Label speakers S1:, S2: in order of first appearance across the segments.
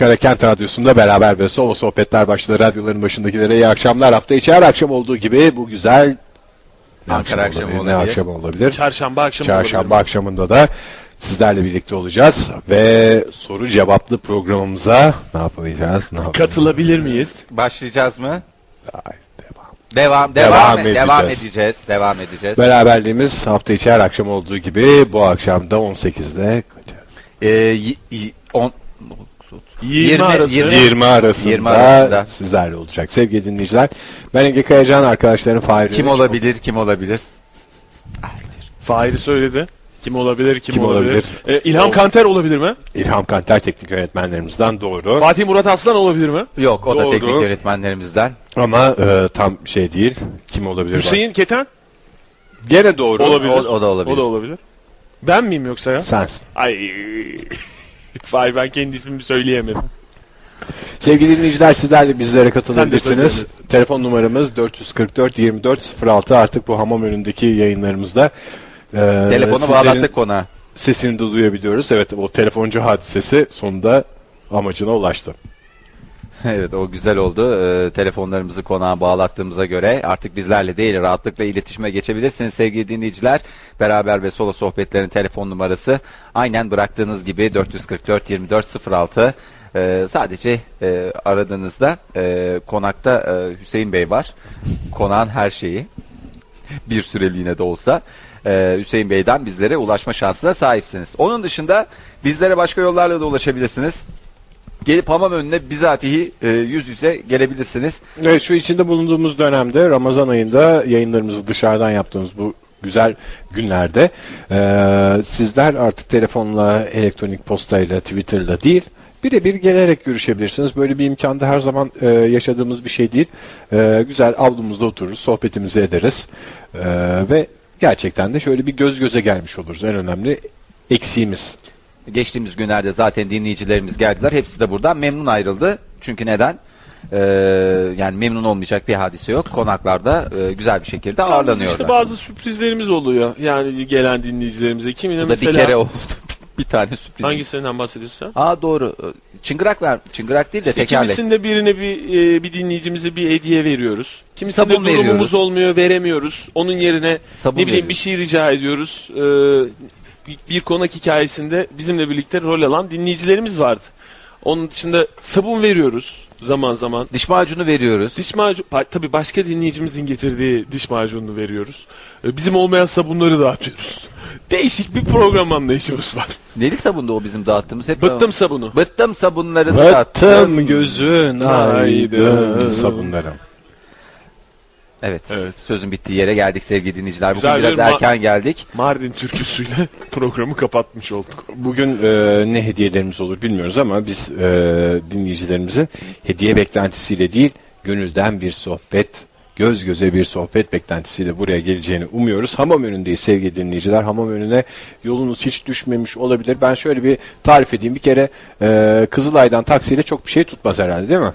S1: Ankara Kent Radyosu'nda beraber ve solo sohbetler başladı. Radyoların başındakilere iyi akşamlar. Hafta içi her akşam olduğu gibi bu güzel ne
S2: Ankara akşamı
S1: ne
S2: olabilir.
S1: akşam olabilir.
S2: Çarşamba akşamı
S1: Çarşamba
S2: olabilir.
S1: akşamında da sizlerle birlikte olacağız ve soru cevaplı programımıza ne yapacağız? Ne yapacağız?
S2: Katılabilir miyiz?
S3: Başlayacağız mı?
S1: Ay, devam. Devam
S3: Devam, devam, devam, devam
S1: edeceğiz.
S3: edeceğiz. Devam edeceğiz.
S1: Beraberliğimiz hafta içi her akşam olduğu gibi bu akşam da 18'de kaçacağız?
S3: Ee, y- y- on-
S2: 20,
S3: Yirmi-
S2: arası.
S3: yirmi-
S1: 20 arasında,
S3: 20 arasında.
S1: sizlerle olacak. Sevgili dinleyiciler, ben Ege Kayacan, arkadaşlarım Fahri.
S3: kim olabilir, kim olabilir?
S2: Fahri söyledi. Kim olabilir, kim,
S1: Kim
S2: olabilir?
S1: olabilir?
S2: Ee, İlham Kanter olabilir mi?
S1: İlham Kanter teknik yönetmenlerimizden doğru.
S2: Fatih Murat Aslan olabilir mi?
S3: Yok, o
S1: Doğru.
S3: da teknik yönetmenlerimizden.
S1: Ama e, tam şey değil. Kim olabilir?
S2: Hüseyin Keten
S1: Bak. Gene doğru.
S2: olabilir.
S3: O, o da olabilir.
S2: O da olabilir. Ben miyim yoksa ya?
S1: Sensin.
S2: Ay. Fahri ben kendi ismimi söyleyemedim.
S1: Sevgili dinleyiciler sizler de bizlere
S2: Sen de
S1: katılabilirsiniz. Telefon numaramız 444 24 06 artık bu hamam önündeki yayınlarımızda e,
S3: Telefonu
S1: sizlerin
S3: bağlattık ona.
S1: Sesini de duyabiliyoruz. Evet o telefoncu hadisesi sonunda amacına ulaştı.
S3: evet, o güzel oldu. Ee, telefonlarımızı konağa bağlattığımıza göre artık bizlerle değil, rahatlıkla iletişime geçebilirsiniz sevgili dinleyiciler. Beraber ve solo sohbetlerin telefon numarası aynen bıraktığınız gibi 444 2406. Ee, sadece e, aradığınızda e, konakta e, Hüseyin Bey var. Konağın her şeyi. bir süreliğine de olsa e, Hüseyin Bey'den bizlere ulaşma şansına sahipsiniz. Onun dışında bizlere başka yollarla da ulaşabilirsiniz. Gelip hamam önüne bizatihi e, yüz yüze gelebilirsiniz.
S1: Evet şu içinde bulunduğumuz dönemde Ramazan ayında yayınlarımızı dışarıdan yaptığımız bu güzel günlerde e, sizler artık telefonla, elektronik postayla, Twitter'la değil birebir gelerek görüşebilirsiniz. Böyle bir imkanda her zaman e, yaşadığımız bir şey değil. E, güzel avlumuzda otururuz, sohbetimizi ederiz E, ve gerçekten de şöyle bir göz göze gelmiş oluruz. En önemli eksiğimiz.
S3: Geçtiğimiz günlerde zaten dinleyicilerimiz geldiler. Hepsi de buradan memnun ayrıldı. Çünkü neden? E, yani memnun olmayacak bir hadise yok. Konaklarda e, güzel bir şekilde
S2: Yalnız
S3: ağırlanıyorlar.
S2: İşte bazı sürprizlerimiz oluyor. Yani gelen dinleyicilerimize. Kimine
S3: Bu da
S2: mesela...
S3: bir kere oldu. bir tane sürpriz.
S2: Hangisinden bahsediyorsun sen?
S3: Aa doğru. E, Çıngırak ver. Çıngırak değil de
S2: İşte
S3: tekerlek.
S2: kimisinde birine bir e, bir dinleyicimize bir hediye veriyoruz. Kimisinde
S3: Sabun
S2: durumumuz
S3: veriyoruz.
S2: olmuyor, veremiyoruz. Onun yerine
S3: Sabun
S2: ne bileyim
S3: veriyoruz.
S2: bir şey rica ediyoruz. Ee, bir- bir konak hikayesinde bizimle birlikte rol alan dinleyicilerimiz vardı. Onun dışında sabun veriyoruz zaman zaman.
S3: Diş macunu veriyoruz.
S2: Diş macunu tabii başka dinleyicimizin getirdiği diş macununu veriyoruz. Ee, Bizim olmayan sabunları dağıtıyoruz. Değişik bir program anlayışımız var.
S3: Neli sabundu o bizim dağıttığımız hep
S2: Bıttım sabunu.
S3: Bıttım sabunları
S1: Battım
S3: dağıttım.
S1: gözün aydın
S2: aydın.
S1: sabunlarım.
S3: Evet.
S2: Evet.
S3: Sözün bittiği yere geldik sevgili dinleyiciler. Bugün
S2: Güzel
S3: biraz
S2: bir ma-
S3: erken geldik.
S2: Mardin türküsüyle programı kapatmış olduk.
S1: Bugün e, ne hediyelerimiz olur bilmiyoruz ama biz e, dinleyicilerimizin hediye beklentisiyle değil, gönülden bir sohbet, göz göze bir sohbet beklentisiyle buraya geleceğini umuyoruz. Hamam önündeyiz sevgili dinleyiciler. Hamam önüne yolunuz hiç düşmemiş olabilir. Ben şöyle bir tarif edeyim. Bir kere e, Kızılay'dan taksiyle çok bir şey tutmaz herhalde değil mi?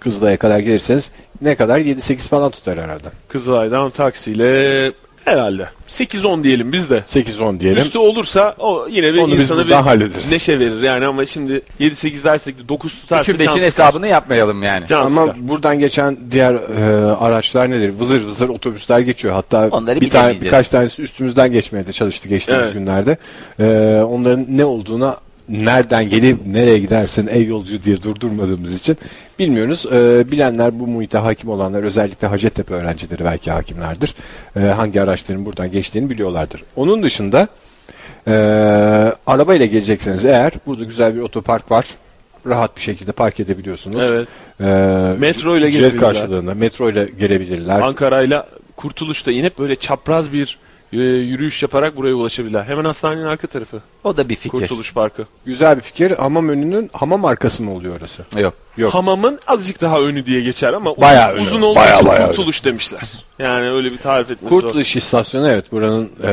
S1: Kızılay'a kadar gelirseniz ne kadar? 7-8 falan tutar herhalde.
S2: Kızılay'dan taksiyle herhalde 8-10 diyelim biz de.
S1: 8-10 diyelim.
S2: Üstü olursa o yine bir
S1: Onu biz
S2: insana bir
S1: buradan hallederiz.
S2: neşe verir yani ama şimdi 7-8 dersek de 9 tutarsa
S3: 3'ün 5'in
S2: can
S3: hesabını yapmayalım yani.
S2: Can
S1: Ama
S2: sıkar.
S1: buradan geçen diğer e, araçlar nedir? Vızır vızır otobüsler geçiyor. Hatta
S3: Onları
S1: bir tane
S3: bilemeyeceğiz.
S1: birkaç tanesi üstümüzden geçmeye de çalıştı geçtiğimiz
S2: Evet.
S1: günlerde. E, onların ne olduğuna nereden gelip nereye gidersin ey yolcu diye durdurmadığımız için bilmiyoruz. E, bilenler bu muhite hakim olanlar özellikle Hacettepe öğrencileri belki hakimlerdir. E, hangi araçların buradan geçtiğini biliyorlardır. Onun dışında ee, arabayla gelecekseniz eğer burada güzel bir otopark var. Rahat bir şekilde park edebiliyorsunuz.
S2: Evet.
S1: Ee,
S2: Metro ile
S1: ücret
S2: gelebilirler.
S1: karşılığında metro ile gelebilirler.
S2: Ankara'yla Kurtuluş'ta inip böyle çapraz bir e, yürüyüş yaparak buraya ulaşabilirler. Hemen hastanenin arka tarafı.
S3: O da bir fikir.
S2: Kurtuluş Parkı.
S1: güzel bir fikir. Hamam önünün hamam arkası mı oluyor orası?
S3: Yok.
S1: Yok.
S2: Hamamın azıcık daha önü diye geçer ama uzun-
S1: Bayağı önü.
S2: uzun olduğu
S1: Bayağı,
S2: için
S1: bayağı
S2: Kurtuluş demişler. Yani öyle bir tarif etmesi zor.
S1: Kurtuluş istasyonu evet buranın e,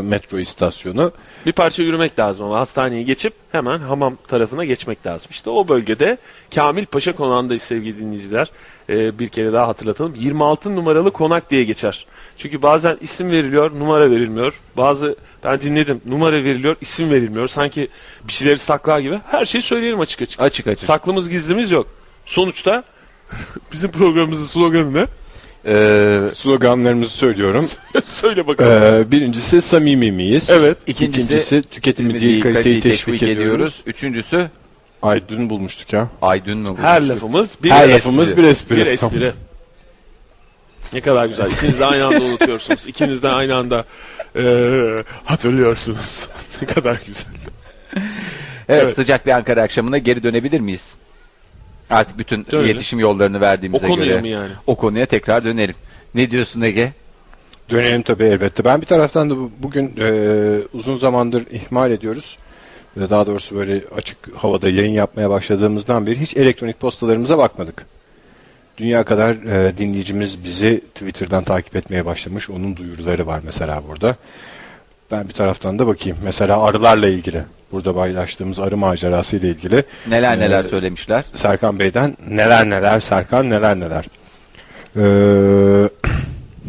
S1: metro istasyonu.
S2: Bir parça yürümek lazım ama hastaneyi geçip hemen hamam tarafına geçmek lazım. İşte o bölgede Kamil Paşa e, konağındayız sevgili dinleyiciler. Ee, bir kere daha hatırlatalım. 26 numaralı konak diye geçer. Çünkü bazen isim veriliyor, numara verilmiyor. Bazı ben dinledim. Numara veriliyor, isim verilmiyor. Sanki bir şeyleri saklar gibi. Her şeyi söyleyelim açık açık.
S3: Açık açık.
S2: Saklımız gizlimiz yok. Sonuçta bizim programımızın sloganı ne?
S3: Ee,
S1: Sloganlarımızı söylüyorum.
S2: Söyle bakalım.
S1: Ee, birincisi samimi miyiz?
S2: evet.
S3: ikincisi,
S1: İkincisi tüketimi değil kaliteyi teşvik ediyoruz.
S3: Üçüncüsü
S1: Ay dün bulmuştuk ya.
S3: Aydın mı? bu?
S2: Her lafımız bir
S1: Her
S2: espri.
S1: lafımız bir espri.
S2: Bir espri. Ne kadar güzel. İkiniz de aynı anda unutuyorsunuz. İkiniz de aynı anda eee, hatırlıyorsunuz. ne kadar güzel.
S3: Evet,
S2: Evet.
S3: sıcak bir Ankara akşamına geri dönebilir miyiz? Artık bütün
S2: Dönelim.
S3: iletişim yollarını
S2: O
S3: verdiğimize
S2: konuya
S3: göre.
S2: mı yani?
S3: O konuya tekrar dönelim. Ne diyorsun Ege?
S1: Dönelim tabii elbette. Ben bir taraftan da bu- bugün e, uzun zamandır ihmal ediyoruz. E, Daha doğrusu böyle açık havada yayın yapmaya başladığımızdan beri hiç elektronik postalarımıza bakmadık. Dünya kadar e, dinleyicimiz bizi Twitter'dan takip etmeye başlamış. Onun duyuruları var mesela burada. Ben bir taraftan da bakayım. Mesela arılarla ilgili. Burada paylaştığımız arı macerası ile ilgili
S3: Neler neler
S1: Ee,
S3: söylemişler?
S1: Serkan Bey'den neler neler Serkan neler neler. Ee,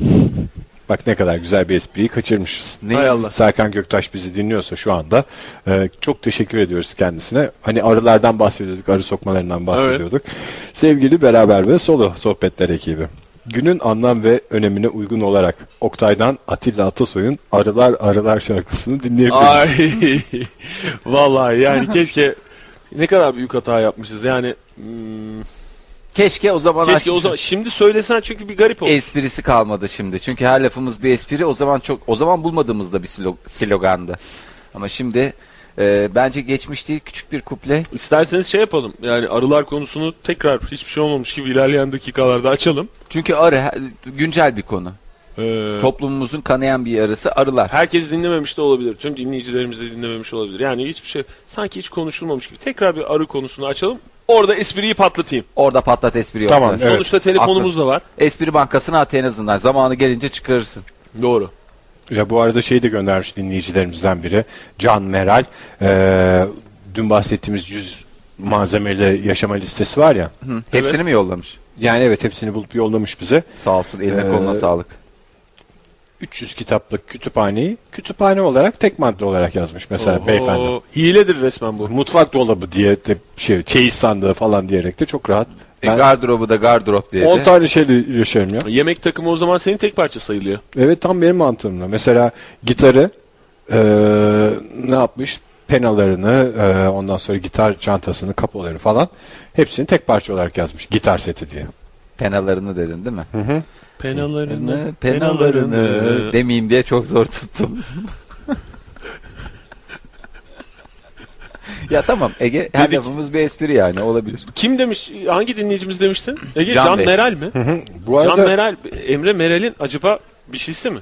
S1: bak ne kadar güzel bir espriyi kaçırmışız.
S3: Ne?
S2: Hay Allah.
S1: Serkan Göktaş bizi dinliyorsa şu anda e, çok teşekkür ediyoruz kendisine. Hani arılardan bahsediyorduk, arı sokmalarından bahsediyorduk. Sevgili Beraber ve Solo Sohbetler ekibi. Günün anlam ve önemine uygun olarak Oktay'dan Atilla Atasoy'un Arılar Arılar şarkısını dinleyebiliriz.
S2: Ay vallahi yani keşke ne kadar büyük hata yapmışız. Yani hmm,
S3: Keşke o zaman
S2: keşke o zaman şimdi söylesen çünkü bir garip oldu.
S3: esprisi kalmadı şimdi. Çünkü her lafımız bir espri. O zaman çok o zaman bulmadığımızda bir slo- slogandı. Ama şimdi e, bence geçmiş değil küçük bir kuple.
S2: İsterseniz şey yapalım. Yani arılar konusunu tekrar hiçbir şey olmamış gibi ilerleyen dakikalarda açalım.
S3: Çünkü arı he- güncel bir konu.
S2: Ee,
S3: Toplumumuzun kanayan bir yarısı arılar.
S2: Herkes dinlememiş de olabilir. Tüm dinleyicilerimiz de dinlememiş olabilir. Yani hiçbir şey sanki hiç konuşulmamış gibi. Tekrar bir arı konusunu açalım. Orada espriyi patlatayım.
S3: Orada patlat espri
S1: Tamam,
S3: yoklar.
S1: Evet,
S2: Sonuçta telefonumuz da var.
S3: Espri bankasına at en azından. Zamanı gelince çıkarırsın.
S2: Doğru.
S1: Ya bu arada şey de göndermiş dinleyicilerimizden biri. Can Meral. Ee, dün bahsettiğimiz 100 malzemeli yaşama listesi var ya.
S3: Hı, Hepsini mi yollamış?
S1: Yani evet hepsini bulup yollamış bize.
S3: Sağ olsun eline
S1: Ee,
S3: koluna sağlık.
S1: 300 kitaplık kütüphaneyi kütüphane olarak tek madde olarak yazmış mesela
S2: Oho,
S1: beyefendi.
S2: Hiledir resmen bu.
S1: Mutfak dolabı diye de şey çeyiz sandığı falan diyerek de çok rahat.
S3: E,
S1: Ben
S3: gardırobu da gardırop diye
S1: 10
S3: de.
S1: tane şeyle yaşarım ya.
S2: Yemek takımı o zaman senin tek parça sayılıyor.
S1: Evet tam benim mantığımla. Mesela gitarı eee, ne yapmış? Penalarını, eee, ondan sonra gitar çantasını, kapoları falan hepsini tek parça olarak yazmış. Gitar seti diye.
S3: Penalarını dedin değil mi?
S2: Penalarını,
S3: Penalarını
S2: Ee,
S3: demeyeyim diye çok zor tuttum. ya tamam Ege her
S2: Dedik.
S3: lafımız bir espri yani olabilir.
S2: Kim demiş, hangi dinleyicimiz demiştin? Ege,
S3: Can
S2: Can,
S3: Bey.
S2: Meral mi?
S1: Bu
S2: Can
S1: arada
S2: Meral, Emre Meral'in acaba bir şeysi mi?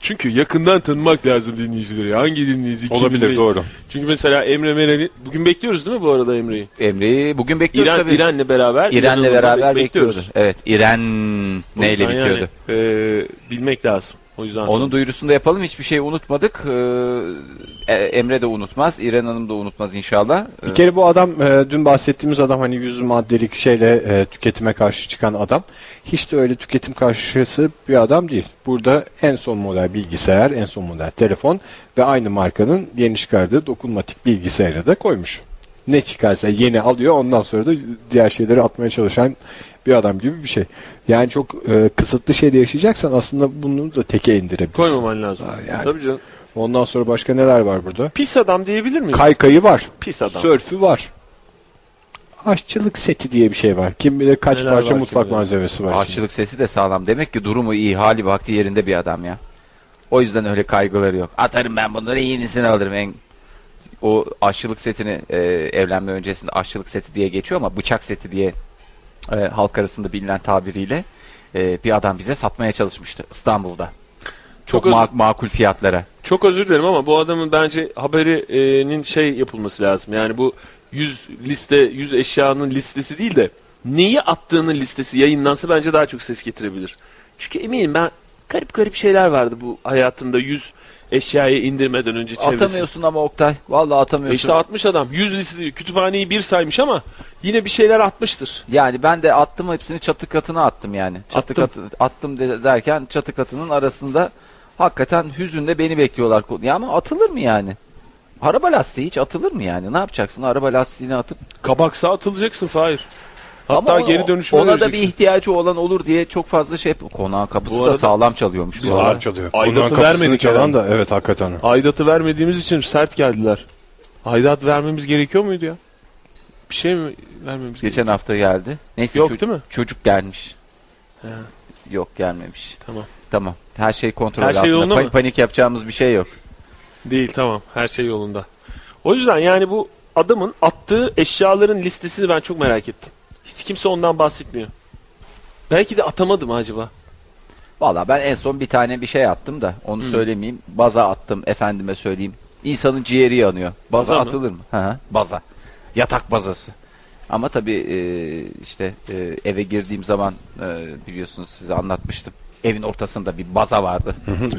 S2: Çünkü yakından tanımak lazım dinleyicileri. Hangi dinleyici? kim
S1: olabilir
S2: dinleyici?
S1: doğru.
S2: Çünkü mesela Emre Meral'i bugün bekliyoruz değil mi bu arada Emre'yi?
S3: Emre'yi bugün bekliyoruz
S2: İren,
S3: tabii.
S2: İren'le beraber.
S3: İren'le
S2: İren'le
S3: beraber
S2: bekliyoruz.
S3: bekliyordu. Evet İren neyle
S2: O yüzden
S3: bitiyordu?
S2: yani, e, bilmek lazım. O yüzden.
S3: Onun
S2: Onun
S3: duyurusunu da yapalım. Hiçbir şey unutmadık. Ee, e, Emre de unutmaz. İren Hanım da unutmaz inşallah. Ee,
S1: Bir kere bu adam e, dün bahsettiğimiz adam hani yüz maddelik şeyle e, tüketime karşı çıkan adam hiç de öyle tüketim karşısı bir adam değil. Burada en son model bilgisayar, en son model telefon ve aynı markanın yeni çıkardığı dokunmatik bilgisayarı da koymuş. Ne çıkarsa yeni alıyor ondan sonra da diğer şeyleri atmaya çalışan bir adam gibi bir şey. Yani çok e, kısıtlı şeyde yaşayacaksan aslında bunu da teke indirebilirsin.
S2: koymaman lazım.
S1: Aa, yani.
S2: Tabii canım.
S1: Ondan sonra başka neler var burada?
S2: Pis adam diyebilir miyiz?
S1: Kaykayı var.
S2: Pis adam.
S1: Sörfü var. Aşçılık seti diye bir şey var. Kim bilir kaç
S2: Neler
S1: parça
S2: var
S1: mutfak
S2: kim bilir.
S1: malzemesi var. içinde.
S3: Aşçılık sesi de sağlam. Demek ki durumu iyi, hali vakti yerinde bir adam ya. O yüzden öyle kaygıları yok. Atarım ben bunları yenisini alırım. En... O aşçılık setini e, evlenme öncesinde aşçılık seti diye geçiyor ama bıçak seti diye e, halk arasında bilinen tabiriyle e, bir adam bize satmaya çalışmıştı İstanbul'da. Çok,
S2: Çok öz-
S3: ma- makul fiyatlara.
S2: Çok özür dilerim ama bu adamın bence haberinin şey yapılması lazım. Yani bu 100 liste, 100 eşyanın listesi değil de neyi attığının listesi yayınlansa bence daha çok ses getirebilir. Çünkü eminim ben garip garip şeyler vardı bu hayatında 100 eşyayı indirmeden önce çevresi. E
S3: Atamıyorsun ama Oktay. Vallahi atamıyorsun.
S2: İşte 60 adam 100 liste kütüphaneyi bir saymış ama yine bir şeyler atmıştır.
S3: Yani ben de attım hepsini çatı katına attım yani. Çatı
S2: Attım.
S3: katı attım de- derken çatı katının arasında hakikaten hüzünle beni bekliyorlar. Ya ama atılır mı yani? Araba lastiği hiç atılır mı yani? Ne yapacaksın? Araba lastiğini atıp
S2: Kabaksa atılacaksın Fahir. Hatta
S3: Ama o-
S2: geri dönüşüme
S3: ona da bir
S2: vereceksin.
S3: ihtiyacı olan olur diye çok fazla şey konağın kapısı
S2: Bu
S3: da
S2: arada-
S3: sağlam çalıyormuş. bu arada.
S1: Ağır çalıyor.
S2: Aidatı
S1: Konağın kapısını
S2: vermedik
S1: çalan
S2: yani.
S1: da evet hakikaten.
S2: Aidatı vermediğimiz için sert geldiler. Aidat vermemiz gerekiyor muydu ya? Bir şey mi vermemiz gerekiyor?
S3: Geçen hafta geldi. Neyse
S2: Yok
S3: çocuk-
S2: değil mi?
S3: çocuk gelmiş.
S2: He.
S3: Yok gelmemiş.
S2: Tamam.
S3: Tamam. Her şey kontrol
S2: Her şey
S3: altında.
S2: yolunda
S3: Pa-
S2: mı?
S3: Panik yapacağımız bir şey yok.
S2: Değil tamam her şey yolunda. O yüzden yani bu adamın attığı eşyaların listesini ben çok merak ettim. Hiç kimse ondan bahsetmiyor. Belki de atamadım acaba.
S3: Valla ben en son bir tane bir şey attım da onu söylemeyeyim. Baza attım efendime söyleyeyim. İnsanın ciğeri yanıyor. Baza,
S2: Baza mı?
S3: atılır mı? Hı hı, baza. Yatak bazası. Ama tabii e, işte e, eve girdiğim zaman e, biliyorsunuz size anlatmıştım. Evin ortasında bir baza vardı.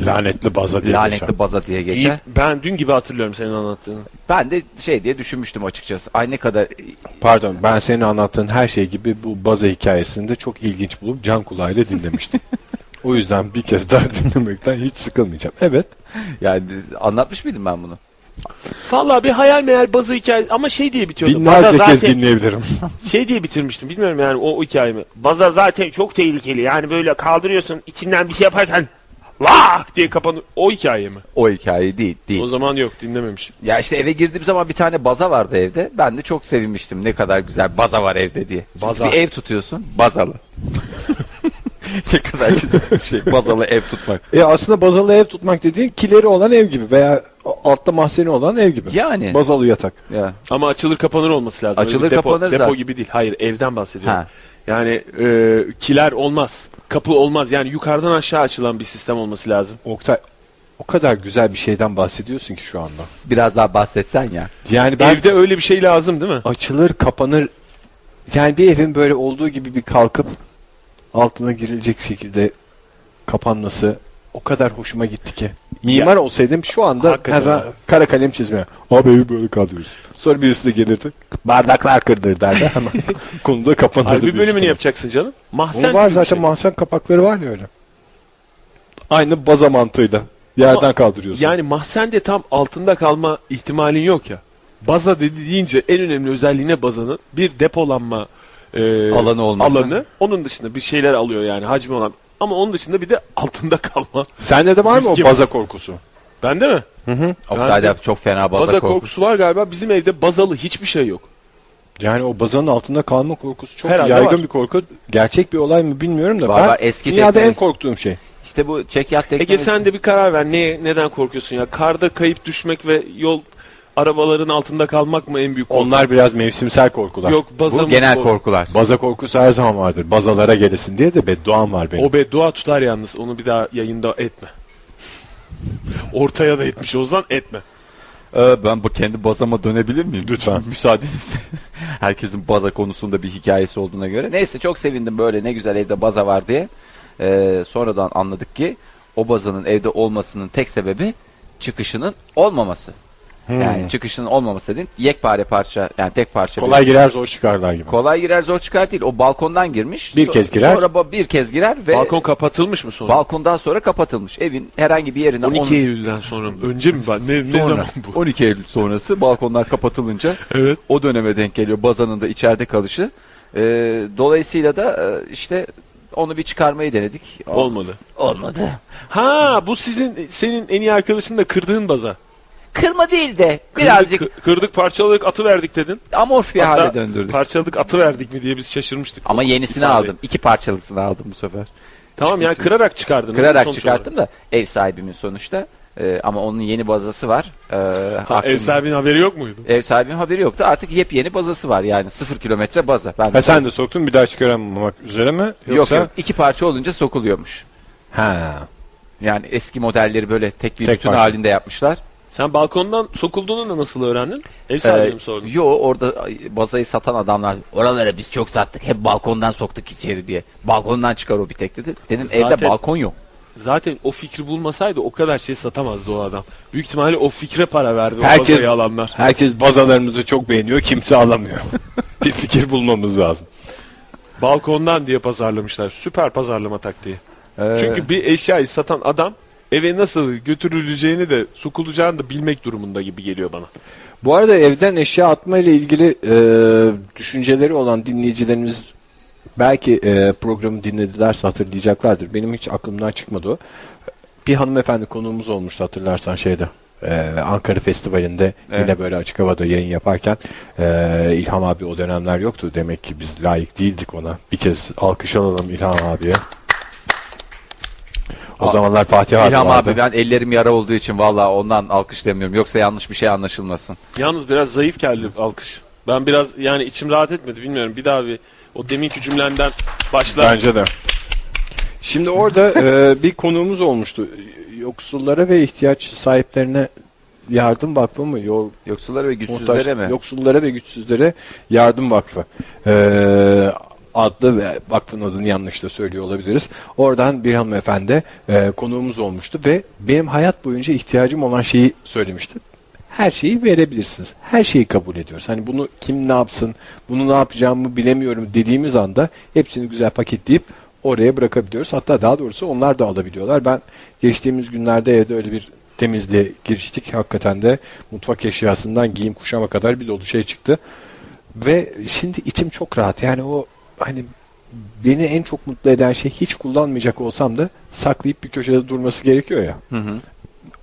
S1: Lanetli baza diye geçer.
S3: Lanetli baza diye geçer.
S2: İyi, ben dün gibi hatırlıyorum senin anlattığını.
S3: Ben de şey diye düşünmüştüm açıkçası. Ay ne kadar
S1: Pardon ben senin anlattığın her şey gibi bu baza hikayesini de çok ilginç bulup can kulağıyla dinlemiştim. o yüzden bir kez daha dinlemekten hiç sıkılmayacağım. Evet.
S3: yani anlatmış mıydım ben bunu?
S2: Vallahi bir hayal meyal bazı hikaye ama şey diye bitiyordu.
S1: Binlerce
S2: Baza
S1: kez
S2: zaten-
S1: dinleyebilirim.
S2: şey diye bitirmiştim bilmiyorum yani o, o hikayemi. Baza zaten çok tehlikeli yani böyle kaldırıyorsun içinden bir şey yaparken lak diye kapanıyor. O hikaye mi?
S3: O hikaye değil, değil.
S2: O zaman yok dinlememişim.
S3: Ya işte eve girdiğim zaman bir tane baza vardı evde. Ben de çok sevinmiştim. Ne kadar güzel baza var evde diye. Çünkü
S2: Baza.
S3: Bir ev tutuyorsun bazalı. ne kadar güzel bir şey bazalı ev tutmak.
S1: E aslında bazalı ev tutmak dediğin kileri olan ev gibi veya altta mahzeni olan ev gibi.
S3: Yani.
S1: Bazalı yatak.
S3: Ya.
S2: Ama açılır kapanır olması lazım.
S3: Açılır
S2: Öyle depo,
S3: kapanır
S2: Depo
S3: zaten.
S2: gibi değil. Hayır evden bahsediyorum.
S3: Ha.
S2: Yani e, kiler olmaz. Kapı olmaz. Yani yukarıdan aşağı açılan bir sistem olması lazım.
S1: Oktay o kadar güzel bir şeyden bahsediyorsun ki şu anda.
S3: Biraz daha bahsetsen ya.
S1: Yani ben
S2: Evde öyle bir şey lazım değil mi?
S1: açılır kapanır yani bir evin böyle olduğu gibi bir kalkıp altına girilecek şekilde kapanması o kadar hoşuma gitti ki. Mimar olsaydım şu anda
S2: Hakikaten
S1: kara,
S2: ha.
S1: kara kalem çizmeye. Abi evi böyle kaldırıyoruz. Sonra birisi de gelirdi. Bardaklar kırdır derdi. Hemen konuda kapanırdı.
S2: Harbi
S1: büyük
S2: bölümünü
S1: ihtimal.
S2: yapacaksın canım. Mahzen
S1: Onun var
S2: gibi bir
S1: zaten
S2: şey.
S1: mahzen kapakları var ya öyle. Aynı baza mantığıyla. Yerden
S2: Ama
S1: kaldırıyorsun.
S2: Yani mahzende tam altında kalma ihtimalin yok ya. Baza dedi deyince en önemli özelliğine bazanın bir depolanma e,
S3: Alanı olması.
S2: alanı. Onun dışında bir şeyler alıyor yani hacmi olan. Ama onun dışında bir de altında kalma.
S1: Sende de var mı o
S2: Riski
S1: baza korkusu?
S2: Bende mi?
S3: Oktay
S2: de-
S3: da çok fena baza,
S2: Baza,
S3: korkusu.
S2: korkusu var galiba. Bizim evde bazalı hiçbir şey yok.
S1: Yani o bazanın altında kalma korkusu çok
S2: Herhalde
S1: yaygın
S2: var.
S1: bir korku. Gerçek bir olay mı bilmiyorum da
S3: Var,
S1: ben
S3: var, eski
S1: dünyada
S3: teknoloji-
S1: en korktuğum şey.
S3: İşte bu çekyat teknolojisi.
S2: Ege sen de bir karar ver. Ne, neden korkuyorsun ya? Karda kayıp düşmek ve yol arabaların altında kalmak mı en büyük korku?
S1: Onlar biraz mevsimsel korkular.
S2: yok baza
S3: bu
S2: mı?
S3: genel
S2: O-
S3: korkular.
S1: Baza korkusu her zaman vardır. Bazalara gelesin diye de bedduam var benim.
S2: O beddua tutar yalnız. Onu bir daha yayında etme. Ortaya da etmiş olsan etme.
S3: Ee, ben bu kendi bazama dönebilir miyim?
S1: Lütfen.
S3: Müsaadenizle. Herkesin baza konusunda bir hikayesi olduğuna göre. Neyse çok sevindim böyle ne güzel evde baza var diye. Ee, sonradan anladık ki o bazanın evde olmasının tek sebebi çıkışının olmaması.
S1: Hmm.
S3: Yani çıkışının olmaması dedim. Yekpare parça yani tek parça. bir-
S1: Kolay girer zor çıkarlar gibi.
S3: kolay girer zor çıkar değil. O balkondan girmiş.
S1: Bir
S3: So-
S1: kez girer.
S3: Sonra ba- bir kez girer ve
S2: Balkon kapatılmış mı sonra?
S3: balkondan sonra kapatılmış. Evin herhangi bir yerine
S2: 12
S3: onun-
S2: Eylül'den sonra mı? Önce mi var? Ne, ne zaman bu?
S3: 12 Eylül sonrası balkonlar kapatılınca
S2: Evet.
S3: o döneme denk geliyor bazanın da içeride kalışı. Ee, dolayısıyla da e, işte onu bir çıkarmayı denedik.
S2: Olmadı.
S3: Olmadı.
S2: Ha bu sizin senin en iyi arkadaşın da kırdığın baza.
S3: Kırma değil de
S2: Kırdık,
S3: birazcık
S2: kı- kırdık parçaladık atı verdik dedin.
S3: amorf bir
S2: Hatta
S3: hale döndürdük.
S2: Parçaladık atı verdik mi diye biz şaşırmıştık.
S3: Ama yenisini
S2: İtalya'yı.
S3: aldım. İki parçalısını aldım bu sefer.
S2: Tamam yani kırarak çıkardın.
S3: Kırarak
S2: Sonuç olarak.
S3: çıkarttım da ev sahibimin sonuçta. Ee, ama onun yeni bazası var. Ee,
S2: Ha, ev
S3: aklımda-
S2: sahibinin haberi yok muydu?
S3: Ev sahibinin haberi yoktu. Artık yepyeni bazası var yani. Sıfır kilometre baza. Ben
S1: Ha sen de soktun bir daha çıkaramamak üzere mi? Yoksa...
S3: Yok yok. İki parça olunca sokuluyormuş.
S1: Ha.
S3: Yani eski modelleri böyle tek bir
S1: Tek
S3: bütün
S1: parça.
S3: halinde yapmışlar.
S2: Sen balkondan sokulduğunu da nasıl öğrendin?
S3: Ee,
S2: Ev sahibine mi sordun?
S3: yo orada ay, bazayı satan adamlar oralara biz çok sattık. Hep balkondan soktuk içeri diye. Balkondan çıkar o bir tek dedi. Dedim
S2: Zaten-
S3: evde balkon yok.
S2: Zaten o fikri bulmasaydı o kadar şey satamazdı o adam. Büyük ihtimalle o fikre para verdi o
S1: Herkes-
S2: bazayı alanlar.
S1: Herkes bazalarımızı çok beğeniyor kimse alamıyor. bir fikir bulmamız lazım.
S2: Balkondan diye pazarlamışlar. Süper pazarlama taktiği.
S1: Ee,
S2: Çünkü bir eşyayı satan adam eve nasıl götürüleceğini de sokulacağını da bilmek durumunda gibi geliyor bana.
S1: Bu arada evden eşya atma ile ilgili e, düşünceleri olan dinleyicilerimiz belki e, programı dinledilerse hatırlayacaklardır. Benim hiç aklımdan çıkmadı o. Bir hanımefendi konuğumuz olmuştu hatırlarsan şeyde. e, Ankara Festivali'nde yine böyle açık havada yayın yaparken e, İlham abi o dönemler yoktu. Demek ki biz layık değildik ona. Bir kez alkış alalım İlham abiye. O
S3: Aa,
S1: zamanlar Fatih abi
S3: İlham
S1: vardı.
S3: abi ben ellerim yara olduğu için valla ondan alkışlamıyorum. Yoksa yanlış bir şey anlaşılmasın.
S2: Yalnız biraz zayıf geldi alkış. Ben biraz yani içim rahat etmedi bilmiyorum. Bir daha bir o deminki cümlemden başlar.
S1: Bence de. Şimdi orada e, bir konuğumuz olmuştu. Yoksullara ve ihtiyaç sahiplerine yardım vakfı mı? Yo-
S3: Yoksullara ve güçsüzlere
S1: muhtaç-
S3: mi?
S1: Yoksullara ve güçsüzlere yardım vakfı. E, adlı ve vakfın adını yanlış da söylüyor olabiliriz. Oradan bir hanımefendi e, konuğumuz olmuştu ve benim hayat boyunca ihtiyacım olan şeyi söylemişti. Her şeyi verebilirsiniz. Her şeyi kabul ediyoruz. Hani bunu kim ne yapsın, bunu ne yapacağımı bilemiyorum dediğimiz anda hepsini güzel paketleyip oraya bırakabiliyoruz. Hatta daha doğrusu onlar da alabiliyorlar. Ben geçtiğimiz günlerde evde öyle bir temizliğe giriştik. Hakikaten de mutfak eşyasından giyim kuşama kadar bir dolu şey çıktı. Ve şimdi içim çok rahat. Yani o hani beni en çok mutlu eden şey hiç kullanmayacak olsam da saklayıp bir köşede durması gerekiyor ya
S3: Hı hı.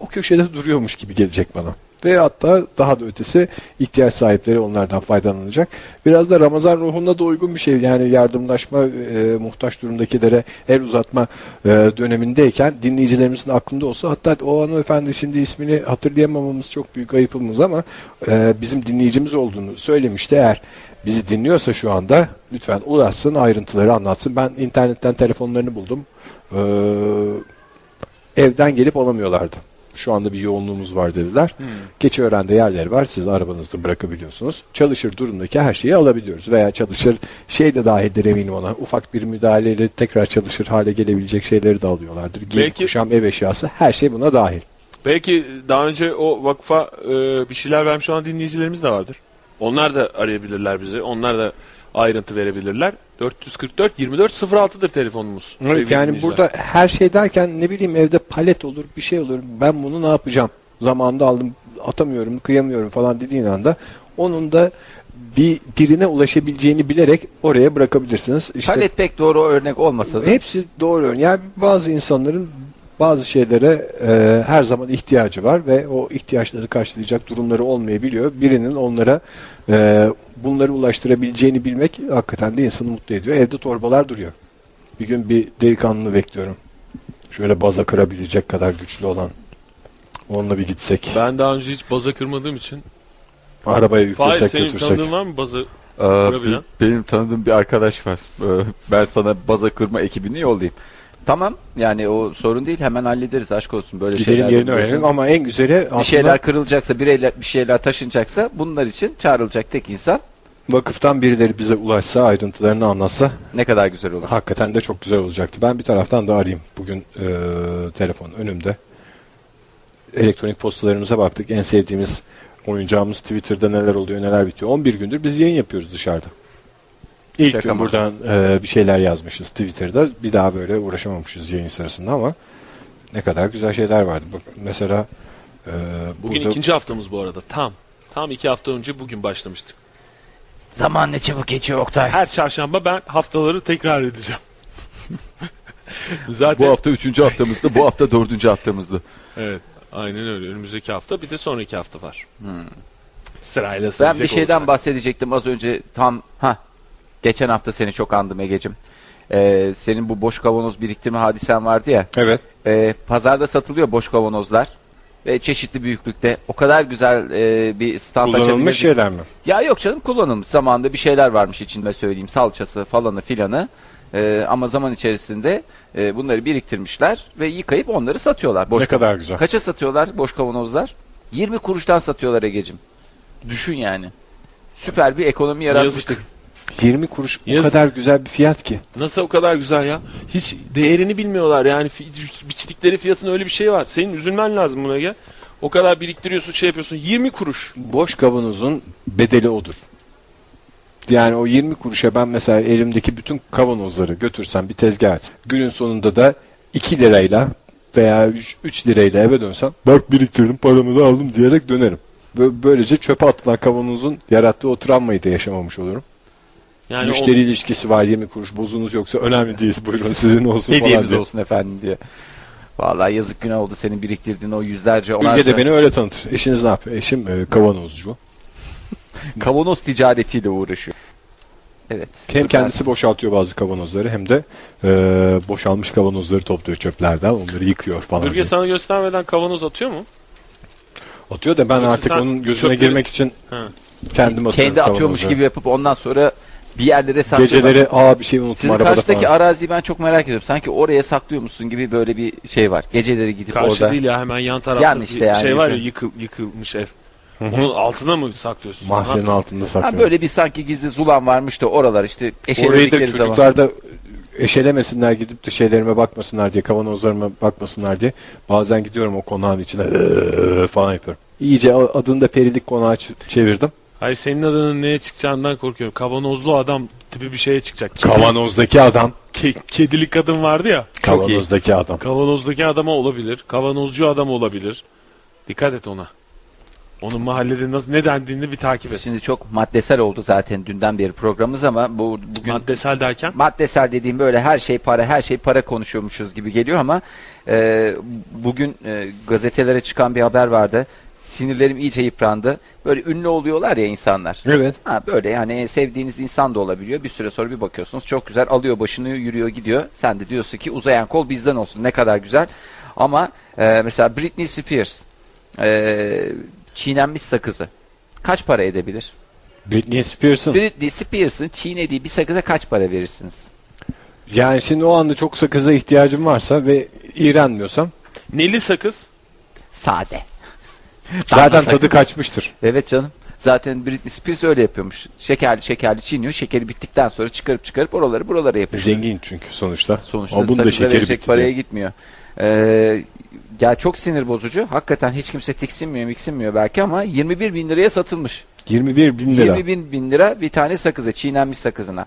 S1: o köşede duruyormuş gibi gelecek bana. Ve hatta daha da ötesi ihtiyaç sahipleri onlardan faydalanacak. Biraz da Ramazan ruhuna da uygun bir şey. Yani yardımlaşma, e, muhtaç durumdakilere el uzatma e, dönemindeyken dinleyicilerimizin aklında olsa hatta o hanımefendi şimdi ismini hatırlayamamamız çok büyük ayıpımız ama e, bizim dinleyicimiz olduğunu söylemişti. Eğer bizi dinliyorsa şu anda lütfen ulaşsın ayrıntıları anlatsın. Ben internetten telefonlarını buldum. Eee Ee, evden gelip alamıyorlardı. Şu anda bir yoğunluğumuz var dediler. Keçiören'de yerleri var. Siz arabanızda bırakabiliyorsunuz. Çalışır durumdaki her şeyi alabiliyoruz. Veya çalışır şey de dahildir eminim ona. Ufak bir müdahaleyle tekrar çalışır hale gelebilecek şeyleri de alıyorlardır. Giyim,
S2: Belki-
S1: kuşam, ev eşyası her şey buna dahil.
S2: Belki daha önce o vakfa e, bir şeyler vermiş olan dinleyicilerimiz de vardır. Onlar da arayabilirler bizi. Onlar da ayrıntı verebilirler. 444 2406'dır telefonumuz.
S1: Evet,
S2: Sevgili
S1: yani
S2: dinleyiciler.
S1: burada her şey derken ne bileyim evde palet olur bir şey olur ben bunu ne yapacağım zamanında aldım atamıyorum kıyamıyorum falan dediğin anda onun da bir birine ulaşabileceğini bilerek oraya bırakabilirsiniz. İşte
S3: Palet pek doğru örnek olmasa da.
S1: hepsi doğru. Yani bazı insanların bazı şeylere e, her zaman ihtiyacı var ve o ihtiyaçları karşılayacak durumları olmayabiliyor. Birinin onlara e, bunları ulaştırabileceğini bilmek hakikaten de insanı mutlu ediyor. Evde torbalar duruyor. Bir gün bir delikanlı bekliyorum. Şöyle baza kırabilecek kadar güçlü olan. Onunla bir gitsek.
S2: Ben daha önce hiç baza kırmadığım için.
S1: Arabaya
S2: Fahir
S1: yüklesek
S2: senin
S1: götürsek.
S2: tanıdığın var mı baza?
S3: Ee,
S2: Kurabilen.
S3: be- benim tanıdığım bir arkadaş var. Ee, ben sana baza kırma ekibini yollayayım. Tamam yani o sorun değil hemen hallederiz aşk olsun böyle
S1: Gidelim
S3: şeyler.
S1: yerini öğrenelim ama en güzeli aslında
S3: Bir şeyler kırılacaksa bireyler bir şeyler taşınacaksa bunlar için çağrılacak tek insan
S1: vakıftan birileri bize ulaşsa ayrıntılarını anlatsa
S3: ne kadar güzel olur.
S1: Hakikaten de çok güzel olacaktı. Ben bir taraftan da arayayım. Bugün e, telefon önümde. Elektronik postalarımıza baktık. En sevdiğimiz oyuncağımız Twitter'da neler oluyor neler bitiyor. 11 gündür biz yayın yapıyoruz dışarıda. İlk
S3: Şaka
S1: gün
S3: mı?
S1: buradan e, bir şeyler yazmışız Twitter'da. Bir daha böyle uğraşamamışız yayın sırasında ama ne kadar güzel şeyler vardı. Bak, mesela e,
S2: Bugün
S1: burada-
S2: ikinci haftamız bu arada. Tam. Tam iki hafta önce bugün başlamıştık.
S4: Zaman ne çabuk geçiyor Oktay.
S2: Her çarşamba ben haftaları tekrar edeceğim. Zaten
S3: Bu hafta üçüncü haftamızdı bu hafta dördüncü haftamızdı.
S2: Evet. Aynen öyle. Önümüzdeki hafta bir de sonraki hafta var. Sırayla
S3: Hmm. Ben
S2: sayacak
S3: bir şeyden
S2: olursak.
S3: bahsedecektim az önce tam ha geçen hafta seni çok andım Ege'cim. Ee, senin bu boş kavanoz biriktirme hadisen vardı ya.
S1: Evet.
S3: Ee, pazarda satılıyor boş kavanozlar ve çeşitli büyüklükte. O kadar güzel e, bir stand
S1: Kullanılmış
S3: açabildik.
S1: şeyler mi?
S3: Ya yok canım kullanılmış zamanında bir şeyler varmış içinde söyleyeyim salçası falanı filanı. Ee, ama zaman içerisinde e, bunları biriktirmişler ve yıkayıp onları satıyorlar. Boş
S1: ne
S3: kavanozlar.
S1: kadar güzel.
S3: Kaça satıyorlar boş kavanozlar? 20 kuruştan satıyorlar Ege'cim. Düşün yani. Süper bir ekonomi yaratmıştık.
S2: Yazık.
S1: 20 kuruş o
S2: Yazık.
S1: kadar güzel bir fiyat ki.
S2: Nasıl o kadar güzel ya? Hiç değerini bilmiyorlar yani. Fi- Biçtikleri fiyatın öyle bir şey var. Senin üzülmen lazım buna gel. O kadar biriktiriyorsun şey yapıyorsun. 20 kuruş.
S1: Boş kavanozun bedeli odur. Yani o 20 kuruşa ben mesela elimdeki bütün kavanozları götürsem bir tezgah aç. Günün sonunda da 2 lirayla veya 3, lirayla eve dönsem bak biriktirdim paramı da aldım diyerek dönerim. Bö- Böylece çöpe atılan kavanozun yarattığı o travmayı da yaşamamış olurum.
S2: Yani
S1: Müşteri ilişkisi var 20 kuruş bozunuz yoksa önemli değil buyurun sizin olsun falan
S3: Hediyemiz
S1: diye.
S3: olsun efendim diye. Vallahi yazık günah oldu senin biriktirdiğin o yüzlerce onlarca
S1: Ülke de beni öyle tanıtır. Eşiniz ne yapıyor? Eşim e, kavanozcu.
S3: kavanoz ticaretiyle uğraşıyor. Evet.
S1: Hem kendisi boşaltıyor bazı kavanozları hem de e, boşalmış kavanozları topluyor çöplerden. Onları yıkıyor
S2: o
S1: falan.
S2: Bürge
S1: diye.
S2: sana göstermeden kavanoz atıyor mu?
S1: Atıyor da ben
S2: Yoksa
S1: artık
S2: sen
S1: onun gözüne
S2: çöpleri-
S1: girmek için
S2: Ha.
S1: kendim atıyorum.
S3: kendi atıyormuş
S1: kavanozları.
S3: gibi yapıp ondan sonra bir yerlere saklıyor.
S1: Geceleri aa bir şey unuttum
S3: Sizin
S1: arabada
S3: karşıdaki
S1: falan.
S3: araziyi ben çok merak ediyorum. Sanki oraya saklıyormuşsun gibi böyle bir şey var. Geceleri gidip
S2: Karşı
S3: orada.
S2: değil ya hemen yan tarafta
S3: Yan
S2: bir
S3: işte yani.
S2: şey var ya yıkıl, yıkılmış ev. Onun altına mı saklıyorsun?
S1: Mahzenin
S2: Ha.
S1: altında
S3: Ha
S1: saklıyor.
S3: böyle bir sanki gizli zulan varmış da oralar işte
S1: Orayı da
S3: eşeledikleri zaman.
S1: çocuklar da eşelemesinler gidip de şeylerime bakmasınlar diye kavanozlarıma bakmasınlar diye bazen gidiyorum o konağın içine "Ee" falan yapıyorum. İyice a- adını da perilik konağı ç- çevirdim.
S2: Hayır senin adının neye çıkacağından korkuyorum. Kavanozlu adam tipi bir şeye çıkacak.
S1: Kavanozdaki adam.
S2: Ke- kedili kadın vardı ya.
S3: Çok iyi.
S1: Kavanozdaki adam.
S2: Kavanozdaki adama olabilir. Kavanozcu adam olabilir. Dikkat et ona. Onun mahallede nasıl ne dendiğini bir takip et.
S3: Şimdi çok maddesel oldu zaten dünden beri programımız ama bu bugün
S2: Maddesel derken
S3: maddesel dediğim böyle her şey para her şey para konuşuyormuşuz gibi geliyor ama e, bugün e, gazetelere çıkan bir haber vardı. Sinirlerim iyice yıprandı. Böyle ünlü oluyorlar ya insanlar.
S1: Evet.
S3: Ha böyle yani sevdiğiniz insan da olabiliyor. Bir süre sonra bir bakıyorsunuz çok güzel alıyor başını yürüyor gidiyor. Sen de diyorsun ki uzayan kol bizden olsun ne kadar güzel. Ama e, mesela Britney Spears e, çiğnenmiş sakızı kaç para edebilir?
S1: Britney Spears'ın.
S3: Britney Spears'ın çiğnediği bir sakıza kaç para verirsiniz?
S1: Yani şimdi o anda çok sakıza ihtiyacım varsa ve iğrenmiyorsam
S2: neli sakız?
S3: Sade.
S1: zaten tadı kaçmıştır.
S3: Evet canım. Zaten Britney Spears öyle yapıyormuş. Şekerli şekerli çiğniyor. Şekeri bittikten sonra çıkarıp çıkarıp oraları buralara yapıyor.
S1: Zengin çünkü sonuçta.
S3: Sonuçta
S1: Ama bunun da
S3: sakıza
S1: şekeri
S3: verecek
S1: bitti.
S3: paraya
S1: diye.
S3: gitmiyor. Ee, ya çok sinir bozucu. Hakikaten hiç kimse tiksinmiyor, miksinmiyor belki ama 21 bin liraya satılmış.
S1: 21 bin lira.
S3: 20 bin, bin lira bir tane sakıza, çiğnenmiş sakızına.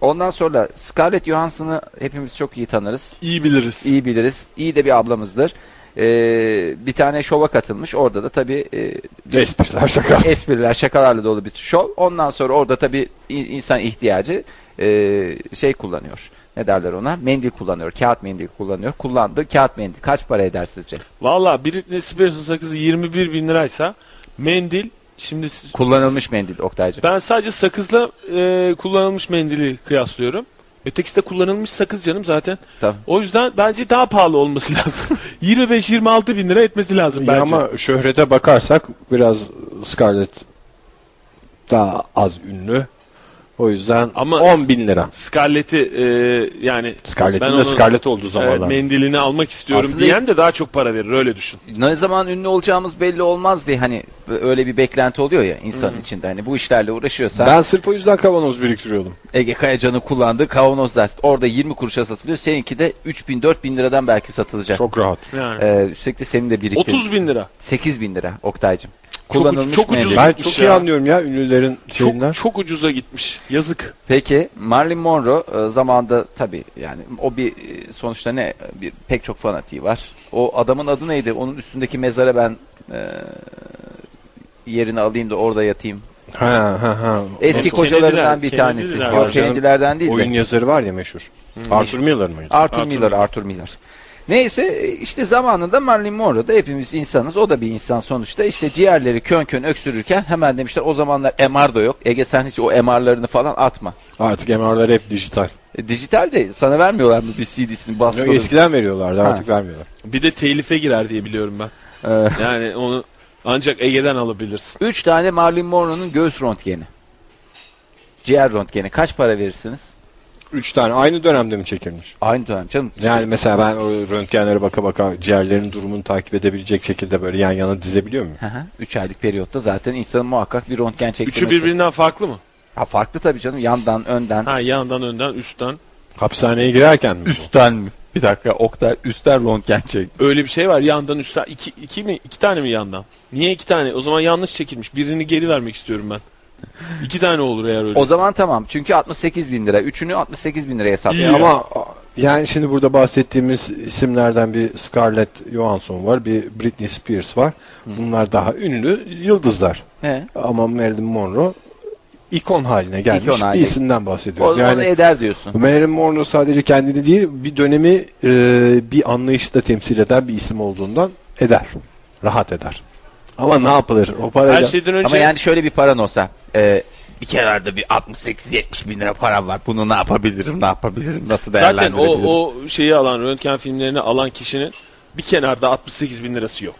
S3: Ondan sonra Scarlett Johansson'ı hepimiz çok iyi tanırız.
S2: İyi biliriz.
S3: iyi biliriz. İyi de bir ablamızdır. Ee, bir tane şova katılmış. Orada da tabii e,
S1: Espriler şaka.
S3: espriler, şakalarla dolu bir şov. Ondan sonra orada tabii in- insan ihtiyacı e, şey kullanıyor. Ne derler ona? Mendil kullanıyor. Kağıt mendil kullanıyor. Kullandı. Kağıt mendil. Kaç para eder sizce?
S2: Valla Britney Spears'ın sakızı 21 bin liraysa mendil şimdi siz-
S3: Kullanılmış mendil Oktaycığım.
S2: ben sadece sakızla e, kullanılmış mendili kıyaslıyorum. Ötekisi de kullanılmış sakız canım zaten.
S3: Tamam.
S2: O yüzden bence daha pahalı olması lazım. 25-26 bin lira etmesi lazım
S1: Ya
S2: bence.
S1: ama şöhrete bakarsak biraz Scarlett daha az ünlü. O yüzden
S2: Ama-
S1: 10 bin lira.
S2: Scarlett'i e, yani
S1: Scarlett'in
S2: ben
S1: de
S2: onun,
S1: Scarlett olduğu
S2: e,
S1: zamanlar.
S2: mendilini almak istiyorum
S3: Aslında-
S2: diyen de daha çok para verir öyle düşün.
S3: Ne zaman ünlü olacağımız belli olmaz diye hani öyle bir beklenti oluyor ya insanın içinde. Hani bu işlerle uğraşıyorsa
S1: ben sırf o yüzden kavanoz biriktiriyordum.
S3: Ege Kayacan'ın kullandığı kavanozlar orada 20 kuruşa satılıyor. Seninki de 3000 4000 liradan belki satılacak.
S1: Çok rahat.
S2: Yani.
S3: Ee, üstelik de senin de biriktirdiğin.
S2: 30 E, bin lira.
S3: 8 bin lira Oktay'cım.
S2: ucu- çok ucuz.
S3: mendil.
S1: Ben
S2: Yokmuş
S1: çok
S2: ya.
S1: iyi anlıyorum ya ünlülerin şeyinden.
S2: Çok, çok ucuza gitmiş. Yazık.
S3: Peki Marilyn Monroe e, zamanda tabii yani o bir e, sonuçta ne bir pek çok fanatiği var. O adamın adı neydi? Onun üstündeki mezara ben e, yerini alayım da orada yatayım.
S1: Ha, ha, ha.
S3: Eski
S2: Kennedy-
S3: kocalarından bir
S2: Kennedy'ler
S3: tanesi.
S2: var
S3: Yok
S1: canım.
S3: Kennedy'lerden değil de.
S1: Oyun yazarı var ya meşhur. Arthur Miller mıydı?
S3: Arthur,
S2: Arthur
S3: Miller,
S2: Miller.
S3: Arthur Miller. Neyse e, işte zamanında Marilyn Monroe da hepimiz insanız. O da bir insan sonuçta. İşte ciğerleri kön kön öksürürken hemen demişler o zamanlar MR da yok. Ege sen hiç o MR'larını falan atma.
S1: Artık MR'lar hep dijital.
S3: E, dijital de sana vermiyorlar mı bir CD'sini
S1: Yok,
S3: bastırıp?
S1: eskiden veriyorlardı
S3: Ha.
S1: artık vermiyorlar.
S2: Bir de telife girer diye biliyorum ben.
S3: Ee,
S2: Yani onu ancak Ege'den alabilirsin.
S3: Üç tane Marilyn Monroe'nun göğüs röntgeni. Ciğer röntgeni. Kaç para verirsiniz?
S1: Üç tane aynı dönemde mi çekilmiş?
S3: Aynı dönem canım.
S1: Yani mesela ben o röntgenlere baka baka ciğerlerin durumunu takip edebilecek şekilde böyle yan yana dizebiliyor muyum?
S3: Hı hı. Üç aylık periyotta zaten insanın muhakkak bir röntgen çektirmesi.
S2: Üçü birbirinden farklı mı?
S3: Ha, farklı tabii canım. Yandan, önden.
S2: Ha yandan önden üstten.
S1: Hapishaneye girerken mi? bu?
S3: Üstten mi? Bir dakika. Oktay üstten röntgen çek.
S2: Öyle bir şey var yandan üstten. İki, iki mi? iki tane mi yandan? Niye iki tane? O zaman yanlış çekilmiş. Birini geri vermek istiyorum ben. İki tane olur eğer öyle.
S3: O zaman tamam. Çünkü 68 bin lira. Üçünü 68 bin liraya
S1: E,
S3: hesaplayalım.
S1: ama a- yani şimdi burada bahsettiğimiz isimlerden bir Scarlett Johansson var, bir Britney Spears var. Bunlar daha ünlü yıldızlar.
S3: He.
S1: Ama Marilyn Monroe ikon haline gelmiş
S3: İkon haline.
S1: bir isimden
S3: O
S1: bahsediyoruz.
S3: zaman
S1: yani
S3: eder diyorsun.
S1: Marilyn Monroe sadece kendini değil, bir dönemi e, bir anlayışla temsil eden bir isim olduğundan eder. Rahat eder. Ama ne yapılır? O parayla...
S2: Her şeyden önce
S3: Ama yani şöyle bir paran olsa. e,
S4: Bir kenarda bir 68-70 bin lira param var.
S3: bunu ne yapabilirim, ne yapabilirim, nasıl
S2: zaten o,
S3: değerlendirebilirim?
S2: o şeyi alan, röntgen filmlerini alan kişinin bir kenarda 68 bin lirası yok.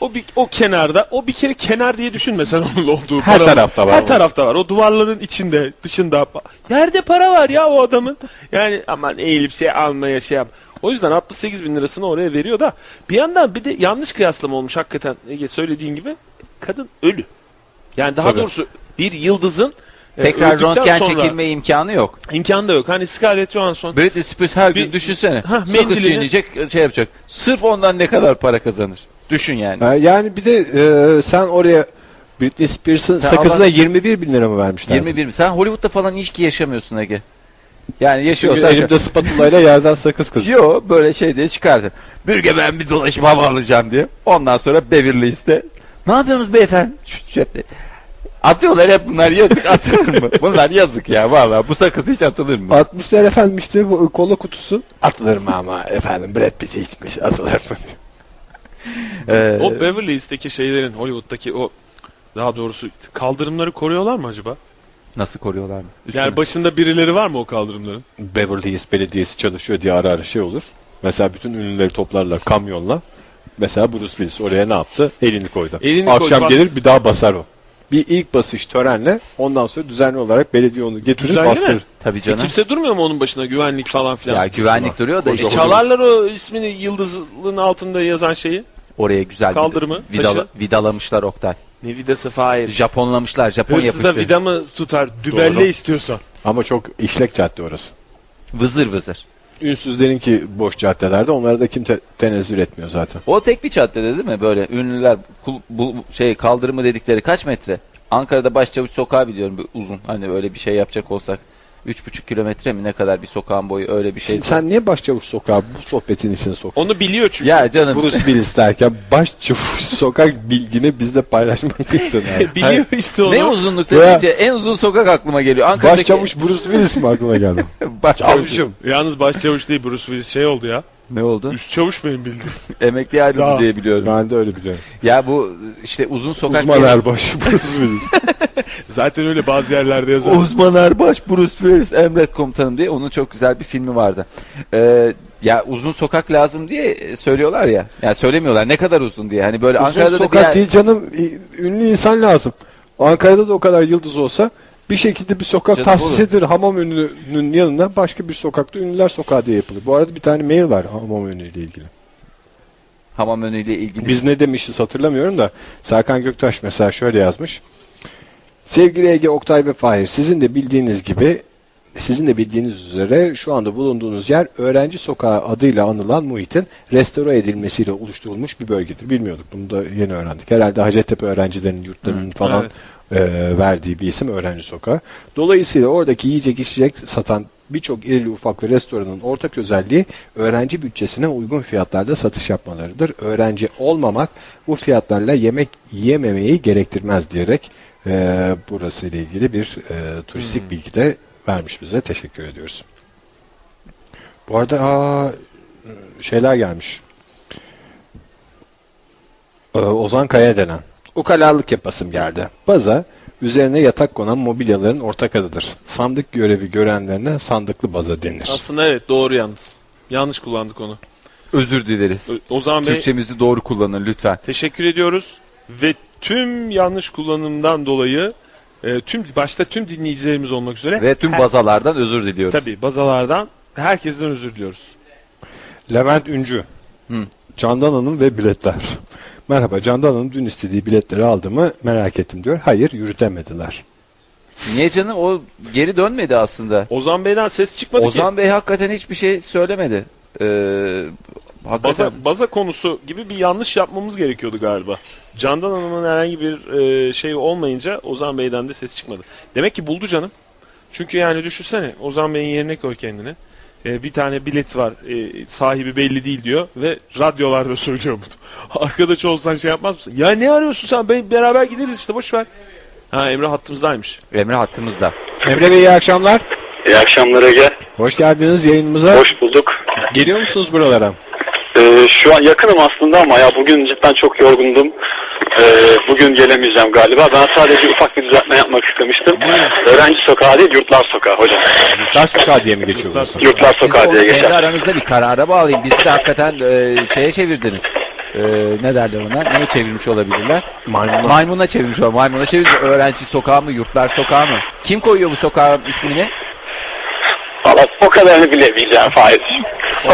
S2: O bir, o kenarda, o bir kere kenar diye düşünme sen onun olduğu
S1: Her
S2: para-
S1: tarafta var
S2: Her
S1: o.
S2: tarafta var. O duvarların içinde, dışında. Yerde para var ya o adamın. Yani aman eğilip şey almaya şey yap. O yüzden 68 bin lirasını oraya veriyor da bir yandan bir de yanlış kıyaslama olmuş hakikaten Ege söylediğin gibi kadın ölü. Yani daha
S1: Tabii.
S2: doğrusu bir yıldızın e,
S3: Tekrar
S2: öldükten
S3: röntgen
S2: sonra
S3: çekilme imkanı yok.
S2: imkanı da yok. Hani Scarlett Johansson
S3: Britney Spears her
S2: Bir-
S3: gün düşünsene.
S2: Hah,
S3: Sakız
S2: mendilini-
S3: çiğneyecek, şey yapacak. Sırf ondan ne kadar para kazanır? Düşün yani.
S1: Ha, Yani bir de e, sen oraya Britney Spears'ın
S3: Sen
S1: sakızına
S3: alan-
S1: 21 bin lira mı vermişler?
S3: 21 mi? Sen Hollywood'da falan hiç ki yaşamıyorsun Ege. Yani
S1: Çünkü
S3: yaşıyorsan...
S1: elimde spatula ile yerden sakız kız.
S3: Yo böyle şey diye çıkardı. Bürge ben bir dolaşıp hava alacağım diye. Ondan sonra Beverly iste. Ne yapıyorsunuz beyefendi? Şu çöpleri. Atıyorlar hep bunlar yazık atılır mı? Bunlar yazık ya valla bu sakız hiç atılır mı?
S1: 60'lar efendim işte bu kola kutusu. Atılır mı ama efendim Brad Pitt'i içmiş atılır mı?
S3: Ee,
S2: O Beverly Hills'teki şeylerin Hollywood'daki o daha doğrusu kaldırımları koruyorlar mı acaba?
S3: nasıl koruyorlar mı?
S2: Yani başında birileri var mı o kaldırımların?
S1: Beverly Hills Belediyesi çalışıyor diye ara ara şey olur. Mesela bütün ünlüleri toplarlar kamyonla. Mesela Bruce Willis oraya ne yaptı? Elini koydu.
S2: Elini
S1: Akşam
S2: koydu.
S1: gelir bir daha basar o. Bir ilk basış törenle ondan sonra düzenli olarak belediye onu getirir
S2: Düzenli mi?
S1: bastırır.
S3: Tabii canım.
S2: E, Kimse durmuyor mu onun başına güvenlik falan filan?
S3: ya güvenlik duruyor da
S2: E,
S3: işte
S2: çalarlar o ismini yıldızın altında yazan şeyi.
S3: oraya güzel bir-
S2: Kaldırımı,
S3: vidala-
S2: taşı.
S3: vidalamışlar Oktay.
S2: Ne vidası fahir.
S3: Japonlamışlar, Japon
S2: Hırsıza
S3: yapıştırıyor.
S2: vida mı tutar? Dübelle
S1: Doğru.
S2: istiyorsan.
S1: Ama çok işlek cadde orası.
S3: Vızır vızır.
S1: Ünsüzlerin ki boş caddelerde onlara da kimse tenezzül etmiyor zaten.
S3: O tek bir caddede değil mi böyle ünlüler kul- bu şey kaldırımı dedikleri kaç metre? Ankara'da Başçavuş sokağı biliyorum bir uzun. Hani böyle bir şey yapacak olsak 3,5 kilometre mi ne kadar bir sokağın boyu öyle bir şey.
S1: Şimdi sen niye başçavuş sokağa bu sohbetin içine sok?
S2: Onu biliyor çünkü.
S3: ya canım
S1: Bruce Willis derken başçavuş sokak bilgini bizle paylaşmak istedim.
S2: biliyor işte onu.
S3: ne uzunlukta
S1: Ya.
S3: deyince en uzun sokak aklıma geliyor. Ankara'daki
S1: Başçavuş Bruce Willis mi aklına geldi?
S3: Başçavuş.
S1: Çavuşum.
S2: Yalnız başçavuş değil Bruce Willis şey oldu ya.
S3: Ne oldu?
S2: Üst çavuş benim bildiğim.
S3: Emekli ayrıldı
S2: Daha.
S3: diye biliyorum.
S1: Ben de öyle biliyorum.
S3: Ya bu işte uzun sokak
S1: Uzman Erbaş Bruce Willis.
S2: Zaten öyle bazı yerlerde yazar.
S3: Uzman Erbaş Bruce Willis Emret Komutanım diye onun çok güzel bir filmi vardı. Ee, ya uzun sokak lazım diye e, söylüyorlar ya. Yani söylemiyorlar ne kadar uzun diye. Hani böyle Ankara'da
S1: Ankara'da
S3: da bir
S1: sokak
S3: yer-
S1: değil canım. i- Ünlü insan lazım. Ankara'da da o kadar yıldız olsa bir şekilde bir sokak
S3: Canım
S1: tahsis edilir. Hamam ünlünün yanına başka bir sokakta ünlüler sokağı diye yapılır. Bu arada bir tane mail var hamam ünlüyle ilgili.
S3: hamam önüyle ilgili.
S1: Biz ne demişiz hatırlamıyorum da Serkan Göktaş mesela şöyle yazmış. Sevgili Ege Oktay ve Fahir sizin de bildiğiniz gibi sizin de bildiğiniz üzere şu anda bulunduğunuz yer Öğrenci Sokağı adıyla anılan muhitin restore edilmesiyle oluşturulmuş bir bölgedir. Bilmiyorduk bunu da yeni öğrendik. Herhalde Hacettepe öğrencilerinin yurtlarının falan e, verdiği bir isim Öğrenci Sokağı. Dolayısıyla oradaki yiyecek içecek satan birçok irili ufaklı restoranın ortak özelliği öğrenci bütçesine uygun fiyatlarda satış yapmalarıdır. Öğrenci olmamak bu fiyatlarla yemek yememeyi gerektirmez diyerek e, burası ile ilgili bir e, turistik bilgi de vermiş bize. Teşekkür ediyoruz. Bu arada aa, şeyler gelmiş. Ee, Ozan Kaya denen. Ukalalık yapasım geldi. Baza üzerine yatak konan mobilyaların ortak adıdır. Sandık görevi görenlerine sandıklı baza denir.
S2: Aslında evet doğru yalnız. Yanlış kullandık onu.
S3: Özür dileriz.
S2: Ö- Ozan Bey
S3: Türkçemizi doğru kullanın lütfen.
S2: Teşekkür ediyoruz ve tüm yanlış kullanımdan dolayı e, tüm başta tüm dinleyicilerimiz olmak üzere
S3: Ve tüm bazalardan özür diliyoruz.
S2: tabii bazalardan herkesten özür diliyoruz.
S1: Levent Üncü.
S3: Hı.
S1: Candan Hanım ve biletler. Merhaba Candan Hanım dün istediği biletleri aldı mı merak ettim diyor. Hayır yürütemediler.
S3: Niye canım o geri dönmedi aslında.
S2: Ozan Bey'den ses çıkmadı ki.
S3: Ozan Bey hakikaten hiçbir şey söylemedi. Ee, hakikaten
S2: Baza, baza konusu gibi bir yanlış yapmamız gerekiyordu galiba. Candan Hanım'ın herhangi bir e, şey olmayınca Ozan Bey'den de ses çıkmadı. Demek ki buldu canım. Çünkü yani düşünsene Ozan Bey'in yerine koy kendini. E, bir tane bilet var e, sahibi belli değil diyor ve radyolarda söylüyor bunu. Arkadaş olsan şey yapmaz mısın? Ya ne arıyorsun sen? Ben, beraber gideriz işte boş ver. Ha Emre hattımızdaymış.
S3: Emre hattımızda.
S1: Emre Bey iyi akşamlar.
S5: İyi akşamlar Ege.
S1: Hoş geldiniz yayınımıza.
S5: Hoş bulduk.
S1: Geliyor musunuz buralara?
S5: Ee, şu an yakınım aslında ama ya bugün cidden çok yorgundum. Ee, bugün gelemeyeceğim galiba. Ben sadece ufak bir düzeltme yapmak istemiştim. Öğrenci sokağı değil, yurtlar sokağı hocam.
S1: Yurtlar Sokağı diye mi geçiyor burası?
S5: Yurtlar
S3: Siz
S5: sokağı
S3: onu
S5: diye
S3: kendi
S5: geçer.
S3: aranızda bir karara bağlayın. Bizi de hakikaten e, şeye çevirdiniz. E, ne derler ona? Neye çevirmiş olabilirler?
S1: Maymuna.
S3: Maymuna çevirmiş olabilir. Maymuna çevirmiş. Öğrenci sokağı mı? Yurtlar sokağı mı? Kim koyuyor bu sokağın ismini?
S5: Valla o kadarını bilemeyeceğim Faiz.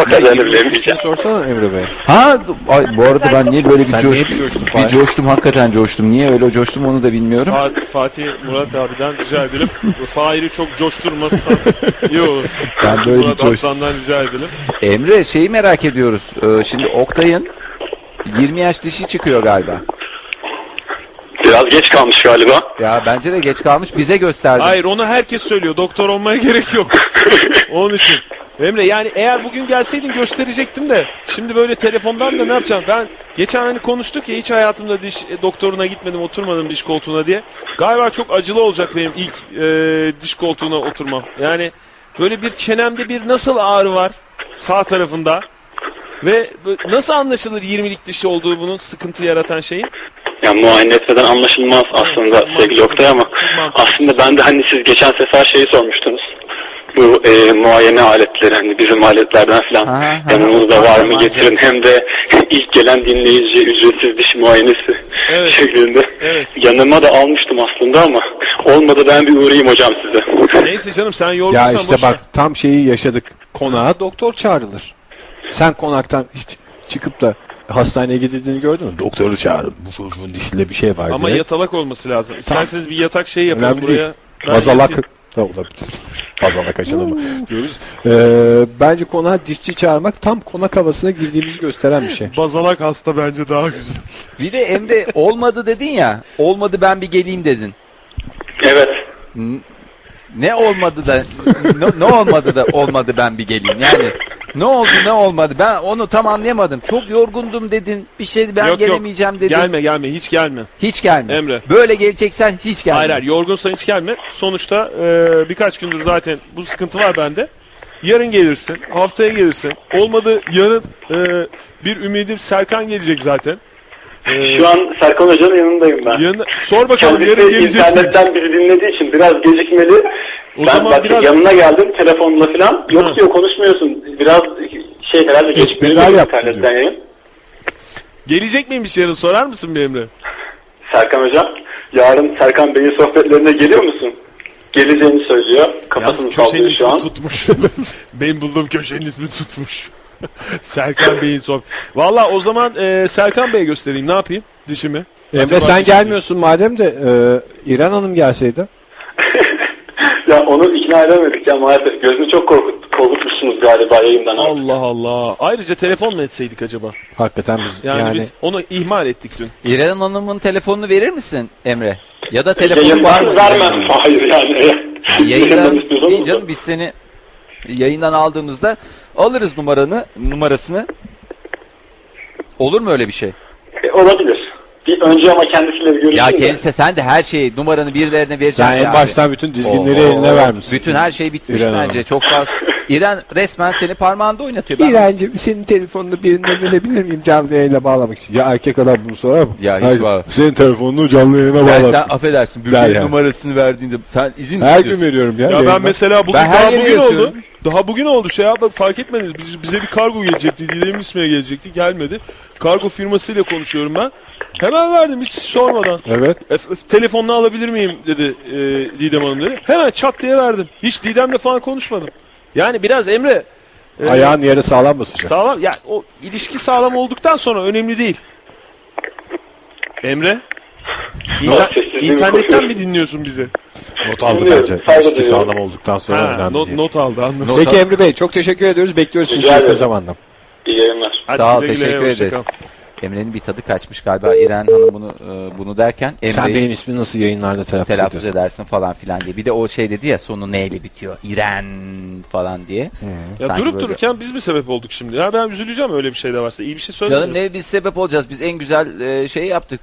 S5: O kadarını
S1: Şey
S5: bilemeyeceğim.
S1: sorsana Emre Bey.
S3: Ha ay, bu arada ben niye böyle bir
S1: Sen niye
S3: coştum?
S1: bir coştun
S3: bir
S1: Fahir?
S3: coştum hakikaten coştum. Niye öyle coştum onu da bilmiyorum.
S2: Fa- Fatih Murat abiden rica edelim. Fahir'i çok coşturmasa iyi olur.
S3: Ben böyle bir
S2: Murat
S3: coş-
S2: Aslan'dan rica edelim.
S3: Emre şeyi merak ediyoruz. Ee, şimdi Oktay'ın 20 yaş dişi çıkıyor galiba.
S5: Biraz geç kalmış galiba.
S3: Ya bence de geç kalmış. Bize gösterdi.
S2: Hayır onu herkes söylüyor. Doktor olmaya gerek yok. Onun için. Emre yani eğer bugün gelseydin gösterecektim de şimdi böyle telefondan da ne yapacaksın? Ben geçen hani konuştuk ya hiç hayatımda diş e, doktoruna gitmedim oturmadım diş koltuğuna diye. Galiba çok acılı olacak benim ilk e, diş koltuğuna oturmam. Yani böyle bir çenemde bir nasıl ağrı var sağ tarafında ve bö- nasıl anlaşılır 20'lik dişi olduğu bunun sıkıntı yaratan şeyin?
S5: Yani muayene etmeden anlaşılmaz aslında
S2: Çok
S5: sevgili
S2: mantıklı.
S5: Oktay ama
S2: Çok mantıklı.
S5: aslında ben de hani siz geçen sefer şeyi sormuştunuz. Bu e, muayene aletleri hani bizim aletlerden filan
S3: Ha, ha,
S5: yanınızda
S3: ha,
S5: var
S3: ha,
S5: mı
S3: ha.
S5: getirin hem de ilk gelen dinleyici ücretsiz diş muayenesi
S2: Evet.
S5: şeklinde.
S2: Evet.
S5: Yanıma da almıştım aslında ama olmadı ben bir uğrayayım hocam size.
S2: Neyse canım sen yorgunsan
S1: Ya işte
S2: boş ver.
S1: bak tam şeyi yaşadık. Konağa doktor çağrılır. Sen konaktan hiç çıkıp da hastaneye gidildiğini gördün mü? Doktoru çağırın. Bu çocuğun dişinde bir şey var
S2: Ama
S1: diye.
S2: yatalak olması lazım. İsterseniz bir yatak şey yapalım
S1: Önemli
S2: buraya.
S1: değil.
S2: Ben
S1: Bazalak
S2: yatayım.
S1: da olabilir. Bazalak açalım mı? diyoruz. Ee, bence konağa dişçi çağırmak tam konak havasına girdiğimizi gösteren bir şey.
S2: Bazalak hasta bence daha güzel.
S3: Bir de Emre olmadı dedin ya. Olmadı ben bir geleyim dedin.
S5: Evet.
S3: Ne olmadı da ne, ne olmadı da olmadı ben bir geleyim. Yani ne oldu ne olmadı ben onu tam anlayamadım. Çok yorgundum dedin. Bir şey ben
S2: Yok, yok.
S3: gelemeyeceğim dedin.
S2: Gelme gelme hiç gelme.
S3: Hiç gelme.
S2: Emre.
S3: Böyle geleceksen hiç gelme.
S2: Hayır hayır yorgunsan hiç gelme. Sonuçta e, birkaç gündür zaten bu sıkıntı var bende. Yarın gelirsin, haftaya gelirsin. Olmadı yarın e, bir ümidim Serkan gelecek zaten. E,
S5: Şu an Serkan Hoca'nın yanındayım ben.
S2: yarın, sor bakalım
S5: Kendisi
S2: yarın gelecek mi?
S5: internetten bizi dinlediği için biraz gecikmeli.
S2: O
S5: ben
S2: zaman
S5: bak
S2: biraz-
S5: yanına geldim telefonla filan. Yok
S2: Ha.
S5: diyor konuşmuyorsun. Biraz şey herhalde gecikmeli
S1: Espriler
S5: diyor
S1: yaptı
S5: internetten yayın.
S2: Gelecek miymiş yarın sorar mısın bir Emre?
S5: Serkan Hocam yarın Serkan Bey'in sohbetlerine geliyor musun? Geleceğini söylüyor. Kafasını
S2: köşenin
S5: sallıyor şu
S2: ismi
S5: an.
S2: tutmuş. Benim bulduğum köşenin ismi tutmuş. Serkan Bey'in son. Valla o zaman e, Serkan Bey'e göstereyim. Ne yapayım? Dişimi.
S1: Emre
S2: Acaba
S1: E, sen
S2: dişimi-
S1: gelmiyorsun madem de e, İren Hanım gelseydi.
S5: ya onu ikna edemedik ya maalesef. Gözünü çok korkut, korkutmuşsunuz galiba yayından.
S2: Allah Allah. Ayrıca telefon mu etseydik acaba?
S1: Hakikaten biz
S2: Yani,
S1: yani,
S2: biz onu ihmal ettik dün.
S3: İren Hanım'ın telefonunu verir misin Emre? Ya da telefonu
S5: Yayın
S3: var mı?
S5: Vermem. Hayır yani.
S3: Yayından
S5: istiyorsanız-
S3: değil canım biz seni yayından aldığımızda alırız numaranı, numarasını. Olur mu öyle bir şey?
S5: E, olabilir. Bir önce ama kendisiyle bir görüşün
S3: Ya
S5: de.
S3: kendisi sen de her şeyi numaranı birilerine vereceksin.
S1: sen en
S3: abi.
S1: baştan bütün dizginleri
S3: Oo,
S1: eline vermişsin.
S3: Bütün her şey bitmiş
S1: İren
S3: bence.
S1: Hanım.
S3: Çok fazla. İren resmen seni parmağında oynatıyor. Ben-
S1: İrencim senin telefonunu birine verebilir miyim canlı yayına bağlamak için? Ya erkek adam bunu sorar mı?
S3: Ya hiç
S1: Hayır,
S3: bağla-
S1: Senin telefonunu canlı yayına
S3: Ben sen
S1: bağlattım.
S3: affedersin.
S1: Der
S3: Bülent'in
S1: yani.
S3: numarasını verdiğinde sen izin
S1: Her gün
S3: istiyorsun.
S1: veriyorum ya.
S2: Ya ben
S1: yayından.
S2: mesela bugün
S3: Ben her
S2: daha
S3: yere
S2: bugün oldu.
S3: yazıyorum.
S2: Daha bugün oldu şey abi fark etmediniz. Biz- bize bir kargo gelecekti. Dilem ismine gelecekti. Gelmedi. Kargo firmasıyla konuşuyorum ben. Hemen verdim hiç sormadan.
S1: Evet.
S2: Öf, öf, telefonunu alabilir miyim dedi e, Didem Hanım dedi. Hemen çat diye verdim. Hiç Didem'le falan konuşmadım. Yani biraz Emre e,
S1: Ayağın yere sağlam basacak.
S2: sağlam ya o ilişki sağlam olduktan sonra önemli değil. Emre
S5: Yok,
S2: İnter-
S5: sessizliğimi
S2: internetten
S5: koruyorum.
S2: mi dinliyorsun bizi?
S1: Not aldı
S5: Bilmiyorum,
S1: bence.
S5: saygı
S1: İlişki
S5: duyuyorum.
S1: sağlam olduktan sonra
S2: Ha,
S1: önemli
S2: not,
S1: değil.
S2: not aldı anladım.
S1: Peki Emre Bey çok teşekkür ediyoruz. Bekliyoruz sizi
S5: Rica
S1: yakın
S5: ederim.
S1: zamanda.
S5: İyi yayınlar.
S2: Hadi
S3: Sağ ol,
S2: güle güle,
S3: teşekkür
S2: hoşça
S3: ederiz.
S2: kal.
S3: Emre'nin bir tadı kaçmış galiba. İren Hanım bunu e, bunu derken
S1: Sen
S3: Emre'yi
S1: benim ismi nasıl yayınlarda telaffuz,
S3: telaffuz
S1: ediyorsun?
S3: edersin falan filan diye. Bir de o şey dedi ya sonu neyle bitiyor? İren falan diye.
S2: Ya
S3: Sanki
S2: durup
S3: böyle-
S2: dururken biz mi sebep olduk şimdi? Ya ben üzüleceğim öyle bir şey de varsa. İyi bir şey söyle.
S3: Canım ne biz sebep olacağız. Biz en güzel e, şeyi yaptık.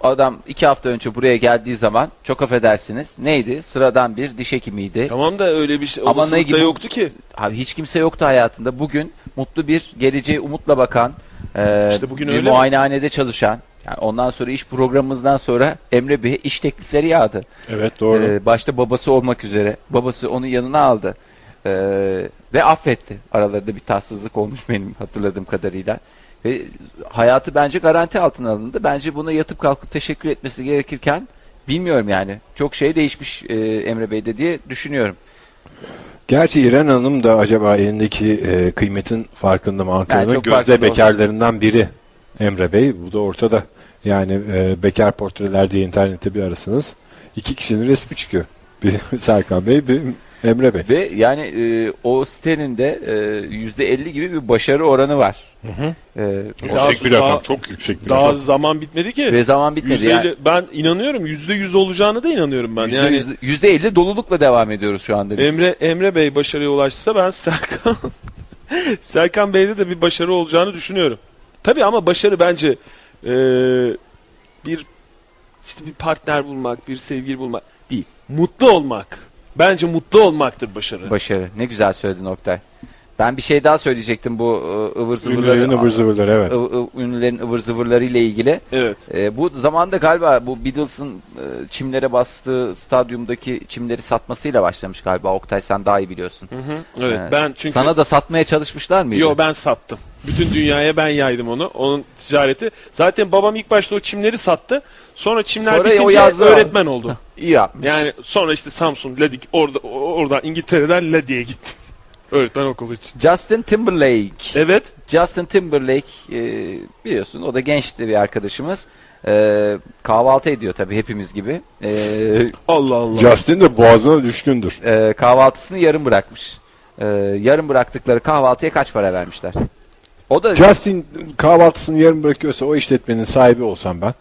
S3: Adam iki hafta önce buraya geldiği zaman çok affedersiniz. Neydi? Sıradan bir diş hekimiydi.
S2: Tamam da öyle bir şey
S3: Ama ne
S2: olasılık da
S3: gibi-
S2: yoktu ki.
S3: Abi hiç kimse yoktu hayatında. Bugün mutlu bir geleceğe umutla bakan, e,
S2: İşte bugün
S3: bir
S2: öyle mi?
S3: muayenehanede çalışan. Yani ondan sonra iş programımızdan sonra Emre Bey'e iş teklifleri yağdı.
S1: Evet doğru.
S3: Ee, başta babası olmak üzere. Babası onu yanına aldı. Ee, ve affetti. Aralarında bir tatsızlık olmuş benim hatırladığım kadarıyla. Ve hayatı bence garanti altına alındı. Bence buna yatıp kalkıp teşekkür etmesi gerekirken bilmiyorum yani. Çok şey değişmiş e, Emre Bey'de diye düşünüyorum.
S1: Gerçi İren Hanım da acaba elindeki e, kıymetin farkında mı
S3: Yani
S1: Ankara'nın
S3: çok
S1: gözde
S3: farkında
S1: bekarlarından biri Emre Bey. Bu da ortada. Yani e, bekar portreler diye internette bir arasınız. İki kişinin resmi çıkıyor. Bir Serkan Bey, bir Emre Bey.
S3: Ve yani e, o sitenin de e, %50 gibi bir başarı oranı var. E,
S6: Yüksek bir
S2: daha-
S6: rakam. Çok yüksek bir
S2: Daha
S6: rakam.
S2: zaman bitmedi ki.
S3: ve zaman bitmedi.
S2: Yüzde
S3: Yani.
S2: elli- Ben inanıyorum. Yüzde yüz olacağına da inanıyorum ben.
S3: Yüzde
S2: Yani
S3: yüz- yüzde elli dolulukla devam ediyoruz şu anda biz.
S2: Emre Emre Bey başarıya ulaştıysa ben Serkan Serkan Bey'de de bir başarı olacağını düşünüyorum. Tabii ama başarı bence e, bir işte bir partner bulmak, bir sevgili bulmak değil. Mutlu olmak. Bence mutlu olmaktır başarı.
S3: Başarı. Ne güzel söyledin Oktay. Ben bir şey daha söyleyecektim bu e, ıvır
S1: Ünlülerin
S3: zıvırları.
S1: ıvır zıvırları evet.
S3: ı- ı- Ünlülerin ıvır zıvırları ile ilgili.
S2: evet.
S3: E, bu zamanda galiba bu Beatles'ın e, çimlere bastığı stadyumdaki çimleri satmasıyla başlamış galiba. Oktay sen daha iyi biliyorsun.
S2: Hı hı. Evet.
S3: Evet.
S2: Ben çünkü
S3: Sana da satmaya çalışmışlar mıydı?
S2: Yo ben sattım. Bütün dünyaya ben yaydım onu. Onun ticareti. Zaten babam ilk başta o çimleri sattı. Sonra çimler
S3: Sonra o
S2: bitince
S3: yazdı.
S2: öğretmen oldu.
S3: İyi yapmış.
S2: Yani sonra işte Samsun, Ladik orada o- oradan İngiltere'den Ladik'e gitti. Öğretmen okulu için.
S3: Justin Timberlake.
S2: Evet.
S3: Justin Timberlake e, biliyorsun o da genç de bir arkadaşımız. E, kahvaltı ediyor tabii hepimiz gibi. E,
S2: Allah Allah.
S1: Justin de boğazına düşkündür.
S3: e, kahvaltısını yarım bırakmış. E, yarım bıraktıkları kahvaltıya kaç para vermişler? O da
S1: Justin kahvaltısını yarım bırakıyorsa o işletmenin sahibi olsam ben.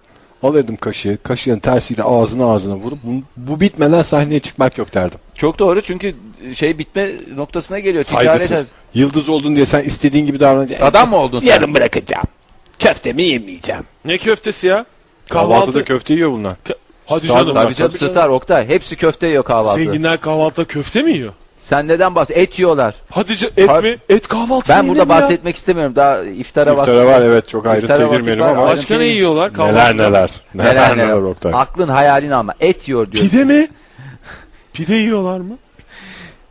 S1: Alırdım kaşığı, kaşığın tersiyle ağzına ağzına vurup bu, bu bitmeden sahneye çıkmak yok derdim.
S3: çok doğru çünkü şey bitme noktasına geliyor.
S1: Saygısız.
S3: Ticaret
S1: Yıldız oldun diye sen istediğin gibi davranacaksın.
S3: adam mı oldun sen?
S4: Yarın bırakacağım. Köftemi yemeyeceğim.
S2: Ne köftesi ya?
S1: Kahvaltıda köfte yiyor bunlar.
S2: Hadi
S1: Star-
S2: canım.
S1: Tabii
S3: Tabii canım Star Oktay. Hepsi köfte yiyor kahvaltıda.
S2: Zenginler kahvaltıda köfte mi yiyor?
S3: Sen neden bahs? Et yiyorlar.
S2: Hadi canım et
S3: Tabii.
S2: mi? Et kahvaltı
S3: Ben
S2: yenir
S3: burada
S2: mi ya?
S3: bahsetmek istemiyorum. Daha iftara,
S1: İftara var evet çok ayrıntıya
S3: var,
S1: girmeyelim
S3: iftara
S1: ama
S3: var.
S2: Başka ne yiyorlar?
S1: neler neler. Neler neler, Oktay.
S3: Aklın hayalini alma. Et yiyor diyor.
S2: Pide mi? Pide yiyorlar mı?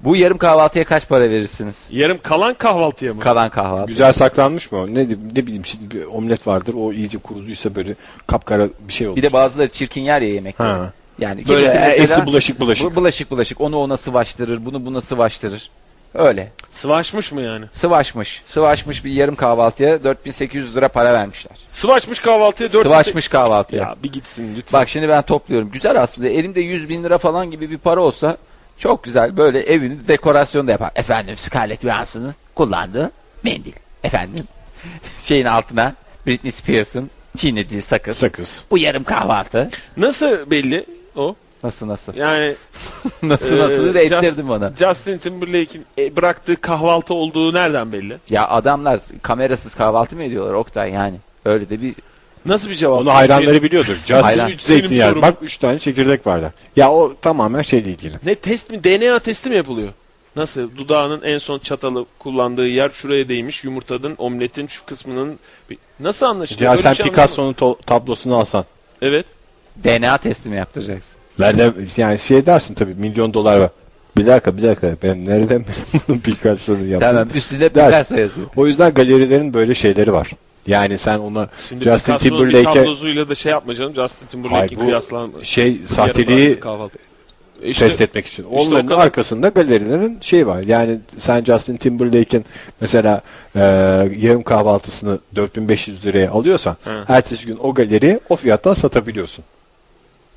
S3: Bu yarım kahvaltıya kaç para verirsiniz?
S2: Yarım kalan kahvaltıya mı?
S3: Kalan kahvaltı.
S1: Güzel saklanmış mı? o? Ne, ne bileyim şimdi bir omlet vardır o iyice kuruduysa böyle kapkara bir şey olur.
S3: Bir de bazıları çirkin yer ya yemekleri.
S1: Ha.
S3: Yani
S1: Böyle
S3: kimisi
S1: e,
S3: mesela-
S1: hepsi bulaşık bulaşık.
S3: Bu bulaşık bulaşık. Onu ona sıvaştırır, bunu buna sıvaştırır. Öyle.
S2: Sıvaşmış mı yani?
S3: Sıvaşmış. Sıvaşmış bir yarım kahvaltıya 4800 lira para vermişler.
S2: Sıvaşmış kahvaltıya 4
S3: Sıvaşmış kahvaltıya.
S2: Ya bir gitsin lütfen.
S3: Bak şimdi ben topluyorum. Güzel aslında. Elimde 100 bin lira falan gibi bir para olsa çok güzel böyle evini dekorasyon da yapar.
S4: Efendim Scarlett Johansson'ın kullandığı mendil.
S3: Efendim şeyin altına Britney Spears'ın çiğnediği sakız.
S1: Sakız.
S4: Bu yarım kahvaltı.
S2: Nasıl belli o?
S3: Nasıl nasıl?
S2: Yani
S3: nasıl
S2: Ee,
S3: nasıl da
S2: just-
S3: ettirdim bana.
S2: Justin Timberlake'in e, bıraktığı kahvaltı olduğu nereden belli?
S3: Ya adamlar kamerasız kahvaltı mı ediyorlar Oktay yani? Öyle de bir
S2: Nasıl bir cevap?
S1: Onu hayranları biliyordur. Justin
S3: Hayran.
S1: 3 zeytinyağı.
S2: Benim
S1: Bak 3 tane çekirdek vardı. Ya o tamamen şeyle ilgili.
S2: Ne test mi? DNA testi mi yapılıyor? Nasıl? Dudağının en son çatalı kullandığı yer şuraya değmiş. Yumurtanın, omletin şu kısmının bir- nasıl anlaşılıyor?
S1: Ya
S2: Böyle
S1: sen
S2: bir şey
S1: Picasso'nun to- tablosunu alsan.
S2: anlamadım. Evet.
S3: DNA testi mi yaptıracaksın?
S1: Ben de yani şey dersin tabii milyon dolar var. Bir dakika bir dakika ben nereden bunu Picasso'nun yaptım.
S3: Tamam üstünde
S1: Ders.
S3: Picasso yazıyor.
S1: O yüzden galerilerin böyle şeyleri var. Yani sen ona
S2: Şimdi
S1: Justin
S2: Picasso'nun bir
S1: Timberlake'e
S2: tablosuyla da şey yapma canım. Justin
S1: Hayır, bu
S2: Timberlake'in kıyaslan
S1: şey sahteliği
S2: kahvaltı. E
S1: test
S2: İşte,
S1: etmek için. Onların
S2: o kadar.
S1: arkasında galerilerin şey var. Yani sen Justin Timberlake'in mesela e, yarım kahvaltısını 4500 liraya alıyorsan
S2: Hı.
S1: ertesi gün o galeri o fiyattan satabiliyorsun.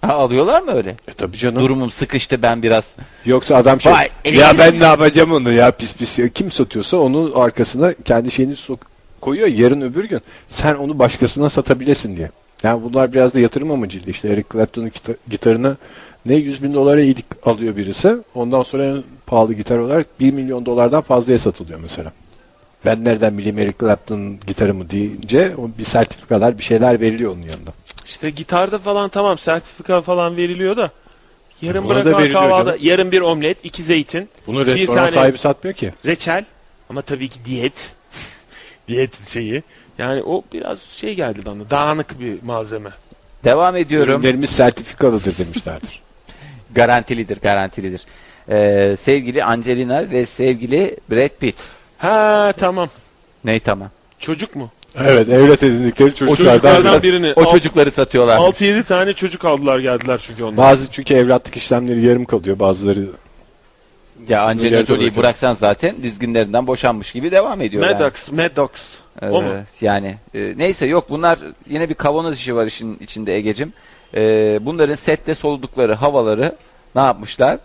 S3: Ha, alıyorlar mı öyle?
S1: E tabii canım.
S3: Durumum sıkıştı ben biraz.
S1: Yoksa adam şey
S4: Vay,
S1: ya ben ne yapacağım onu ya pis pis. Kim satıyorsa onun arkasına kendi şeyini sok koyuyor yarın öbür gün sen onu başkasına satabilesin diye. Yani bunlar biraz da yatırım amacıyla işte Eric Clapton'un gita- gitarını ne 100 bin dolara iyilik alıyor birisi. Ondan sonra en pahalı gitar olarak 1 milyon dolardan fazlaya satılıyor mesela. Ben nereden bileyim Eric Clapton'ın gitarı mı deyince o bir sertifikalar bir şeyler veriliyor onun yanında.
S2: İşte gitarda falan tamam sertifika falan veriliyor da yarın
S1: Buna da
S2: bırakılan
S1: veriliyor
S2: kahvaltı
S1: canım.
S2: yarın bir omlet, iki zeytin,
S1: Bunu
S2: Bir
S1: restoran
S2: tane-
S1: sahibi satmıyor ki.
S2: reçel ama tabii ki diyet. diyet şeyi. Yani o biraz şey geldi bana. Dağınık bir malzeme.
S3: Devam ediyorum.
S1: Ürünlerimiz sertifikalıdır demişlerdir.
S3: Garantilidir, garantilidir. Ee, sevgili Angelina ve sevgili Brad Pitt.
S2: Ha tamam.
S3: Ney tamam.
S2: Çocuk mu?
S1: evet evlat edindikleri
S2: O
S1: çocuklardan
S2: çocuklardan birini.
S3: O çocukları satıyorlar.
S2: 6-7 tane çocuk aldılar geldiler çünkü onlar.
S1: Bazı çünkü evlatlık işlemleri yarım kalıyor. Bazıları
S3: Ya Angelina
S1: Gerçi
S3: Jolie'yi
S1: bırakın.
S3: bıraksan zaten dizginlerinden boşanmış gibi devam ediyor. yani.
S2: Maddox, Maddox.
S3: Ee,
S2: O mu?
S3: Yani e, neyse yok bunlar yine bir kavanoz işi var işin içinde Egecim. Ee, bunların sette soludukları havaları ne yapmışlar?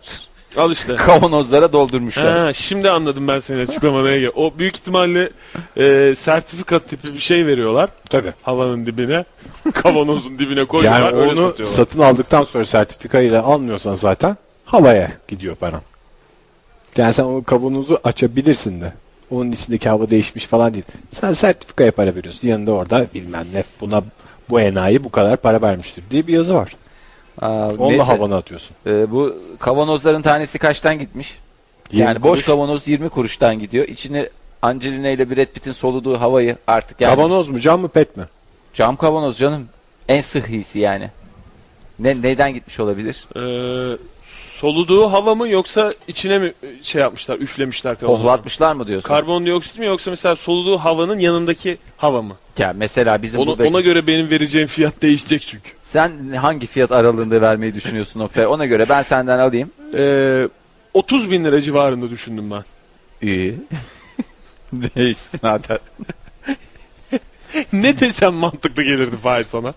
S2: Al işte.
S3: Kavanozlara doldurmuşlar.
S2: Ha, şimdi anladım ben senin açıklamanı Ege. O büyük ihtimalle e, sertifika tipi bir şey veriyorlar.
S1: tabii.
S2: Havanın dibine. Kavanozun dibine koyuyorlar.
S1: Yani
S2: öyle
S1: onu
S2: satıyorlar.
S1: satın aldıktan sonra sertifikayla almıyorsan zaten havaya gidiyor paran. Yani sen o kavanozu açabilirsin de. Onun içindeki hava değişmiş falan değil. Sen sertifikaya para veriyorsun. Yanında orada bilmem ne buna bu enayi bu kadar para vermiştir diye bir yazı var.
S3: Aa,
S1: Onunla
S3: neyse,
S1: havana atıyorsun.
S3: e, bu kavanozların tanesi kaçtan gitmiş? yani
S1: Yirmi
S3: boş
S1: kuruş.
S3: kavanoz 20 kuruştan gidiyor. İçini Angelina ile Brad Pitt'in soluduğu havayı artık yani
S1: Kavanoz mu cam mı pet mi?
S3: cam kavanoz canım en sıhhisi yani. Ne, neyden gitmiş olabilir?
S2: Ee, soluduğu hava mı yoksa içine mi e, şey yapmışlar, üflemişler kavanozu?
S3: Pohlatmışlar mı diyorsun?
S2: Karbondioksit mi yoksa mesela soluduğu havanın yanındaki hava mı?
S3: ya mesela bizim
S2: Ona,
S3: buradaki-
S2: ona göre benim vereceğim fiyat değişecek çünkü.
S3: Sen hangi fiyat aralığında vermeyi düşünüyorsun Oktay? Ona göre ben senden alayım.
S2: Ee, 30 bin lira civarında düşündüm ben.
S3: İyi. ne istinaden?
S2: ne desem mantıklı gelirdi Fahir sana.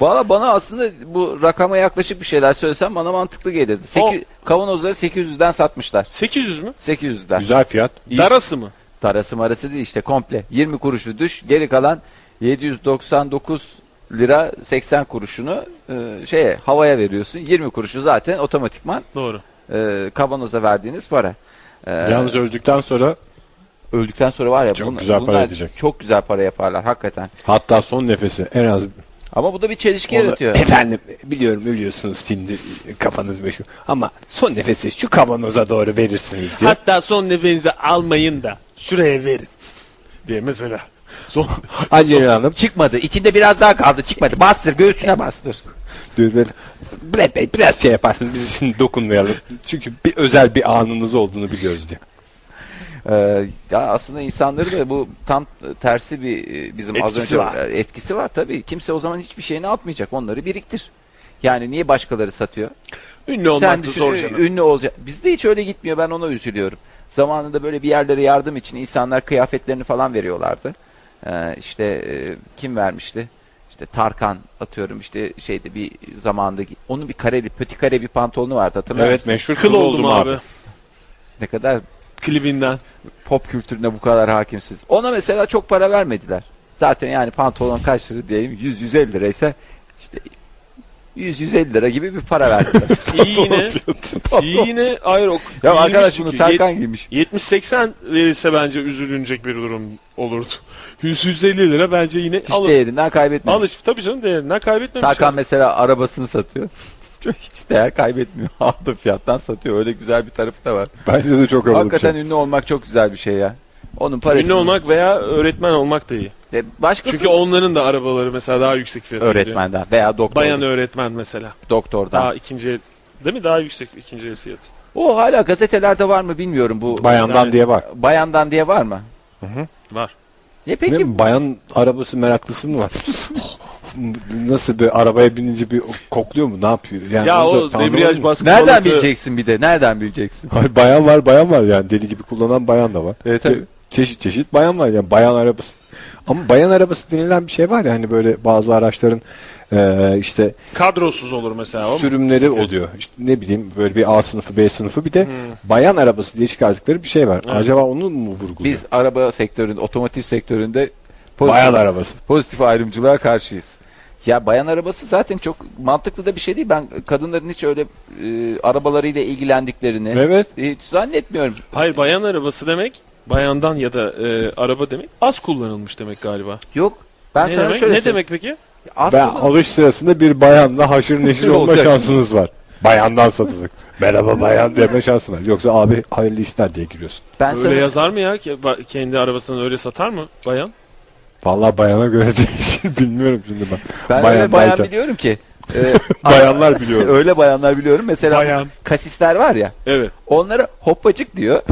S3: Bana, bana aslında bu rakama yaklaşık bir şeyler söylesen bana mantıklı gelirdi. Seki, kavanozları 800'den satmışlar.
S2: 800 mü?
S3: 800'den.
S1: Güzel fiyat.
S3: İyi.
S2: Darası mı?
S3: Tarası marası değil işte komple. 20 kuruşu düş geri kalan 799 lira 80 kuruşunu e, şeye havaya veriyorsun. 20 kuruşu zaten otomatikman
S2: Doğru.
S3: e, kavanoza verdiğiniz para. E,
S1: Yalnız öldükten sonra
S3: öldükten sonra var ya
S1: Çok
S3: bun-
S1: güzel para
S3: bunlar
S1: edecek.
S3: çok güzel para yaparlar hakikaten.
S1: hatta son nefesi en az
S3: Ama bu da bir çelişki
S1: Onu-
S3: yaratıyor.
S1: Efendim biliyorum biliyorsunuz şimdi kafanız meşgul. Ama son nefesi şu kavanoza doğru verirsiniz diye.
S2: Hatta son nefesinizi almayın da şuraya verin. Diye mesela. Son
S1: Angelina Hanım
S3: Çıkmadı. İçinde biraz daha kaldı. Çıkmadı. Bastır. Göğsüne bastır.
S1: diyor böyle, Brad Bey biraz şey yaparsın biz şimdi dokunmayalım. Çünkü bir özel bir anınız olduğunu biliyoruz diye.
S3: Ee, ya aslında insanları da bu tam tersi bir e, bizim az
S2: Etkisi
S3: önce
S2: var.
S3: e, etkisi var tabii. Kimse o zaman hiçbir şeyini atmayacak. Onları biriktir. Yani niye başkaları satıyor?
S2: ünlü
S3: Sen
S2: olmak da
S3: düşün,
S2: zor canım.
S3: ünlü olacak. Bizde hiç öyle gitmiyor. Ben ona üzülüyorum. Zamanında böyle bir yerlere yardım için insanlar kıyafetlerini falan veriyorlardı. Ee, işte e, kim vermişti? İşte Tarkan atıyorum işte şeyde bir zamanında gi- onun bir kareli, pöti kare bir pantolonu vardı hatırlar
S1: Evet
S3: mısın?
S1: meşhur
S2: Kıl oldum abi.
S3: Ne kadar
S2: Klibinden.
S3: pop kültürüne bu kadar hakimsiz. Ona mesela çok para vermediler. Zaten yani pantolon kaç lira diyeyim 100-150 liraysa işte 100-150 lira gibi bir para verdiler.
S2: İyi yine. iyi yine. Hayır o.
S3: ya
S2: iyiymiş
S3: arkadaş
S2: çünkü.
S3: bunu Tarkan giymiş.
S2: 70-80 verirse bence üzülünecek bir durum olurdu. 100-150 lira bence yine
S3: Hiç
S2: alır.
S3: değerinden kaybetmemiş.
S2: Alış tabii canım değerinden kaybetmemiş.
S3: Tarkan
S2: yani.
S3: mesela arabasını satıyor. Çok Hiç değer kaybetmiyor. Aldığı fiyattan satıyor. Öyle güzel bir tarafı da var.
S1: Bence de çok havalı bir
S3: Hakikaten
S1: şey.
S3: ünlü olmak çok güzel bir şey ya. Onun parası.
S2: Ünlü olmak veya öğretmen olmak da iyi.
S3: başkası
S2: Çünkü onların da arabaları mesela daha yüksek fiyata gidiyor.
S3: öğretmenden veya doktor,
S2: Bayan öğretmen mesela.
S3: doktordan.
S2: Daha ikinci el, değil mi? Daha yüksek ikinci el fiyatı.
S3: O hala gazetelerde var mı bilmiyorum bu.
S1: Bayandan diye var.
S3: Bayandan diye var mı?
S2: Var.
S3: Ya
S1: Ne
S3: peki
S1: mi, bayan arabası meraklısı mı var? Nasıl bir arabaya binince bir kokluyor mu? Ne yapıyor? Yani
S2: ya
S1: onu da
S2: o
S1: anlamadım.
S2: debriyaj baskı
S3: nereden
S2: balası-
S3: bileceksin bir de? Nereden bileceksin?
S1: Hayır, bayan var bayan var yani deli gibi kullanan bayan da var.
S2: E,
S3: Evet, tabii.
S1: Çe- Çeşit çeşit bayan var yani bayan arabası. Ama bayan arabası denilen bir şey var ya hani böyle bazı araçların eee, işte
S2: Kadrosuz olur mesela. o.
S1: sürümleri oluyor. İşte ne bileyim böyle bir A sınıfı B sınıfı bir de
S3: Hmm.
S1: bayan arabası diye çıkardıkları bir şey var. Acaba onu mu vurguluyor?
S3: Biz araba sektöründe, otomotiv sektöründe Pozitif-
S1: Bayan arabası.
S3: Pozitif ayrımcılığa karşıyız. Ya bayan arabası zaten çok mantıklı da bir şey değil. Ben kadınların hiç öyle e, arabalarıyla ilgilendiklerini
S1: Evet.
S3: hiç zannetmiyorum.
S2: Hayır bayan arabası demek bayandan ya da e, araba demek az kullanılmış demek galiba.
S3: Yok. Ben
S2: ne
S3: sana
S2: demek?
S3: şöyle
S2: ne
S3: söyleyeyim.
S2: demek peki?
S1: Ben
S3: Aslında
S1: alış sırasında bir bayanla haşır neşir olma
S3: Olacak.
S1: şansınız var. Bayandan satılık. Merhaba bayan deme şansın var. Yoksa abi hayırlı işler diye giriyorsun.
S3: ben
S2: Öyle
S3: sana-
S2: yazar mı ya? Ke- ba- Kendi arabasını öyle satar mı bayan?
S1: Vallahi bayana göre değişir bilmiyorum şimdi ben.
S3: ben öyle bayan
S1: Bayandayken.
S3: biliyorum ki. E,
S1: Bayanlar biliyorum.
S3: öyle bayanlar biliyorum. Mesela
S2: Bayan.
S3: kasisler var ya.
S2: Evet.
S3: Onlara hoppacık diyor.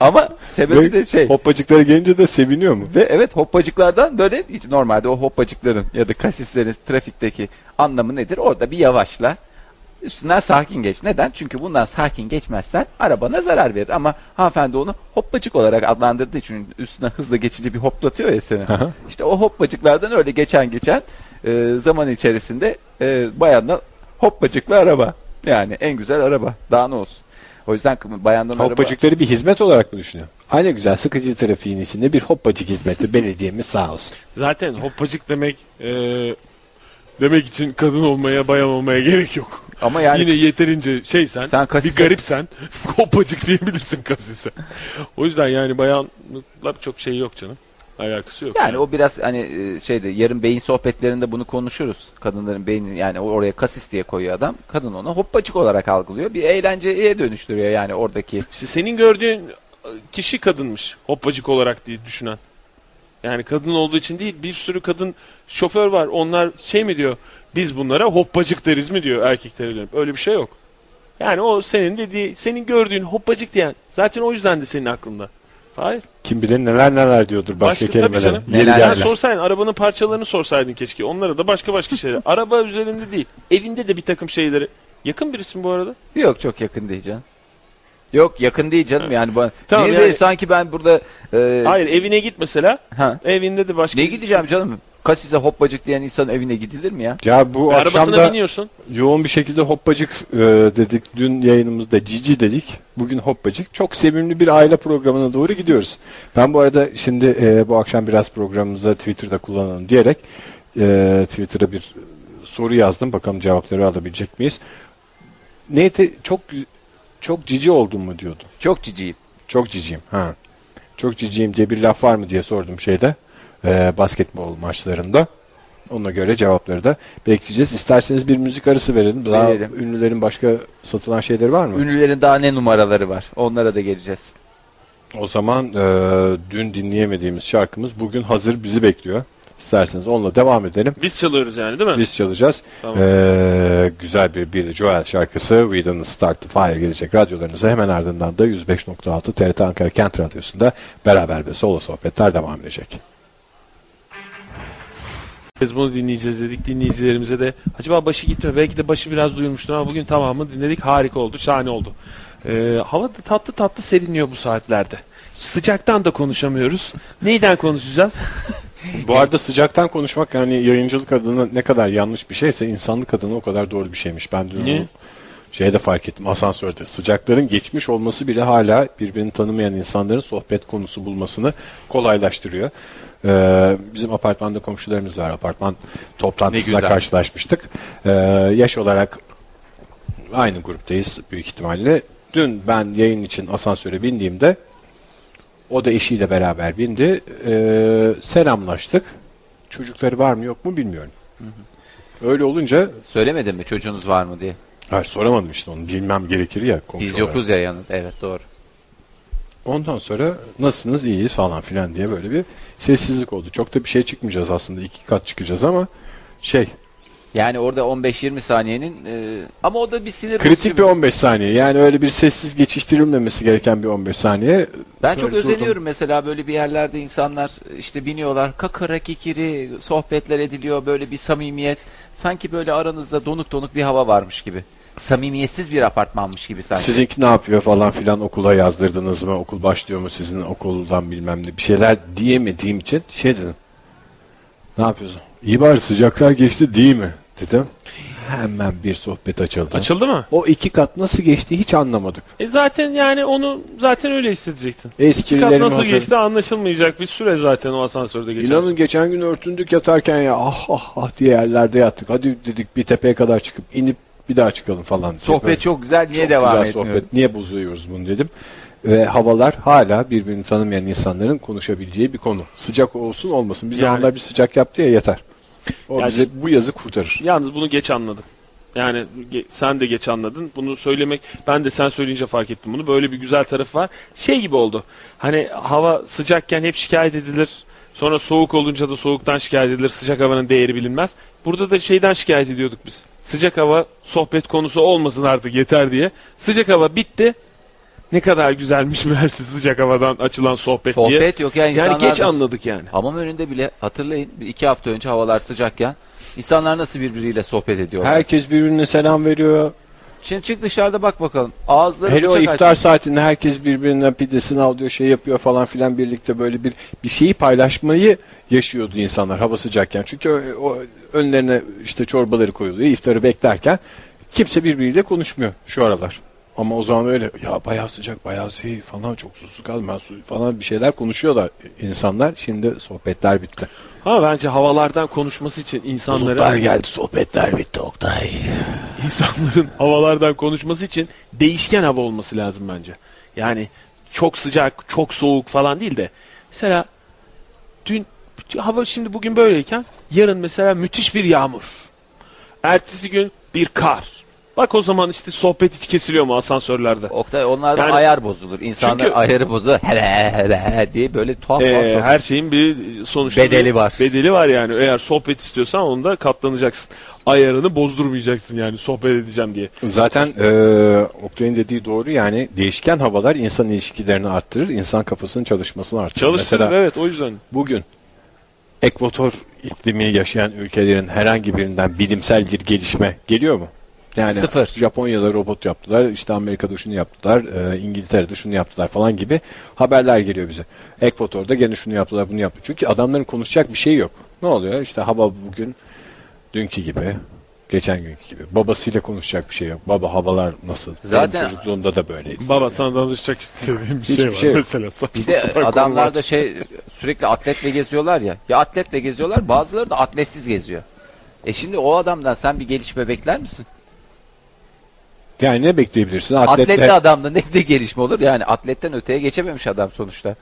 S3: Ama sebebi de şey.
S1: Hoppacıklara gelince de seviniyor mu?
S3: Ve evet hoppacıklardan böyle hiç normalde o hoppacıkların ya da kasislerin trafikteki anlamı nedir? Orada bir yavaşla üstünden sakin geç. Neden? Çünkü bundan sakin geçmezsen arabana zarar verir. Ama hanımefendi onu hoppacık olarak adlandırdığı için üstüne hızla geçici bir hoplatıyor ya seni.
S1: Aha.
S3: işte o hoppacıklardan öyle geçen geçen e, zaman içerisinde e, bayanla hoppacıklı araba. Yani en güzel araba. Daha ne olsun. O yüzden bayandan araba...
S1: Hoppacıkları bir hizmet olarak mı düşünüyor? Aynı güzel sıkıcı trafiğin içinde bir hoppacık hizmeti belediyemiz sağ olsun.
S2: Zaten hoppacık demek e, demek için kadın olmaya bayan olmaya gerek yok.
S3: Ama yani
S2: Yine yeterince şey sen,
S3: Sen kasise-
S2: bir garipsen hoppacık diyebilirsin kasise. O yüzden yani bayanlıklar çok şey yok canım. Alakası yok.
S3: Yani o biraz hani e, şeyde yarın beyin sohbetlerinde bunu konuşuruz. Kadınların beynini yani o- oraya kasis diye koyuyor adam. Kadın onu hoppacık olarak algılıyor. Bir eğlenceye dönüştürüyor yani oradaki.
S2: İşte senin gördüğün e, kişi kadınmış hoppacık olarak diye düşünen. Yani kadın olduğu için değil bir sürü kadın şoför var. Onlar şey mi diyor biz bunlara hoppacık deriz mi diyor erkeklere dönüp. Öyle bir şey yok. Yani o senin dediği, senin gördüğün hoppacık diyen zaten o yüzden de senin aklında. Hayır.
S1: Kim bilir neler neler diyordur başka,
S2: Başka, tabii
S1: kelimeler.
S2: canım.
S1: Yeri
S3: Neler-
S2: Sen
S1: geldi.
S2: sorsaydın arabanın parçalarını sorsaydın keşke. Onlara da başka başka şeyler. Araba üzerinde değil. Evinde de bir takım şeyleri. Yakın birisin bu arada.
S3: Yok çok yakın değil canım. Yok yakın değil canım yani. Bana,
S2: Tamam,
S3: Niye
S2: yani-
S3: böyle sanki ben burada e,
S2: Hayır evine git mesela.
S3: ha,
S2: Evinde de başka.
S3: ne gideceğim canım? Kasise hoppacık diyen insan evine gidilir mi ya?
S1: Ya bu akşam
S2: Arabasına
S1: da
S2: biniyorsun.
S1: yoğun bir şekilde hoppacık e, dedik. Dün yayınımızda cici dedik. Bugün hoppacık. Çok sevimli bir aile programına doğru gidiyoruz. Ben bu arada şimdi e, bu akşam biraz programımızda Twitter'da kullanalım diyerek e, Twitter'a bir soru yazdım. Bakalım cevapları alabilecek miyiz? Neydi? Çok çok cici oldun mu diyordu.
S3: Çok ciciyim.
S1: Çok ciciyim. Ha. Çok ciciyim diye bir laf var mı diye sordum şeyde. e, basketbol maçlarında. Ona göre cevapları da bekleyeceğiz. İsterseniz bir müzik arası verelim. Daha
S3: Verelim.
S1: ünlülerin başka satılan şeyleri var mı?
S3: Ünlülerin daha ne numaraları var? Onlara da geleceğiz.
S1: O zaman e, dün dinleyemediğimiz şarkımız bugün hazır bizi bekliyor. İsterseniz onunla devam edelim.
S2: Biz çalıyoruz yani değil mi?
S1: Biz çalacağız.
S2: Tamam.
S1: E, güzel bir Billy Joel şarkısı We Didn't Start The Fire gelecek radyolarınıza. Hemen ardından da 105.6 TRT Ankara Kent Radyosu'nda beraber ve solo sohbetler devam edecek.
S2: Biz bunu dinleyeceğiz dedik. Dinleyicilerimize de acaba başı gitmiyor. Belki de başı biraz duyulmuştur ama bugün tamamını dinledik. Harika oldu. Şahane oldu. Ee, hava da tatlı tatlı seriniyor bu saatlerde. Sıcaktan da konuşamıyoruz. Neyden konuşacağız?
S1: Bu arada sıcaktan konuşmak yani yayıncılık adına ne kadar yanlış bir şeyse insanlık adına o kadar doğru bir şeymiş. Ben dün
S2: Ne?
S1: onu şeyde fark ettim asansörde. Sıcakların geçmiş olması bile hala birbirini tanımayan insanların sohbet konusu bulmasını kolaylaştırıyor. Ee, bizim apartmanda komşularımız var. Apartman
S3: Ne
S1: toplantısında
S3: güzel.
S1: karşılaşmıştık. Ee, yaş olarak aynı gruptayız büyük ihtimalle. Dün ben yayın için asansöre bindiğimde o da eşiyle beraber bindi. Ee, selamlaştık. Çocukları var mı yok mu bilmiyorum. Öyle olunca
S3: Söylemedin mi çocuğunuz var mı diye?
S1: hayır, soramadım işte onu bilmem gerekir ya. komşu
S3: Biz
S1: olarak.
S3: yokuz ya yanında. Evet doğru.
S1: Ondan sonra nasılsınız iyiyiz falan filan diye böyle bir sessizlik oldu. Çok da bir şey çıkmayacağız aslında iki kat çıkacağız ama şey
S3: Yani orada 15-20 saniyenin e, ama o da bir sinir bozucu
S1: kritik bir 15 saniye yani öyle bir sessiz geçiştirilmemesi gereken bir 15 saniye.
S3: Ben çok
S1: Böyle durdum.
S3: özeniyorum mesela böyle bir yerlerde insanlar işte biniyorlar kakara kikiri sohbetler ediliyor böyle bir samimiyet. Sanki böyle aranızda donuk donuk bir hava varmış gibi. Samimiyetsiz bir apartmanmış gibi sanki.
S1: Sizinki ne yapıyor falan filan okula yazdırdınız mı? Okul başlıyor mu sizin okuldan bilmem ne bir şeyler diyemediğim için şey dedim. Ne yapıyorsun? İyi bari sıcaklar geçti değil mi? dedim. Hemen bir sohbet açıldı.
S2: Açıldı mı?
S1: O iki kat nasıl geçti hiç anlamadık.
S2: E zaten yani onu zaten öyle hissedecektin. İki kat
S1: Esprilerim
S2: nasıl
S1: hazır.
S2: geçti anlaşılmayacak bir süre zaten o asansörde geçer.
S1: İnanın geçen gün örtündük yatarken ya ah ah ah diye yerlerde yattık. Hadi dedik bir tepeye kadar çıkıp inip bir daha çıkalım falan. diye. Böyle
S3: Sohbet çok güzel. Niye
S1: çok
S3: devam
S1: güzel
S3: etmiyor?
S1: sohbet. Niye bozuyoruz bunu dedim. Ve havalar hala birbirini tanımayan insanların konuşabileceği bir konu. Sıcak olsun olmasın. Bir
S2: Yani-
S1: zamanlar bir sıcak yaptı ya yeter. O
S2: Ya
S1: bize bu yazı kurtarır.
S2: Yalnız bunu geç anladım. Yani ge- sen de geç anladın. Bunu söylemek ben de sen söyleyince fark ettim bunu. Böyle bir güzel tarafı var. Şey gibi oldu. Hani hava sıcakken hep şikayet edilir. Sonra soğuk olunca da soğuktan şikayet edilir. Sıcak havanın değeri bilinmez. Burada da şeyden şikayet ediyorduk biz. Sıcak hava sohbet konusu olmasın artık yeter diye. Sıcak hava bitti. Ne kadar güzelmiş meğerse sıcak havadan açılan sohbet, diye.
S3: Sohbet yok ya
S2: Yani
S3: insanlar.
S2: geç
S3: da-
S2: anladık yani.
S3: Hamam önünde bile hatırlayın bir iki hafta önce havalar sıcakken insanlar nasıl birbiriyle sohbet ediyorlar.
S1: Herkes birbirine selam veriyor.
S3: Şimdi çık dışarıda bak bakalım. Ağızları
S1: Hele o
S3: bıçak
S1: iftar
S3: açmış.
S1: saatinde herkes birbirinden pidesini alıyor, şey yapıyor falan filan birlikte böyle bir bir şeyi paylaşmayı yaşıyordu insanlar hava sıcakken. Çünkü o, o önlerine işte çorbaları koyuluyor, iftarı beklerken kimse birbiriyle konuşmuyor şu aralar. Ama o zaman öyle ya bayağı sıcak bayağı şey falan çok susuz az ben su falan bir şeyler konuşuyorlar insanlar. Şimdi sohbetler bitti.
S2: Ama bence havalardan konuşması için insanlara
S4: Bulutlar geldi sohbetler bitti Oktay.
S2: insanların havalardan konuşması için değişken hava olması lazım bence. Yani çok sıcak, çok soğuk falan değil de mesela dün hava şimdi bugün böyleyken yarın mesela müthiş bir yağmur. Ertesi gün bir kar. Bak o zaman işte sohbet hiç kesiliyor mu asansörlerde?
S3: Oktay onlarda
S2: Yani-
S3: ayar bozulur. İnsanlar
S2: Çünkü-
S3: ayarı bozulur. Hele hele hele diye böyle tuhaf tuhaf
S2: Ee,
S3: sohbet.
S2: her şeyin bir sonuçta
S3: Bedeli
S2: bir-
S3: var.
S2: Bedeli var yani. Eğer sohbet istiyorsan onu da katlanacaksın. Ayarını bozdurmayacaksın yani sohbet edeceğim diye.
S1: Zaten eee Oktay'ın dediği doğru yani değişken havalar insan ilişkilerini arttırır, insan kafasının çalışmasını arttırır.
S2: Çalıştırır
S1: Mesela-
S2: evet o yüzden.
S1: Bugün ekvator iklimi yaşayan ülkelerin herhangi birinden bilimsel bir gelişme geliyor mu? Yani
S3: Sıfır.
S1: Japonya'da robot yaptılar, işte Amerika'da şunu yaptılar, e, İngiltere'de şunu yaptılar falan gibi haberler geliyor bize. Ekvator'da gene şunu yaptılar, bunu yaptı. Çünkü adamların konuşacak bir şey yok. Ne oluyor? İşte hava bugün dünkü gibi, geçen günkü gibi. Babasıyla konuşacak bir şey yok. Baba havalar nasıl?
S3: Zaten-
S1: Benim çocukluğumda da böyleydi.
S2: Baba sana danışacak istediğim bir
S1: Hiçbir
S2: şey var.
S1: şey yok.
S2: Mesela saçma
S3: Bir de
S2: sapan
S3: adamlar
S2: konular.
S3: da şey sürekli atletle geziyorlar ya. Ya atletle geziyorlar bazıları da atletsiz geziyor. E şimdi o adamdan sen bir gelişme bekler misin?
S1: Yani ne bekleyebilirsin?
S3: Atletli,
S1: Atletle
S3: adamda ne de gelişme olur? Yani atletten öteye geçememiş adam sonuçta.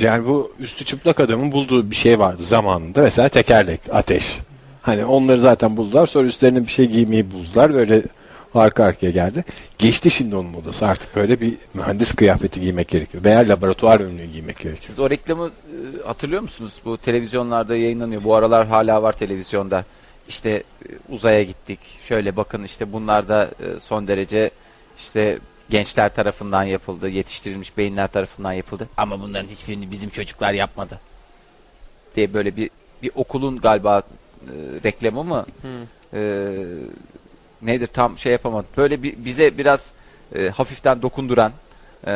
S1: Yani bu üstü çıplak adamın bulduğu bir şey vardı zamanında. Mesela tekerlek, ateş. Hani onları zaten buldular. Sonra üstlerine bir şey giymeyi buldular. Böyle arka arkaya geldi. Geçti şimdi onun modası. Artık böyle bir mühendis kıyafeti giymek gerekiyor. Veya laboratuvar önlüğü giymek gerekiyor.
S3: Siz o reklamı e, hatırlıyor musunuz? Bu televizyonlarda yayınlanıyor. Bu aralar hala var televizyonda. İşte e, uzaya gittik. Şöyle bakın işte bunlar da e, son derece işte gençler tarafından yapıldı. Yetiştirilmiş beyinler tarafından yapıldı.
S4: Ama bunların hiçbirini bizim çocuklar yapmadı.
S3: diye böyle bir bir okulun galiba e, reklamı mı? E, nedir tam şey yapamadım. Böyle bir, bize biraz e, hafiften dokunduran e,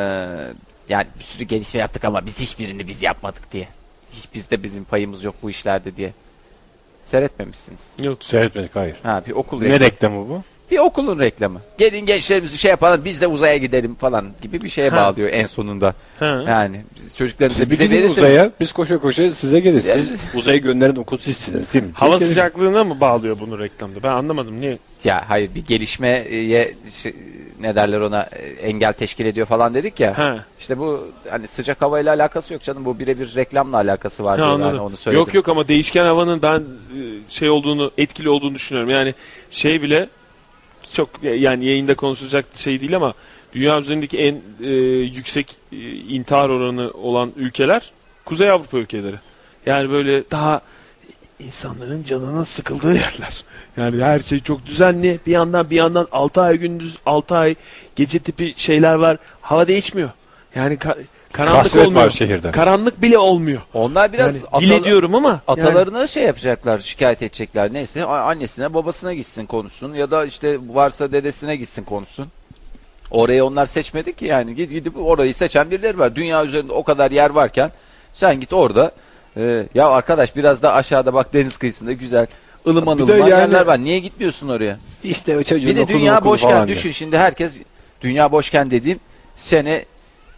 S3: yani
S4: Bir sürü gelişme yaptık ama biz hiçbirini biz yapmadık diye.
S3: hiç bizde bizim payımız yok bu işlerde diye seyretmemişsiniz.
S2: Yok.
S1: Seyretmedik hayır.
S3: Ha bir okul
S1: Ne
S3: reklamı.
S1: reklamı bu?
S3: Bir okulun reklamı. Gelin gençlerimizi şey yapalım biz de uzaya gidelim falan gibi bir şeye
S2: Ha.
S3: bağlıyor en sonunda.
S2: Ha.
S3: Yani biz çocuklarımızı
S1: Siz
S3: bize
S1: bir gidin
S3: verirseniz
S1: uzaya. Biz koşa koşa size geliriz.
S3: Ya
S1: Siz uzaya gönderen okul sizsiniz değil mi?
S2: Hava
S1: Siz gelin.
S2: sıcaklığına mı bağlıyor bunu reklamda? Ben anlamadım. Niye?
S3: ya hayır bir gelişmeye şey- ne derler ona e, engel teşkil ediyor falan dedik ya.
S2: Ha.
S3: İşte bu hani sıcak havayla alakası yok canım. Bu birebir reklamla alakası var.
S2: Ha,
S3: diyorlar.
S2: anladım.
S3: Hani onu söyledim.
S2: yok yok ama değişken havanın ben e, şey olduğunu, etkili olduğunu düşünüyorum. Yani şey bile çok e, yani yayında konuşulacak şey değil ama dünya üzerindeki en e, yüksek e, intihar oranı olan ülkeler Kuzey Avrupa ülkeleri. Yani böyle daha insanların canının sıkıldığı yerler. Yani her şey çok düzenli. Bir yandan bir yandan 6 ay gündüz 6 ay gece tipi şeyler var. Hava değişmiyor. Yani ka- karanlık
S1: Kasvet
S2: olmuyor.
S1: var şehirde.
S2: Karanlık bile olmuyor.
S3: Onlar biraz
S2: yani,
S3: atalı-
S2: dil ediyorum ama yani,
S3: atalarına şey yapacaklar, şikayet edecekler. Neyse a- annesine babasına gitsin konuşsun ya da işte varsa dedesine gitsin konuşsun. Orayı onlar seçmedi ki yani Gid- gidip orayı seçen birileri var. Dünya üzerinde o kadar yer varken sen git orada e, ya arkadaş biraz da aşağıda bak deniz kıyısında güzel ılıman
S1: Bir de
S3: ılıman
S1: yani-
S3: yerler var. Niye gitmiyorsun oraya?
S1: İşte çocuğun
S3: Bir de
S1: okulu
S3: dünya
S1: mokulu
S3: boşken
S1: falan diye.
S3: düşün. Şimdi herkes dünya boşken dediğim sene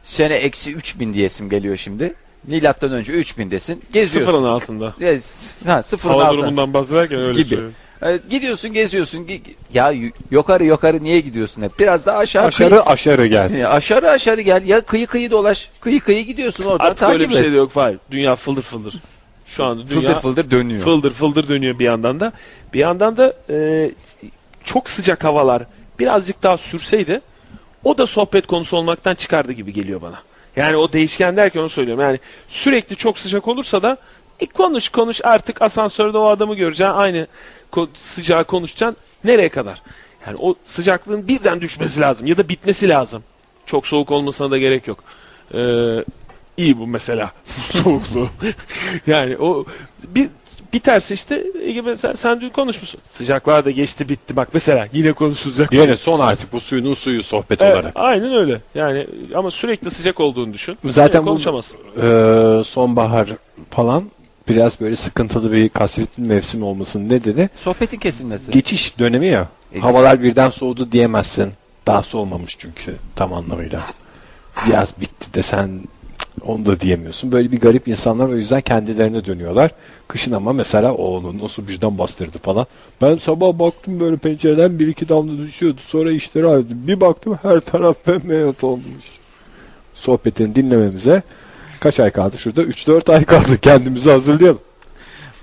S3: sene eksi 3000 diyesim geliyor şimdi. Milattan önce 3000 desin.
S2: Sıfırın
S3: Geziyorsun.
S2: altında.
S3: Ya, s- Ha, sıfırın
S2: Hava
S3: altı.
S2: durumundan bahsederken öyle
S3: Gibi.
S2: söylüyorum.
S3: Evet, gidiyorsun geziyorsun. Gi- gi- Ya y- yukarı yukarı niye gidiyorsun hep? Biraz da aşağı.
S1: Aşarı aşarı gel.
S3: Kıyı, Ya aşağı aşağı gel. Ya kıyı kıyı dolaş. Kıyı kıyı gidiyorsun oradan
S2: Artık öyle
S3: takip
S2: bir
S3: et.
S2: şey de yok Fahir. Dünya fıldır fıldır. Şu anda dünya
S3: Fıldır fıldır dönüyor.
S2: fıldır fıldır dönüyor bir yandan da. Bir yandan da e, çok sıcak havalar birazcık daha sürseydi o da sohbet konusu olmaktan çıkardı gibi geliyor bana. Yani o değişken derken onu söylüyorum. Yani sürekli çok sıcak olursa da e, konuş konuş artık asansörde o adamı göreceksin. Aynı ko- sıcağı konuşacaksın. Nereye kadar? Yani o sıcaklığın birden düşmesi lazım ya da bitmesi lazım. Çok soğuk olmasına da gerek yok. Ee, iyi bu mesela. soğuk soğuk. yani o bir biterse işte Ege Bey, sen, sen dün konuşmuşsun. Sıcaklar da geçti bitti bak mesela yine konuşulacak.
S1: Yine son artık bu suyunun suyu sohbet
S2: Evet,
S1: olarak.
S2: aynen öyle. Yani ama sürekli sıcak olduğunu düşün.
S1: Zaten bu-
S2: konuşamazsın.
S1: Ee, sonbahar falan biraz böyle sıkıntılı bir kasvetli mevsim olmasının nedeni
S3: Sohbetin kesilmesi.
S1: geçiş dönemi ya. Havalar birden soğudu diyemezsin. Daha soğumamış çünkü tam anlamıyla. Yaz bitti desen cık, onu da diyemiyorsun. Böyle bir garip insanlar o yüzden kendilerine dönüyorlar. Kışın ama mesela o onu nasıl birden bastırdı falan. Ben sabah baktım böyle pencereden bir iki damla düşüyordu. Sonra işleri aradım. Bir baktım her taraf bembeyaz olmuş. Sohbetini dinlememize kaç ay kaldı şurada? 3-4 ay kaldı. Kendimizi hazırlayalım.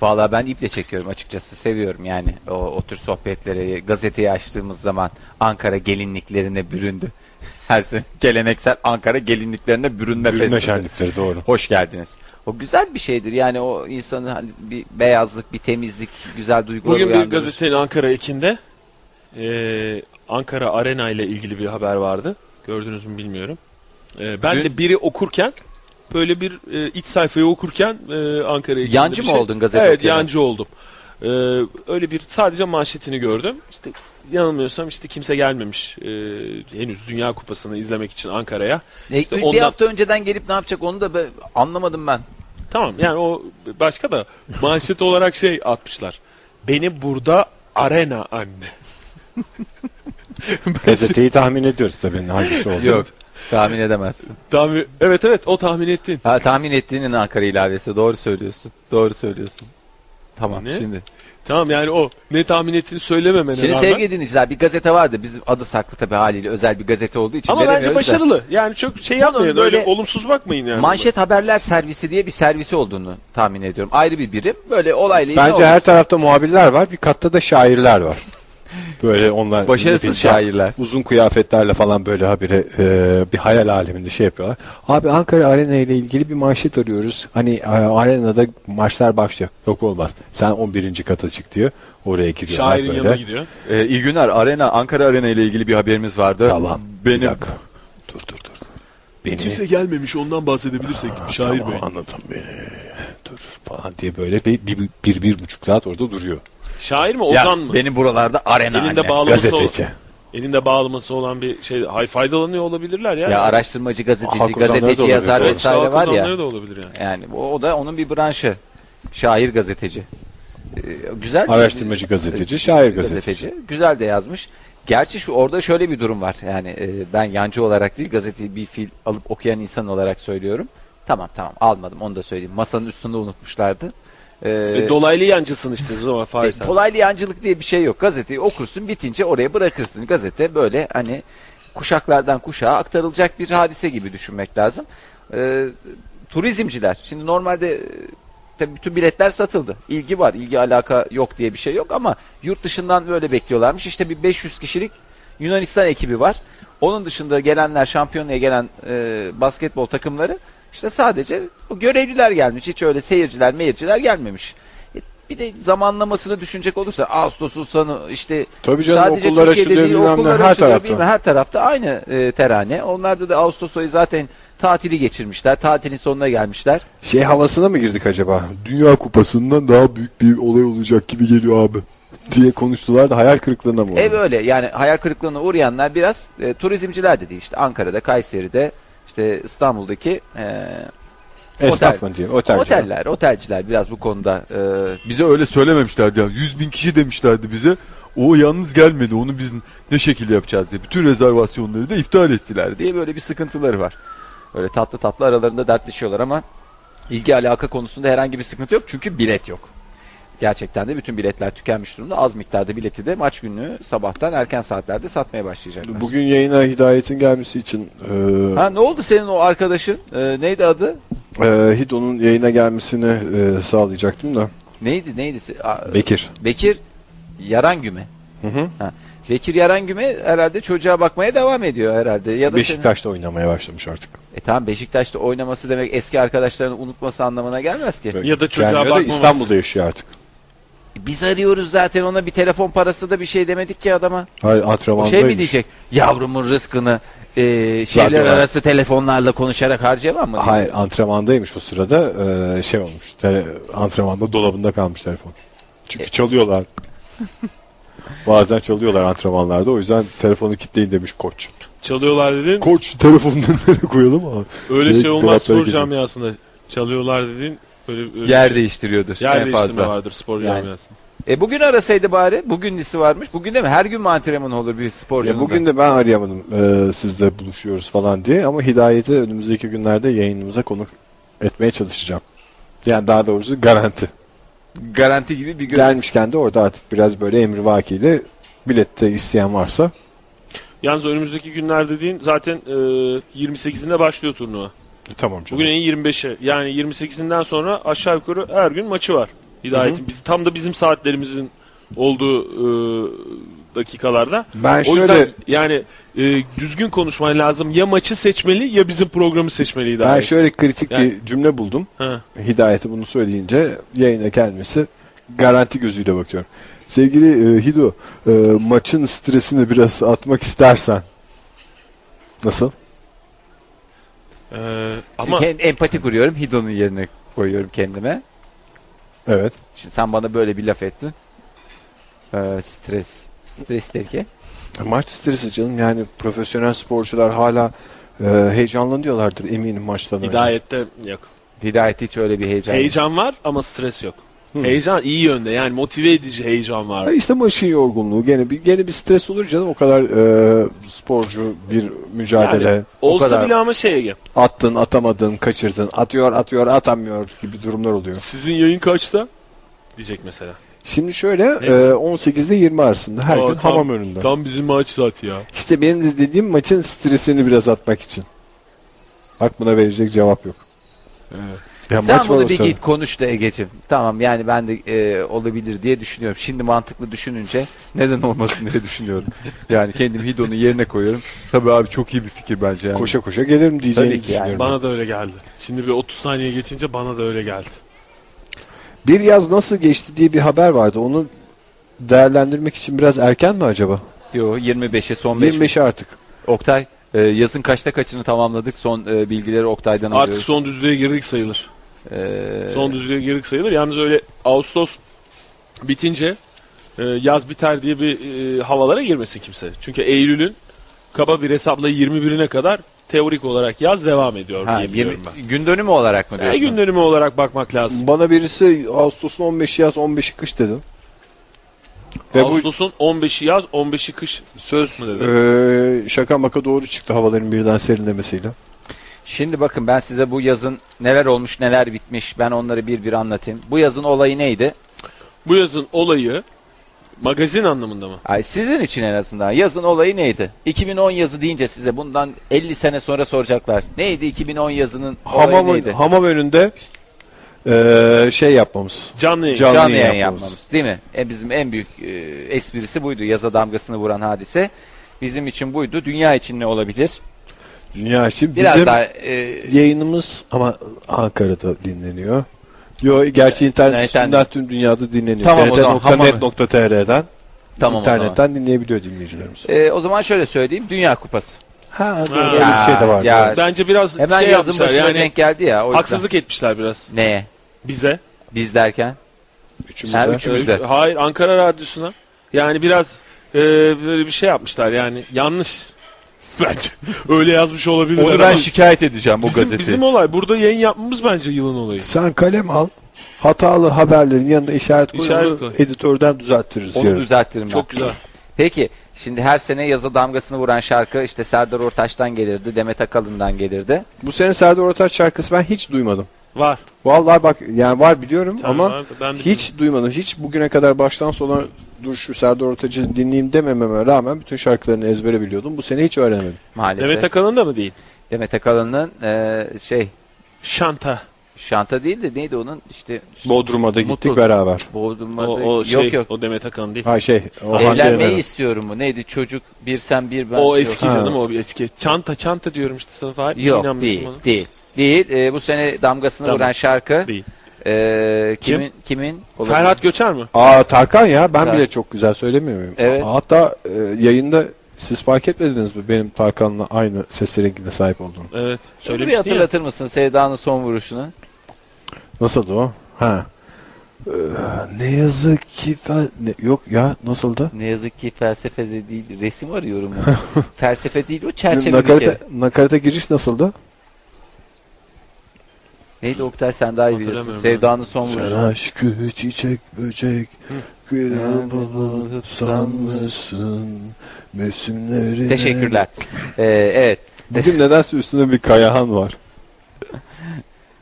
S3: Vallahi ben iple çekiyorum açıkçası. Seviyorum yani o, o tür sohbetleri. Gazeteyi açtığımız zaman Ankara gelinliklerine büründü. Her sene geleneksel Ankara gelinliklerine bürünme
S1: Gülme
S3: festivali.
S1: şenlikleri doğru.
S3: Hoş geldiniz. O güzel bir şeydir. Yani o insanın hani bir beyazlık, bir temizlik, güzel duygular
S2: Bugün bir
S3: uyandırır.
S2: gazetenin Ankara ekinde e, Ankara Arena ile ilgili bir haber vardı. Gördünüz mü bilmiyorum. E, ben
S3: Dün-
S2: de biri okurken böyle bir e, iç sayfayı okurken e, Ankara ekinde
S3: Yancı
S2: bir
S3: mı
S2: şey-
S3: oldun gazete
S2: Evet
S3: okuyarak?
S2: yancı oldum. E, öyle bir sadece manşetini gördüm. İşte yanılmıyorsam işte kimse gelmemiş e, henüz Dünya Kupası'nı izlemek için Ankara'ya.
S3: E,
S2: İşte
S3: bir
S2: ondan-
S3: hafta önceden gelip ne yapacak onu da be- anlamadım ben.
S2: Tamam yani o başka da manşet olarak şey atmışlar. Beni burada arena anne.
S1: Gazeteyi tahmin ediyoruz tabii hangisi olduğunu.
S3: Yok. Tahmin edemezsin.
S2: Tahmin, evet evet o tahmin ettin.
S3: Ha, tahmin ettiğinin Ankara ilavesi. Doğru söylüyorsun. Doğru söylüyorsun. Tamam
S2: Ne?
S3: şimdi.
S2: Tamam yani o ne tahmin ettiğini söylememene
S3: Şimdi
S2: rağmen.
S3: sevgili dinleyiciler bir gazete vardı. Bizim adı saklı tabii haliyle özel bir gazete olduğu için.
S2: Ama bence
S3: veremiyoruz da.
S2: başarılı. Yani çok şey yapmayın.
S3: böyle-
S2: öyle olumsuz bakmayın yani.
S3: Manşet Haberler Servisi diye bir servisi olduğunu tahmin ediyorum. Ayrı bir birim. Böyle olayla ilgili
S1: Bence
S3: olmuş.
S1: her tarafta muhabirler var. Bir katta da şairler var. Böyle onlar
S3: başarısız
S1: ne bileyim,
S3: şairler.
S1: Uzun kıyafetlerle falan böyle habire e, bir hayal aleminde şey yapıyorlar. Abi Ankara Arena ile ilgili bir manşet arıyoruz. Hani e, arenada maçlar başlıyor. Yok olmaz. Sen 11. kata çık diyor. Oraya giriyorlar
S2: Şairin
S1: böyle.
S2: yanına gidiyor.
S3: Ee, iyi günler. Arena, Ankara Arena ile ilgili bir haberimiz vardı.
S1: Tamam.
S3: Benim
S1: Bir dakika. Dur dur dur. Beni
S2: gelmemiş ondan bahsedebilirsek
S1: şair tamam, anladım beni. Dur falan diye böyle bir, bir, bir, bir buçuk saat orada duruyor.
S2: Şair mi
S3: Ya,
S2: Ozan mı?
S3: Benim buralarda arena
S2: Elinde
S3: anne.
S2: bağlaması
S1: Gazeteci.
S2: elinde bağlaması olan bir şey hay faydalanıyor olabilirler ya.
S3: Ya araştırmacı, gazeteci,
S1: Halk ozanları da
S3: gazeteci,
S1: olabilir,
S3: yazar
S1: doğru.
S2: Evet,
S3: vesaire
S2: sağlık
S3: var ya.
S2: uzmanları da olabilir yani.
S3: Yani o, o da onun bir branşı. Şair gazeteci. Ee, güzel. bir-
S1: Araştırmacı gazeteci, şair gazeteci.
S3: Güzel de yazmış. Gerçi şu orada şöyle bir durum var. Yani e, ben yancı olarak değil gazeteyi bir fil alıp okuyan insan olarak söylüyorum. Tamam tamam almadım onu da söyleyeyim. Masanın üstünde unutmuşlardı. Ee,
S2: E, dolaylı yancısın işte o zaman Fahir
S3: e,
S2: sen.
S3: dolaylı yancılık diye bir şey yok. Gazeteyi okursun bitince oraya bırakırsın. Gazete böyle hani kuşaklardan kuşağa aktarılacak bir hadise gibi düşünmek lazım. Ee, turizmciler. Şimdi normalde e, tabii bütün biletler satıldı. İlgi var, ilgi alaka yok diye bir şey yok ama yurt dışından böyle bekliyorlarmış. İşte bir 500 kişilik Yunanistan ekibi var. Onun dışında gelenler, şampiyonaya gelen e, basketbol takımları işte sadece o görevliler gelmiş. Hiç öyle seyirciler, meyirciler gelmemiş. E, Bir de zamanlamasını düşünecek olursa Ağustos'un sonu işte
S1: Tabii canım,
S3: sadece
S1: okullar
S3: Türkiye'de
S1: açılıyor,
S3: değil,
S1: bilmem ne,
S3: okullar
S1: her
S3: açılıyor,
S1: tarafta.
S3: bilmem- her tarafta aynı e, terane. Onlarda da Ağustos ayı zaten tatili geçirmişler. Tatilin sonuna gelmişler.
S1: Şey havasına mı girdik acaba? Dünya Kupası'ndan daha büyük bir olay olacak gibi geliyor abi. Diye konuştular da hayal kırıklığına mı oldu?
S3: Ev öyle yani hayal kırıklığına uğrayanlar biraz e, turizmciler de değil işte Ankara'da, Kayseri'de, işte İstanbul'daki e,
S1: Esnaf mı diyeyim? Otelci.
S3: Oteller, otelciler biraz bu konuda e, bize öyle söylememişlerdi. ya. 100 bin kişi demişlerdi bize. O yalnız gelmedi. Onu biz ne şekilde yapacağız diye. Bütün rezervasyonları da iptal ettiler diye böyle bir sıkıntıları var. Öyle tatlı tatlı aralarında dertleşiyorlar ama ilgi alaka konusunda herhangi bir sıkıntı yok. Çünkü bilet yok. Gerçekten de bütün biletler tükenmiş durumda. Az miktarda bileti de maç günü sabahtan erken saatlerde satmaya başlayacaklar.
S1: Bugün yayına Hidayet'in gelmesi için e,
S3: Ha ne oldu senin o arkadaşın? E, neydi adı?
S1: e, Hido'nun yayına gelmesini e, sağlayacaktım da.
S3: Neydi neydi? Se- a-
S1: Bekir.
S3: Bekir Yarangüme.
S1: Hı hı.
S3: Ha. Bekir Yarangüme herhalde çocuğa bakmaya devam ediyor herhalde. Ya da senin-
S1: Beşiktaş'ta oynamaya başlamış artık.
S3: E tamam Beşiktaş'ta oynaması demek eski arkadaşlarını unutması anlamına gelmez ki.
S2: Ya da çocuğa
S1: Gelmiyor da
S2: bakmaması.
S1: İstanbul'da yaşıyor artık.
S3: Biz arıyoruz zaten ona bir telefon parası da bir şey demedik ki adama.
S1: Hayır
S3: O
S1: antrenmandaymış.
S3: şey mi diyecek? Yavrumun rızkını e, şehirler
S1: Radyolar.
S3: arası telefonlarla konuşarak harcayamam mı?
S1: Hayır antrenmandaymış o sırada e, şey olmuş. Tele, antrenmanda dolabında kalmış telefon.
S3: E.
S1: Çünkü çalıyorlar. Bazen çalıyorlar antrenmanlarda. O yüzden telefonu kilitleyin demiş koç.
S2: Çalıyorlar dedin.
S1: Koç telefonunu nereye koyalım ama.
S2: Öyle
S1: Şey,
S2: şey, olmaz
S1: dolaplara
S2: spor
S1: gidiyor.
S2: camiasında. Çalıyorlar dedin. şey- Böyle, böyle
S3: Yer değiştiriyordur
S2: yer
S3: en
S2: değiştirme
S3: fazla.
S2: vardır spor
S3: Yani.
S2: camiasında.
S3: E bugün arasaydı bari. Bugün lisi varmış. Bugün de mi? Her gün mü antrenman olur bir sporcunun?
S1: Ya
S3: da?
S1: bugün de ben arayamadım e, sizle buluşuyoruz falan diye ama Hidayet'i önümüzdeki günlerde yayınımıza konuk etmeye çalışacağım. Yani daha doğrusu garanti.
S3: garanti gibi bir gün.
S1: Gelmişken de orada artık biraz böyle emrivakiyle bilette isteyen varsa
S2: Yalnız önümüzdeki günler dediğin zaten e, 28'inde başlıyor turnuva.
S1: tamam
S2: Bugün en 25'i. Yani 28'inden sonra aşağı yukarı her gün maçı var. Hidayet'in. Biz, tam da bizim saatlerimizin olduğu e, dakikalarda.
S1: Ben
S2: o
S1: şöyle
S2: yüzden yani e, düzgün konuşman lazım. Ya maçı seçmeli ya bizim programı seçmeli
S1: ben
S2: Hidayet.
S1: şöyle kritik bir
S2: Yani-
S1: cümle buldum.
S2: Ha.
S1: Hidayet'e bunu söyleyince yayına gelmesi garanti gözüyle bakıyorum. Sevgili e, Hido, e, maçın stresini biraz atmak istersen nasıl?
S2: E,
S3: Şimdi
S2: ama
S1: Şey,
S3: hem empati kuruyorum. Hido'nun yerine koyuyorum kendime.
S1: Evet.
S3: Şimdi sen bana böyle bir laf ettin. Ee, stres. Stres derken.
S1: Maç stresi canım yani profesyonel sporcular hala e, heyecanlanıyorlardır eminim maçtan önce.
S2: Hidayet'te yok.
S3: Hidayet hiç öyle bir heyecan.
S2: Heyecan var ama stres yok. Heyecan iyi yönde yani motive edici heyecan var.
S1: Ha İşte maçın yorgunluğu gene bir gene bir stres olur canım o kadar e, sporcu bir mücadele.
S2: Yani
S1: o
S2: olsa
S1: kadar
S2: bile ama şey Ege.
S1: attın, atamadın, kaçırdın, atıyor, atıyor, atamıyor gibi durumlar oluyor.
S2: Sizin yayın kaçta? Diyecek mesela.
S1: Şimdi şöyle
S2: Evet.
S1: e, 18 ile 20 arasında her
S2: Aa,
S1: gün
S2: tam-
S1: hamam önünde.
S2: Tam bizim maç saati ya.
S1: İşte benim de dediğim maçın stresini biraz atmak için. Bak buna verecek cevap yok. Ya
S3: Sen
S1: maç var o
S3: bunu bir
S1: sırada.
S3: git konuş da Ege'cim. Tamam yani ben de e, olabilir diye düşünüyorum. Şimdi mantıklı düşününce neden olmasın diye düşünüyorum. Yani kendimi Hido'nun yerine koyuyorum. Tabii abi çok iyi bir fikir bence yani.
S1: Koşa koşa gelirim diyeceğini
S3: Tabii ki yani.
S1: düşünüyorum.
S2: Bana da öyle geldi. Şimdi bir 30 saniye geçince bana da öyle geldi.
S1: Bir yaz nasıl geçti diye bir haber vardı. Onu değerlendirmek için biraz erken mi acaba?
S3: Yo 25'e son 5.
S1: 25'i artık.
S3: Oktay e, yazın kaçta kaçını tamamladık? Son e, bilgileri Oktay'dan
S2: Artık
S3: alıyoruz.
S2: son düzlüğe girdik sayılır.
S3: E,
S2: Son düzlüğe girdik sayılır. Yalnız öyle Ağustos bitince e, yaz biter diye bir e, havalara girmesin kimse. Çünkü Eylül'ün kaba bir hesapla 21'ine kadar teorik olarak yaz devam ediyor
S3: ha,
S2: diye
S3: 20,
S2: biliyorum ben.
S3: gün dönümü olarak mı
S2: E,
S3: diyorsun?
S2: gün dönümü olarak bakmak lazım.
S1: Bana birisi Ağustos'un 15'i yaz 15'i kış dedin. Ve
S2: Ağustos'un 15'i yaz, 15'i kış.
S1: bu söz
S2: mı dedi?
S1: eee, Ee, şaka maka doğru çıktı havaların birden serinlemesiyle.
S3: Şimdi bakın ben size bu yazın neler olmuş neler bitmiş ben onları bir bir anlatayım. Bu yazın olayı neydi?
S2: Bu yazın olayı magazin anlamında mı?
S3: Ay sizin için en azından yazın olayı neydi? 2010 yazı deyince size bundan 50 sene sonra soracaklar. Neydi 2010 yazının olayı
S1: Hamam,
S3: neydi?
S1: hamam önünde eee, şey yapmamız.
S2: Canlı yayın.
S1: Can-
S3: Canlı,
S1: canlı
S3: yayın
S1: yayın yapmamız.
S3: yapmamız değil mi? E, bizim en büyük e, esprisi buydu yaza damgasını vuran hadise. Bizim için buydu. Dünya için ne olabilir?
S1: Dünya için
S3: Biraz
S1: bizim
S3: daha e,
S1: yayınımız ama Ankara'da dinleniyor. Yo gerçi internet
S3: internetten-
S1: üstünden tüm dünyada dinleniyor.
S3: Tamam o zaman,
S1: TRT.net.tr'den
S3: Tamam o zaman.
S1: internetten dinleyebiliyor dinleyicilerimiz.
S3: e, o zaman şöyle söyleyeyim. Dünya kupası.
S1: Ha, doğru,
S2: Ha.
S1: öyle bir şey de var.
S3: Ya,
S1: doğru.
S2: Bence biraz
S3: Hemen
S2: şey
S3: yazın
S2: yapmışlar
S3: başına
S2: yani
S3: denk geldi ya. O yüzden.
S2: haksızlık etmişler biraz
S3: Neye?
S2: bize.
S3: Biz derken.
S1: Üçümüz de.
S3: Ha, üçü- Üçümüze.
S2: Ee, Hayır Ankara Radyosu'na. Yani biraz e, böyle bir şey yapmışlar yani yanlış. Bence öyle yazmış olabilir.
S3: Onu ben şikayet edeceğim o
S2: bizim,
S3: gazeteye.
S2: bizim olay. Burada yayın yapmamız bence yılın olayı.
S1: Sen kalem al. Hatalı haberlerin yanına işaret koy.
S2: İşaret
S1: onu
S2: koy.
S1: Editörden düzeltiriz.
S3: Onu
S1: yarın.
S3: düzeltirim ben.
S2: Çok güzel.
S3: Peki şimdi her sene yaza damgasını vuran şarkı işte Serdar Ortaç'tan gelirdi, Demet Akalın'dan gelirdi.
S1: Bu sene Serdar Ortaç şarkısı ben hiç duymadım.
S2: Var.
S1: Vallahi bak yani var biliyorum ama
S2: var da ben
S1: hiç duymadım. Hiç bugüne kadar baştan sona dur şu Serdar Ortaç'ı dinleyeyim demememe rağmen bütün şarkılarını ezbere biliyordum. Bu sene hiç öğrenemedim.
S3: Maalesef.
S2: Demet
S3: Demet,
S2: Akalın da mı değil?
S3: Akalın'ın e, şey
S2: Şanta.
S3: şanta değil de neydi onun işte
S1: Bodrum'a da
S2: Mutlu.
S1: gittik beraber.
S3: boğdurmadı.
S2: O, o şey,
S3: yok yok.
S2: o Demet Akalın değil.
S1: Ha şey. O
S3: Evlenmeyi istiyorum mu? Neydi çocuk bir sen bir ben.
S2: o
S3: yok.
S2: eski
S1: Ha.
S2: canım o bir eski. Çanta çanta diyorum işte sana Fahir. Niye
S3: Yok
S2: inanmıyorsun
S3: değil,
S2: bana?
S3: değil. Değil. E, bu sene damgasını
S2: Tamam.
S3: vuran şarkı.
S2: Değil.
S3: e, kimin kimin? Olabilir.
S2: Ferhat Göçer mi?
S1: Aa Tarkan ya ben
S3: Güzel.
S1: bile çok güzel söylemiyor muyum?
S3: Evet.
S1: Hatta e, yayında siz fark etmediniz mi benim Tarkan'la aynı ses rengine sahip olduğunu?
S2: Evet.
S3: Şunu
S2: Söylemiştin
S3: bir
S2: ya.
S3: hatırlatır mısın Sevda'nın son vuruşunu?
S1: Nasıldı o? Ha. Ee, ne yazık ki fe- ne- yok ya nasıldı?
S3: Ne yazık ki felsefede değil, resim arıyorum. ya. Felsefe değil o çerçeve bir
S1: Nakarata,
S3: kere.
S1: nakarata giriş nasıldı?
S3: Neydi Oktay sen daha iyi bilirsin.
S2: Hatırlamıyorum
S3: Sevdanın son vuruşu.
S1: Aşkı çiçek böcek kıyam olup sanmışsın mevsimleri.
S3: Teşekkürler. Ee, evet.
S1: Bugün nedense üstünde bir kayahan var.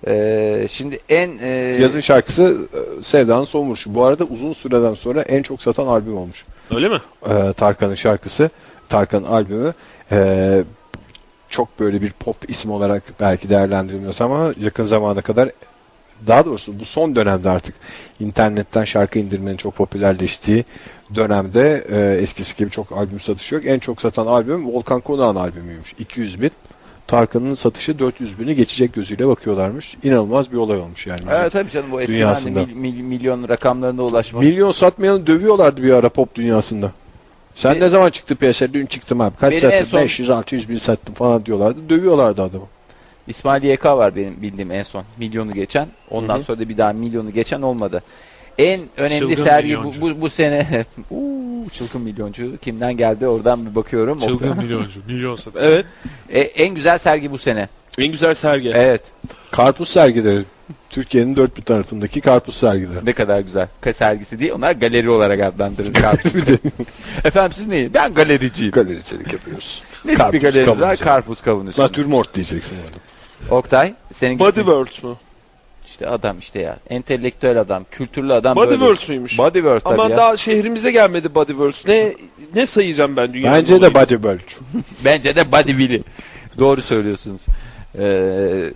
S3: Ee, şimdi en e,
S1: Yazın şarkısı e, Sevda'nın son vuruşu. Bu arada uzun süreden sonra en çok satan albüm olmuş.
S2: Öyle mi?
S1: Ee, Tarkan'ın şarkısı, Tarkan'ın albümü. Ee, çok böyle bir pop isim olarak belki değerlendirilmiyorsa ama yakın zamana kadar daha doğrusu bu son dönemde artık internetten şarkı indirmenin çok popülerleştiği dönemde e, eskisi gibi çok albüm satışı yok. En çok satan albüm Volkan Konak'ın albümüymüş. 200 bin. Tarkan'ın satışı 400 bini geçecek gözüyle bakıyorlarmış. İnanılmaz bir olay olmuş yani.
S3: Evet tabii canım bu eskiden hani
S1: Dünyasında.
S3: mil- mil- milyon rakamlarına ulaşmak.
S1: Milyon satmayanı dövüyorlardı bir ara pop dünyasında. Sen
S3: Be-
S1: ne zaman çıktı piyasaya? Dün çıktım abi. Kaç
S3: Benim en
S1: sattın?
S3: son-
S1: 500-600 bin sattım falan diyorlardı. Dövüyorlardı adamı.
S3: İsmail YK var benim bildiğim en son. Milyonu geçen. Ondan sonra da bir daha milyonu geçen olmadı. En önemli
S2: Çılgın
S3: sergi bu,
S2: milyoncu.
S3: bu, bu sene. Uuu, çılgın milyoncu. Kimden geldi oradan bir bakıyorum.
S2: Çılgın milyoncu. Milyon sat. Evet.
S3: E, en güzel sergi bu sene.
S2: En güzel sergi.
S3: Evet.
S1: Karpuz sergileri. Türkiye'nin dört bir tarafındaki karpuz sergileri.
S3: Ne kadar güzel. Ka sergisi değil. Onlar galeri olarak adlandırılır. Efendim siz neyi? Ben galericiyim.
S1: Galericilik yapıyoruz.
S3: ne
S1: Karpuz
S3: bir galeriniz var?
S1: kavunucu.
S3: Karpuz kavunucu.
S1: Natürmort diyeceksin orada.
S3: Oktay senin
S2: Body
S3: gittiğin-
S2: Words mu?
S3: işte adam işte ya. Entelektüel adam, kültürlü adam
S2: Body
S3: böyle.
S2: Words muymuş?
S3: Body World tabii
S2: Aman
S3: ya.
S2: daha şehrimize gelmedi Body Words. Ne ne sayacağım ben dünyanın?
S1: Bence de
S2: olayını?
S1: body bölç.
S3: Bence de body Willy. Doğru söylüyorsunuz. Ee,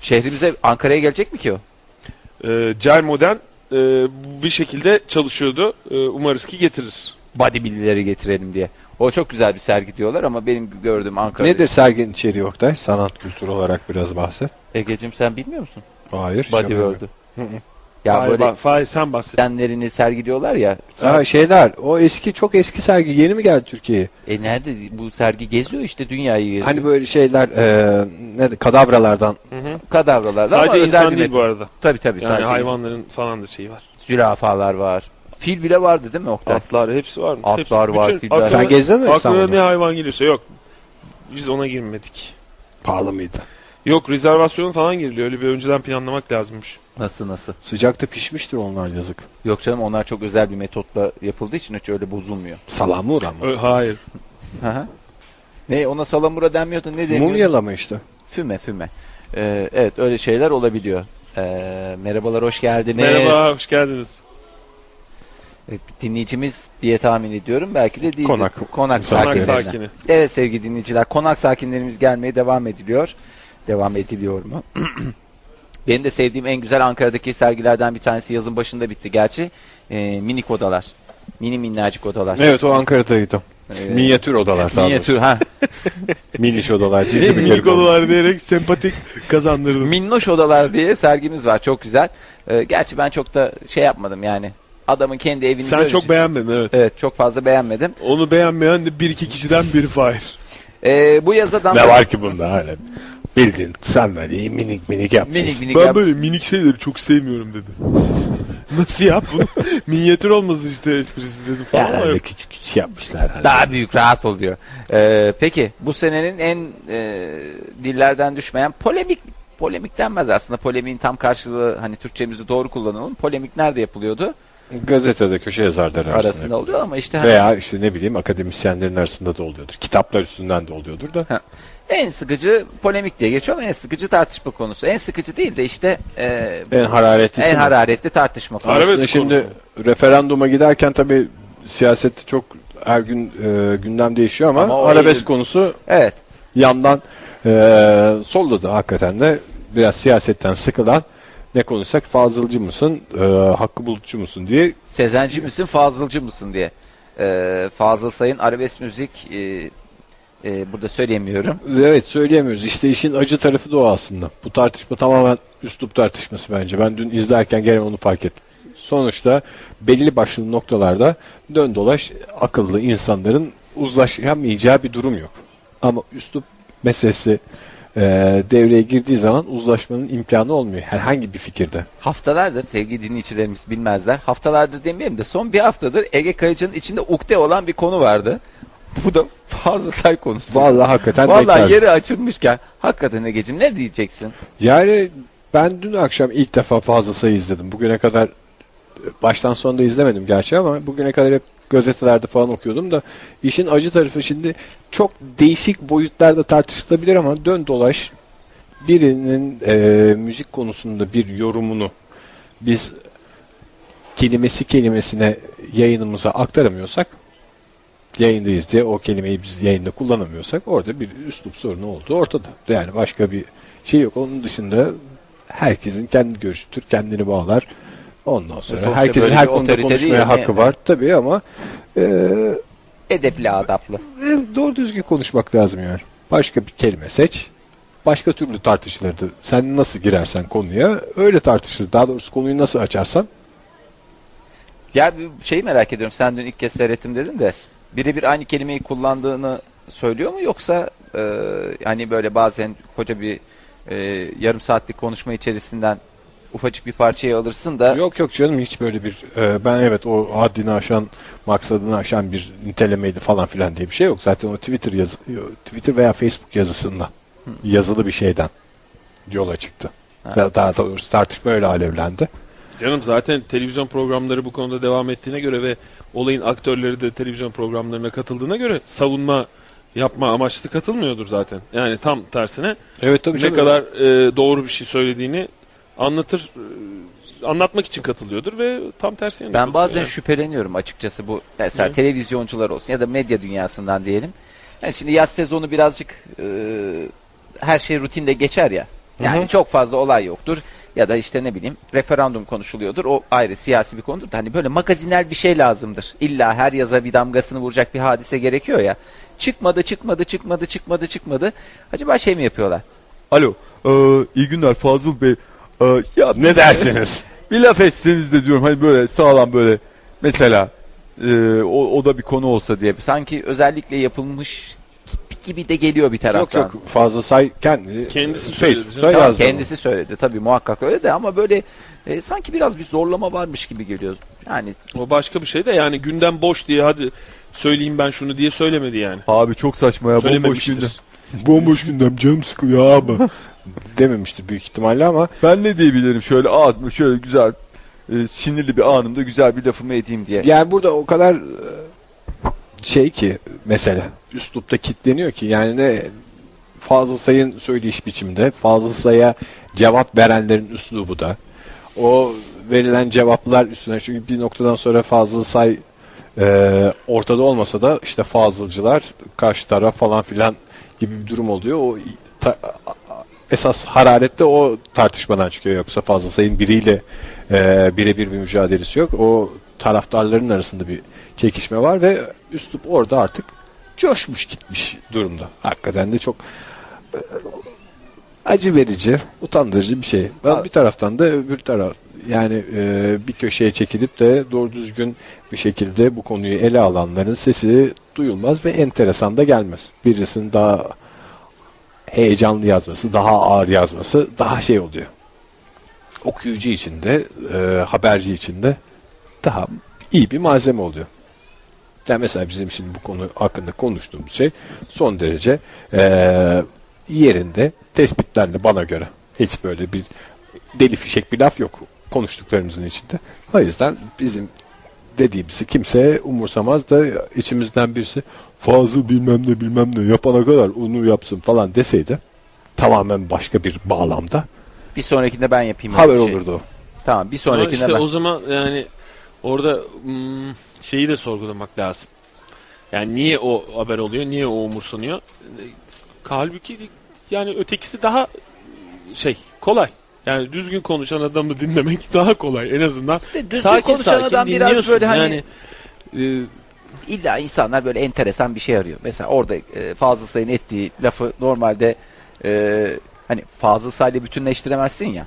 S3: şehrimize Ankara'ya gelecek mi ki o?
S2: Ee, Cel Modern e, bir şekilde çalışıyordu. E, umarız ki getirir.
S3: Body Willy'leri getirelim diye. O çok güzel bir sergi diyorlar ama benim gördüğüm Ankara'da.
S1: Nedir serginin içeriği Oktay? Sanat kültürü olarak biraz bahset.
S3: Ege'cim sen bilmiyor musun?
S1: Hayır.
S3: Body World'u. ya
S2: Fahir,
S3: böyle
S2: ba- Fahir sen bahset.
S3: sergilerini sergiliyorlar ya.
S1: Ha, şeyler. O eski çok eski sergi. Yeni mi geldi Türkiye'ye?
S3: E nerede bu sergi geziyor işte dünyayı geziyor.
S1: Hani böyle şeyler e, ne de- kadavralar
S3: kadavralar
S2: Sadece
S3: ama
S2: insan
S3: özel
S2: değil bu arada.
S3: Tabii tabii
S2: Yani
S3: sadece
S2: hayvanların falan da şeyi var.
S3: zürafalar var. Fil bile vardı değil mi Oktay?
S2: Atlar hepsi var mı?
S3: Atlar
S2: Hepsi-
S3: var,
S2: bütün
S3: filler var.
S2: aklına-
S1: Sen gezdin mi
S2: Aklına ne
S1: İstanbul'da?
S2: hayvan geliyorsa yok. Biz ona girmedik.
S1: Pahalı mıydı?
S2: Yok rezervasyon falan giriliyor. Öyle bir önceden planlamak lazımmış.
S3: Nasıl nasıl?
S1: Sıcakta pişmiştir onlar yazık.
S3: Yok canım onlar çok özel bir metotla yapıldığı için hiç öyle bozulmuyor.
S1: Salamur ama.
S2: Ö- hayır.
S3: Hı hı. ne ona salamura denmiyordu ne deniyordu?
S1: Mumyalama işte.
S3: Füme füme. Ee, evet öyle şeyler olabiliyor. Ee, merhabalar hoş geldiniz.
S2: Merhaba, hoş geldiniz.
S3: Ee, Dinleyicimiz diye tahmin ediyorum belki de değil.
S1: Konak.
S3: Konak
S1: Konak
S2: Konak
S3: sakinlerine.
S2: sakini.
S3: Evet sevgili dinleyiciler konak sakinlerimiz gelmeye devam ediliyor. Devam ediliyor mu? Benim de sevdiğim en güzel Ankara'daki sergilerden bir tanesi yazın başında bitti gerçi. Ee, minik odalar. Mini minnacık odalar.
S1: Evet o Ankara'daydı.
S3: Ee,
S1: Minyatür odalar daha
S3: Minyatür ha.
S1: doğrusu. Miniş odalar deyince bir
S2: Minik
S1: kere oldu.
S2: odalar diyerek sempatik kazandırdım.
S3: Minnoş odalar diye sergimiz var. Çok güzel. Ee, gerçi ben çok da şey yapmadım yani. Adamın kendi evini
S2: Sen
S3: görünce-
S2: çok beğenmedin evet.
S3: Evet çok fazla beğenmedim.
S2: Onu beğenmeyen de bir iki kişiden biri Fahir.
S3: Ee, bu yaza damga...
S1: Ne var ki bunda hala? Bildin sen böyle minik minik yapmışsın.
S3: Minik minik
S2: Ben
S3: yap-
S2: böyle minik şeyleri çok sevmiyorum dedi. Nasıl yap bunu? Minyatür olmaz işte esprisi dedim falan. ama
S1: Herhalde
S2: yok.
S1: küçük küçük yapmışlar. herhalde.
S3: Daha büyük rahat oluyor. Ee, peki bu senenin en e, dillerden düşmeyen polemik polemik denmez aslında polemiğin tam karşılığı hani Türkçemizi doğru kullanalım. Polemik nerede yapılıyordu?
S1: Gazetede köşe yazarları arasında.
S3: Arasında oluyor ama işte hani
S1: Veya işte ne bileyim akademisyenlerin arasında da oluyordur. Kitaplar üstünden de oluyordur da.
S3: en sıkıcı polemik diye geçiyor ama en sıkıcı tartışma konusu. En sıkıcı değil de işte e,
S1: En hararetlisi.
S3: en
S1: mi?
S3: hararetli tartışma konusu.
S2: Arabesk
S1: Aslında şimdi referanduma giderken tabii siyaset çok her gün e, gündem değişiyor ama,
S3: Ama o
S1: arabesk
S3: Eylül-
S1: konusu
S3: Evet.
S1: yandan e, solda da hakikaten de biraz siyasetten sıkılan ne konuşsak Fazılcı mısın, e, Hakkı Bulutçu musun diye
S3: Sezenci misin, Fazılcı mısın diye. Ee, Fazıl Say'ın arabesk müzik e, e, burada söyleyemiyorum.
S1: Evet söyleyemiyoruz. İşte işin acı tarafı da o aslında. Bu tartışma tamamen üslup tartışması bence. Ben dün izlerken gene onu fark ettim. Sonuçta belli başlı noktalarda dön dolaş akıllı insanların uzlaşamayacağı bir durum yok. Ama üslup meselesi e, devreye girdiği zaman uzlaşmanın imkanı olmuyor herhangi bir fikirde.
S3: Haftalardır sevgili dinleyicilerimiz bilmezler. Haftalardır demeyelim de son bir haftadır Ege Kayıcı'nın içinde ukde olan bir konu vardı. Bu da Fazıl Say konusu. Vallahi,
S1: Vallahi hakikaten beklerdim.
S3: yeri açılmışken hakikaten Ege'cim ne diyeceksin?
S1: Yani ben dün akşam ilk defa fazla sayı izledim. Bugüne kadar baştan sona da izlemedim gerçi ama bugüne kadar hep gazetelerde falan okuyordum da işin acı tarafı şimdi çok değişik boyutlarda tartışılabilir ama dön dolaş birinin e, müzik konusunda bir yorumunu biz kelimesi kelimesine yayınımıza aktaramıyorsak yayındayız diye o kelimeyi biz yayında kullanamıyorsak orada bir üslup sorunu olduğu ortada. Yani başka bir şey yok. Onun dışında herkesin kendi görüşüdür, kendini bağlar. Ondan sonra
S3: Sonuçta
S1: herkesin
S3: böyle
S1: her
S3: bir
S1: konuda
S3: otorite değil
S1: konuşmaya
S3: yani.
S1: hakkı var tabii ama e,
S3: Edepli adaplı.
S1: e, doğru düzgün konuşmak lazım yani. Başka bir kelime seç. Başka türlü tartışılırdı. Sen nasıl girersen konuya öyle tartışılır. Daha doğrusu konuyu nasıl açarsan
S3: Ya bir şeyi merak ediyorum. Sen dün ilk kez seyrettim dedin de birebir aynı kelimeyi kullandığını söylüyor mu yoksa e, hani böyle bazen koca bir e, yarım saatlik konuşma içerisinden ufacık bir parçayı alırsın da
S1: Yok yok canım hiç böyle bir e, ben evet o haddini aşan maksadını aşan bir nitelemeydi falan filan diye bir şey yok. Zaten o Twitter yazı Twitter veya Facebook yazısından yazılı bir şeyden yola çıktı.
S3: Ha.
S1: Daha, daha doğrusu tartışma öyle alevlendi.
S2: Canım zaten televizyon programları bu konuda devam ettiğine göre ve olayın aktörleri de televizyon programlarına katıldığına göre savunma yapma amaçlı katılmıyordur zaten. Yani tam tersine
S1: Evet tabii
S2: ne kadar e, doğru bir şey söylediğini anlatır e, anlatmak için katılıyordur ve tam tersi yönde
S3: Ben
S2: katılıyor.
S3: bazen
S2: Yani.
S3: şüpheleniyorum açıkçası bu e, mesela
S2: Ne?
S3: televizyoncular olsun ya da medya dünyasından diyelim. Yani şimdi yaz sezonu birazcık e, her şey rutinde geçer ya. Yani çok fazla olay yoktur ya da işte ne bileyim referandum konuşuluyordur. O ayrı siyasi bir konudur da hani böyle magazinel bir şey lazımdır. İlla her yaza bir damgasını vuracak bir hadise gerekiyor ya. Çıkmadı, çıkmadı, çıkmadı, çıkmadı, çıkmadı. Acaba şey mi yapıyorlar?
S6: Alo. Ee, iyi günler Fazıl Bey. Ee, ya
S1: Ne dersiniz?
S6: bir laf etseniz de diyorum hani böyle sağlam böyle mesela ee, o, o da bir konu olsa diye.
S3: Sanki özellikle yapılmış gibi de geliyor bir
S1: yok
S3: taraftan.
S1: yok fazla say kendi
S2: Kendisi söyledi
S1: Facebook'ta
S2: canım.
S3: Tamam,
S1: yazdı.
S3: kendisi söyledi tabii muhakkak öyle de ama böyle e, sanki biraz bir zorlama varmış gibi geliyor. Yani
S2: O başka bir şey de yani gündem boş diye hadi söyleyeyim ben şunu diye söylemedi yani.
S6: Abi çok saçma ya bomboş gündem.
S2: Söylememiştir.
S6: Bomboş gündem canım sıkılıyor abi.
S1: dememişti büyük ihtimalle ama
S6: ben ne diyebilirim şöyle ağzımı şöyle güzel e, sinirli bir anımda güzel bir lafımı edeyim diye.
S1: Yani burada o kadar e, şey ki mesela üslupta kitleniyor ki yani ne Fazıl Say'ın söyleyiş biçiminde Fazıl Say'a cevap verenlerin üslubu da o verilen cevaplar üstüne çünkü bir noktadan sonra Fazıl Say e, ortada olmasa da işte Fazılcılar karşı taraf falan filan gibi bir durum oluyor. O ta- esas hararet de o tartışmadan çıkıyor. Yoksa Fazıl Say'ın biriyle e, birebir bir mücadelesi yok. O taraftarların arasında bir çekişme var ve üslup orada artık coşmuş gitmiş durumda. Hakikaten de çok e, acı verici, utandırıcı bir şey. Ben bir taraftan da öbür taraf yani e, bir köşeye çekilip de doğru düzgün bir şekilde bu konuyu ele alanların sesi duyulmaz ve enteresan da gelmez. Birisinin daha heyecanlı yazması, daha ağır yazması daha şey oluyor. okuyucu için de e, haberci için de daha iyi bir malzeme oluyor. Yani mesela bizim şimdi bu konu hakkında konuştuğumuz şey son derece e, yerinde tespitlerle bana göre. Hiç böyle bir deli fişek bir laf yok konuştuklarımızın içinde. O yüzden bizim dediğimizi kimse umursamaz da içimizden birisi fazla bilmem ne bilmem ne yapana kadar onu yapsın falan deseydi tamamen başka bir bağlamda
S3: Bir sonrakinde ben yapayım. öyle
S1: haber
S3: bir şey.
S1: olurdu. o.
S3: Tamam bir
S2: Ama
S3: sonrakinde
S2: işte
S3: ben.
S2: o zaman yani orada hmm, şeyi de sorgulamak lazım. Yani niye o haber oluyor, niye o umursanıyor? E, Halbuki yani ötekisi daha şey kolay. Yani düzgün konuşan adamı dinlemek daha kolay en azından.
S3: Düzgün
S2: sakin
S3: konuşan
S2: sakin
S3: adam biraz
S2: dinliyorsun.
S3: böyle hani-
S2: yani e,
S3: İlla Ee, insanlar böyle enteresan bir şey arıyor. Mesela orada e, Fazıl Say'ın ettiği lafı normalde e, hani Fazıl Say'la bütünleştiremezsin ya.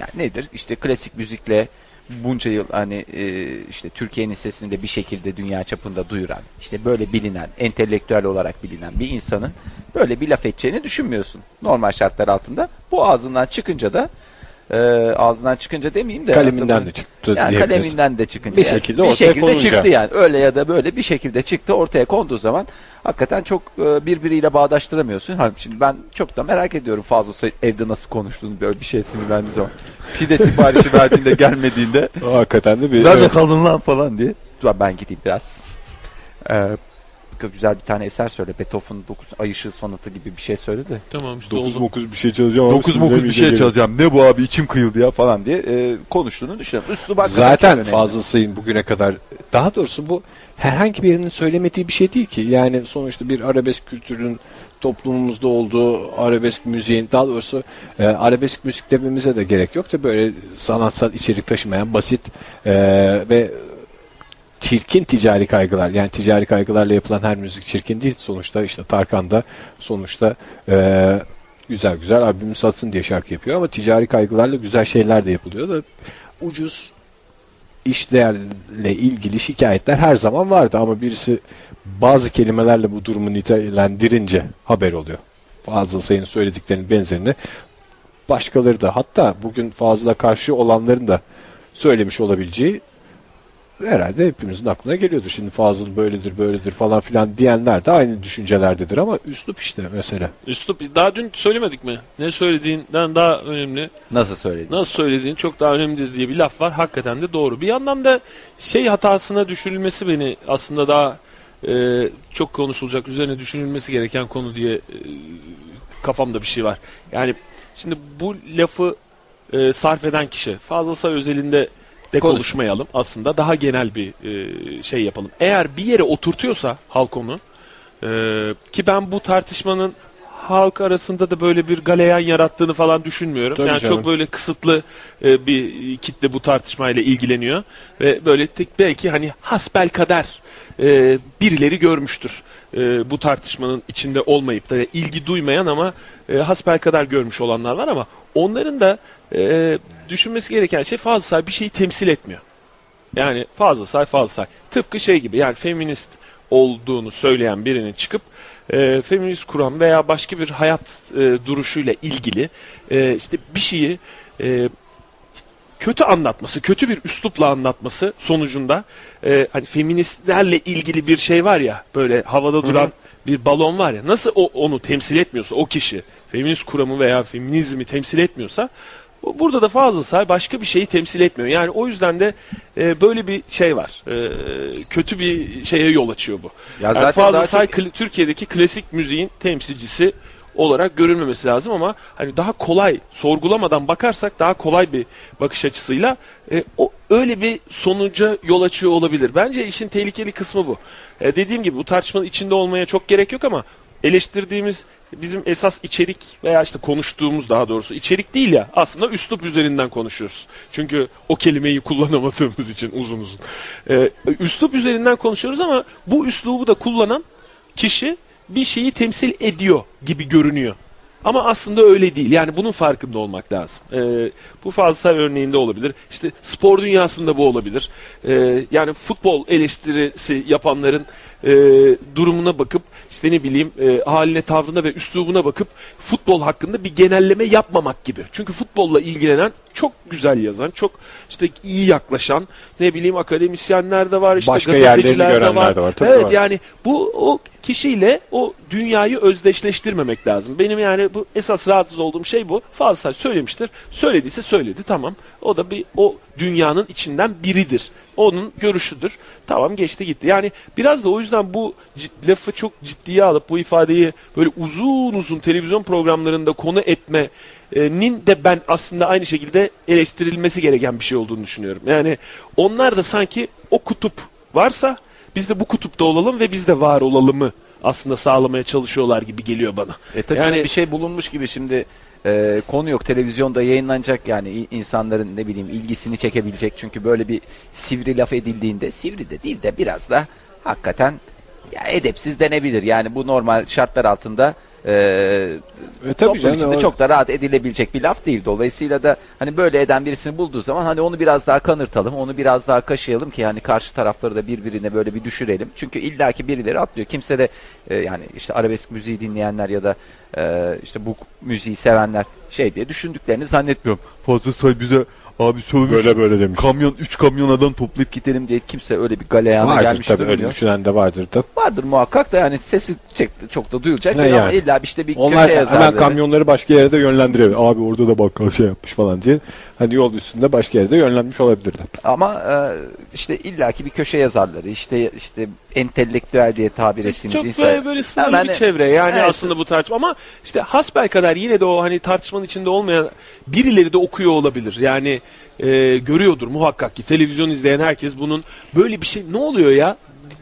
S3: Yani nedir? İşte klasik müzikle bunca yıl hani e, işte Türkiye'nin sesini de bir şekilde dünya çapında duyuran, işte böyle bilinen, entelektüel olarak bilinen bir insanın böyle bir laf edeceğini düşünmüyorsun. Normal şartlar altında. Bu ağzından çıkınca da e, ağzından çıkınca demeyeyim de
S1: Kaleminden
S3: aslında-
S1: de çıktı
S3: yani
S1: diyebiliriz.
S3: kaleminden de çıkınca.
S1: Bir
S3: yani.
S1: şekilde
S3: bir
S1: ortaya
S3: şekilde
S1: konunca.
S3: çıktı yani. Öyle ya da böyle bir şekilde çıktı ortaya konduğu zaman hakikaten çok e, birbiriyle bağdaştıramıyorsun. Hani şimdi ben çok da merak ediyorum Fazıl Say- evde nasıl konuştuğunu böyle bir şey sinirlendiği zaman. Pide siparişi verdiğinde gelmediğinde
S1: Hakikaten de bir
S3: nerede
S1: evet,
S3: kaldın lan falan diye. Ulan ben gideyim biraz. Ee, çok güzel bir tane eser söyle. Beethoven 9 Ay Işığı Sonatı gibi bir şey söyle de.
S2: tamam işte o
S6: Dokuz
S2: zaman-
S6: mokuz bir şey çalacağım. ama
S3: 9 9 bir
S6: sinirlenince
S3: şey
S6: geliyor.
S3: çalacağım. Ne bu abi içim kıyıldı ya falan diye e, konuştuğunu düşünüyorum. Üstü bak
S1: Zaten Fazıl Say'ın bugüne kadar daha doğrusu bu herhangi birinin söylemediği bir şey değil ki. Yani sonuçta bir arabesk kültürün toplumumuzda olduğu arabesk müziğin daha doğrusu e, arabesk müzik dememize de gerek yok da böyle sanatsal içerik taşımayan basit e, ve çirkin ticari kaygılar yani ticari kaygılarla yapılan her müzik çirkin değil sonuçta işte Tarkan da sonuçta e, güzel güzel albümü satsın diye şarkı yapıyor ama ticari kaygılarla güzel şeyler de yapılıyor da ucuz işlerle ilgili şikayetler her zaman vardı ama birisi bazı kelimelerle bu durumu nitelendirince haber oluyor. Fazıl Say'ın söylediklerinin benzerini başkaları da hatta bugün Fazıl'a karşı olanların da söylemiş olabileceği herhalde hepimizin aklına geliyordur. Şimdi Fazıl böyledir böyledir falan filan diyenler de aynı düşüncelerdedir ama üslup işte mesela.
S2: üslup E, daha dün söylemedik mi? Ne söylediğinden daha önemli.
S3: Nasıl söyledin?
S2: Nasıl söylediğin çok daha önemlidir diye bir laf var. Hakikaten de doğru. Bir yandan da şey hatasına düşürülmesi beni aslında daha e, çok konuşulacak, üzerine düşünülmesi gereken konu diye e, kafamda bir şey var. Yani şimdi bu lafı e, sarf eden kişi Fazıl Say özelinde de
S3: Konuş.
S2: konuşmayalım aslında. Daha genel bir e, şey yapalım. Eğer bir yere oturtuyorsa halk onu e, ki ben bu tartışmanın halk arasında da böyle bir galeyan yarattığını falan düşünmüyorum.
S1: Tabii
S2: yani
S1: canım.
S2: çok böyle kısıtlı e, bir kitle bu tartışmayla ilgileniyor ve böyle tek belki hani hasbel kader e, birileri görmüştür. E, bu tartışmanın içinde olmayıp da ilgi duymayan ama e, hasbel kadar görmüş olanlar var ama onların da e, düşünmesi gereken şey fazla say bir şeyi temsil etmiyor. Yani fazla say fazla say. Tıpkı şey gibi yani feminist olduğunu söyleyen birinin çıkıp e, feminist kuram veya başka bir hayat e, duruşuyla ilgili e, işte bir şeyi e, kötü anlatması, kötü bir üslupla anlatması sonucunda e, hani feministlerle ilgili bir şey var ya böyle havada duran bir balon var ya nasıl o onu temsil etmiyorsa o kişi feminist kuramı veya feminizmi temsil etmiyorsa bu- burada da fazla say başka bir şeyi temsil etmiyor. Yani o yüzden de e, böyle bir şey var. E, kötü bir şeye yol açıyor bu.
S3: Ya
S2: Yani
S3: zaten
S2: Fazıl
S3: daha
S2: Say
S3: çok-
S2: kli- Türkiye'deki klasik müziğin temsilcisi olarak görülmemesi lazım ama hani daha kolay sorgulamadan bakarsak daha kolay bir bakış açısıyla e, o öyle bir sonuca yol açıyor olabilir. Bence işin tehlikeli kısmı bu. E, dediğim gibi bu tartışmanın içinde olmaya çok gerek yok ama eleştirdiğimiz bizim esas içerik veya işte konuştuğumuz daha doğrusu içerik değil ya aslında üslup üzerinden konuşuyoruz. Çünkü o kelimeyi kullanamadığımız için uzun uzun. E, üslup üzerinden konuşuyoruz ama bu üslubu da kullanan kişi bir şeyi temsil ediyor gibi görünüyor. Ama aslında öyle değil. Yani bunun farkında olmak lazım. Ee, bu fazla örneğinde olabilir. İşte spor dünyasında bu olabilir. Ee, yani futbol eleştirisi yapanların e, durumuna bakıp işte ne bileyim e, haline tavrına ve üslubuna bakıp futbol hakkında bir genelleme yapmamak gibi. Çünkü futbolla ilgilenen çok güzel yazan, çok işte iyi yaklaşan ne bileyim akademisyenler de var işte
S1: Başka
S2: gazeteciler
S1: yerlerini
S2: de
S1: görenler
S2: var.
S1: de var, tabii
S2: Evet
S1: var.
S2: yani bu o kişiyle o dünyayı özdeşleştirmemek lazım. Benim yani bu esas rahatsız olduğum şey bu. Falsay söylemiştir. Söylediyse söyledi tamam. O da bir o dünyanın içinden biridir. Onun görüşüdür. Tamam geçti gitti. Yani biraz da o yüzden bu cid- lafı çok ciddiye alıp bu ifadeyi böyle uzun uzun televizyon programlarında konu etmenin de ben aslında aynı şekilde eleştirilmesi gereken bir şey olduğunu düşünüyorum. Yani onlar da sanki o kutup varsa biz de bu kutupta olalım ve biz de var olalımı aslında sağlamaya çalışıyorlar gibi geliyor bana.
S3: E tabii
S2: Yani-
S3: bir şey bulunmuş gibi şimdi e, konu yok televizyonda yayınlanacak yani i- insanların ne bileyim ilgisini çekebilecek çünkü böyle bir sivri laf edildiğinde sivri de değil de biraz da hakikaten ya edepsiz denebilir. Yani bu normal şartlar altında e,
S1: E, tabii
S3: toplum
S1: canım,
S3: içinde
S1: o-
S3: çok da rahat edilebilecek bir laf değil. Dolayısıyla da hani böyle eden birisini bulduğu zaman hani onu biraz daha kanırtalım, onu biraz daha kaşıyalım ki hani karşı tarafları da birbirine böyle bir düşürelim. Çünkü illaki birileri atlıyor. Kimse de e, yani işte arabesk müziği dinleyenler ya da e, işte bu müziği sevenler şey diye düşündüklerini zannetmiyorum.
S6: Fazla say bize abi sövmüş.
S1: Böyle böyle demiş.
S6: Kamyon 3 kamyon adam toplayıp
S3: Lık gidelim diye kimse öyle bir galeyana
S1: Vardır
S3: gelmiş
S1: tabii öyle
S3: durmuyor.
S1: düşünen de vardır da.
S3: Vardır muhakkak da yani sesi çek- çok da duyulacak
S1: Ne
S3: değil ama
S1: yani?
S3: illa işte bir
S1: Onlar
S3: köşe yazar.
S1: hemen
S3: dedi.
S1: kamyonları başka yere de yönlendiriyor. Abi orada da bakkal şey yapmış falan diye. Hani yol üstünde başka yere de yönlenmiş olabilirler.
S3: Ama e, işte illaki bir köşe yazarları, işte işte entelektüel diye tabir ettiğimiz
S2: çok
S3: insan.
S2: böyle, böyle sınırlı
S3: Hemen-
S2: bir çevre yani
S3: Evet.
S2: aslında bu tartışma ama işte hasbel kadar yine de o hani tartışmanın içinde olmayan birileri de okuyor olabilir. Yani e, görüyordur muhakkak ki televizyon izleyen herkes bunun böyle bir şey ne oluyor ya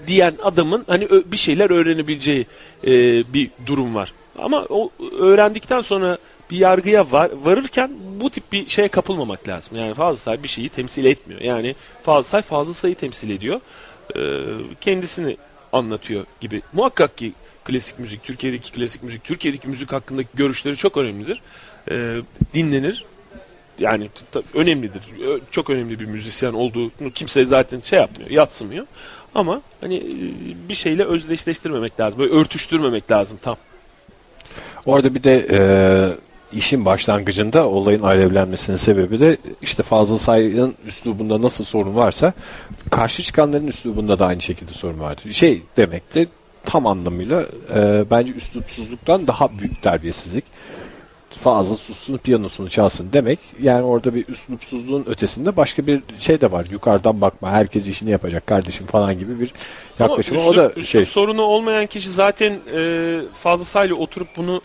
S2: diyen adamın hani ö- bir şeyler öğrenebileceği e, bir durum var. Ama o öğrendikten sonra bir yargıya var, varırken bu tip bir şeye kapılmamak lazım. Yani fazla say bir şeyi temsil etmiyor. Yani fazla say fazla sayı temsil ediyor. E, kendisini anlatıyor gibi. Muhakkak ki klasik müzik, Türkiye'deki klasik müzik, Türkiye'deki müzik hakkındaki görüşleri çok önemlidir. Ee, dinlenir. Yani t- tabii önemlidir. Ö- Çok önemli bir müzisyen olduğunu kimse zaten şey yapmıyor, yatsımıyor. Ama hani e, bir şeyle özdeşleştirmemek lazım. Böyle örtüştürmemek lazım tam.
S1: Orada bir de e, işin başlangıcında olayın alevlenmesinin sebebi de işte Fazıl Say'ın üslubunda nasıl sorun varsa karşı çıkanların üslubunda da aynı şekilde sorun vardı. Şey demekti tam anlamıyla e, bence üslupsuzluktan daha büyük terbiyesizlik. Fazıl sussun piyanosunu çalsın demek. Yani orada bir üslupsuzluğun ötesinde başka bir şey de var. Yukarıdan bakma herkes işini yapacak kardeşim falan gibi bir yaklaşım.
S2: Ama
S1: o da
S2: üslup
S1: şey.
S2: sorunu olmayan kişi zaten e, fazla sayla oturup bunu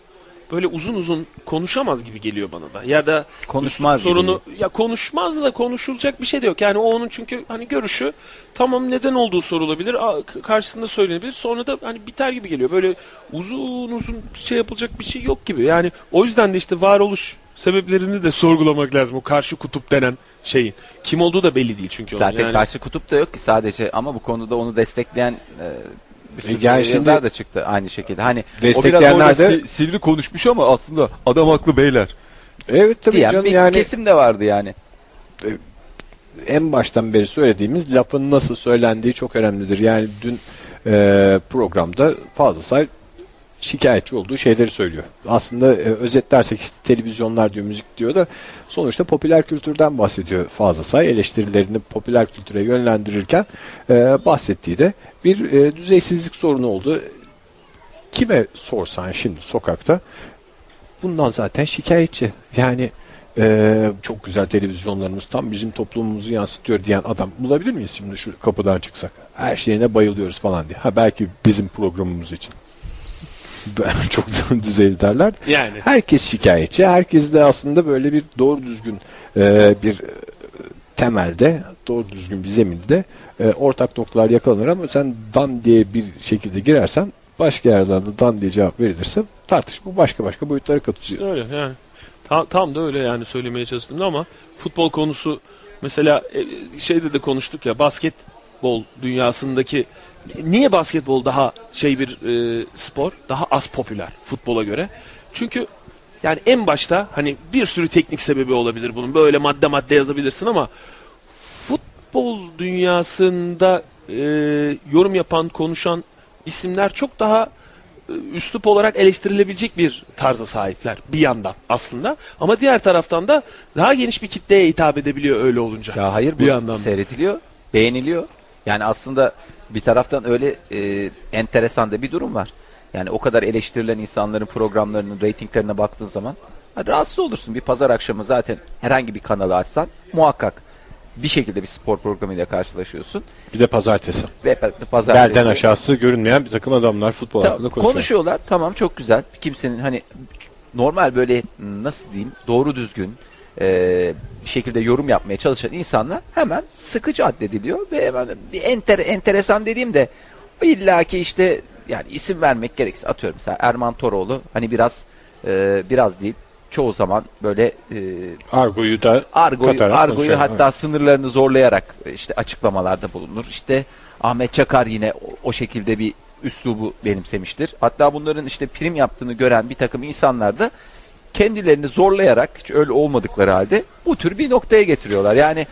S2: böyle uzun uzun konuşamaz gibi geliyor bana da. Ya da
S3: Konuşmaz gibi.
S2: sorunu ya konuşmaz da konuşulacak bir şey de yok. Yani o onun çünkü hani görüşü tamam neden olduğu sorulabilir. a- k- Karşısında söylenebilir. Sonra da hani biter gibi geliyor. Böyle uzun uzun şey yapılacak bir şey yok gibi. Yani o yüzden de işte varoluş sebeplerini de sorgulamak lazım. O karşı kutup denen şeyin. Kim olduğu da belli değil çünkü. onun.
S3: Zaten
S2: yani.
S3: karşı kutup da yok ki sadece ama bu konuda onu destekleyen e, bir sürü
S1: Yani şimdi-
S3: yazar da çıktı aynı şekilde. Hani
S6: o biraz
S1: Destekleyenler
S6: orada
S1: de
S6: si- sivri konuşmuş ama aslında adam haklı beyler.
S1: evet tabii
S3: diyen
S1: canım
S3: bir
S1: yani
S3: kesim de vardı yani.
S1: en baştan beri söylediğimiz lafın nasıl söylendiği çok önemlidir. Yani dün e, programda fazla say şikayetçi olduğu şeyleri söylüyor. Aslında e, özetlersek işte televizyonlar diyor, müzik diyor da sonuçta popüler kültürden bahsediyor fazla say. Eleştirilerini popüler kültüre yönlendirirken e, bahsettiği de bir e, düzeysizlik sorunu oldu. Kime sorsan şimdi sokakta bundan zaten şikayetçi. Yani ee, çok güzel televizyonlarımız tam bizim toplumumuzu yansıtıyor diyen adam bulabilir miyiz şimdi şu kapıdan çıksak? Her şeyine bayılıyoruz falan diye. Ha belki bizim programımız için. Ben çok düzeyli derler.
S2: Yani.
S1: Herkes şikayetçi. Herkes de aslında böyle bir doğru düzgün e, bir e, temelde, doğru düzgün bir zeminde e, ortak noktalar yakalanır ama sen dan diye bir şekilde girersen başka yerden de dan diye cevap verilirse tartışma başka başka boyutlara katılıyor.
S2: İşte öyle yani. Tam, tam da öyle yani söylemeye çalıştım da ama futbol konusu mesela e, şeyde de konuştuk ya basketbol dünyasındaki niye basketbol daha şey bir e, spor daha az popüler futbola göre? Çünkü yani en başta hani bir sürü teknik sebebi olabilir bunun. Böyle madde madde yazabilirsin ama futbol dünyasında e, yorum yapan, konuşan isimler çok daha e, üslup olarak eleştirilebilecek bir tarza sahipler bir yandan aslında. Ama diğer taraftan da daha geniş bir kitleye hitap edebiliyor öyle olunca.
S3: Ya hayır bu
S2: Bir yandan da.
S3: seyrediliyor, beğeniliyor. Yani aslında bir taraftan öyle e, enteresan da bir durum var. Yani o kadar eleştirilen insanların programlarının reytinglerine baktığın zaman ha, rahatsız olursun. Bir pazar akşamı zaten herhangi bir kanalı açsan muhakkak bir şekilde bir spor programıyla karşılaşıyorsun.
S1: Bir de pazartesi.
S3: Ve pa- pazartesi
S1: Belden aşağısı görünmeyen bir takım adamlar futbol
S3: Ta-
S1: hakkında konuşuyor.
S3: konuşuyorlar. Tamam çok güzel. Kimsenin hani normal böyle nasıl diyeyim doğru düzgün e, bir şekilde yorum yapmaya çalışan insanlar hemen sıkıcı addediliyor ve hemen bir enter, enteresan dediğim de illa ki işte yani isim vermek gerekirse atıyorum mesela Erman Toroğlu hani biraz e, biraz değil çoğu zaman böyle e,
S1: Argo'yu da
S3: Argo'yu,
S1: katarak
S3: Argo'yu
S1: konuşuyor.
S3: hatta sınırlarını zorlayarak işte açıklamalarda bulunur. İşte Ahmet Çakar yine o, o şekilde bir üslubu benimsemiştir. Hatta bunların işte prim yaptığını gören bir takım insanlar da kendilerini zorlayarak hiç öyle olmadıkları halde bu tür bir noktaya getiriyorlar. Yani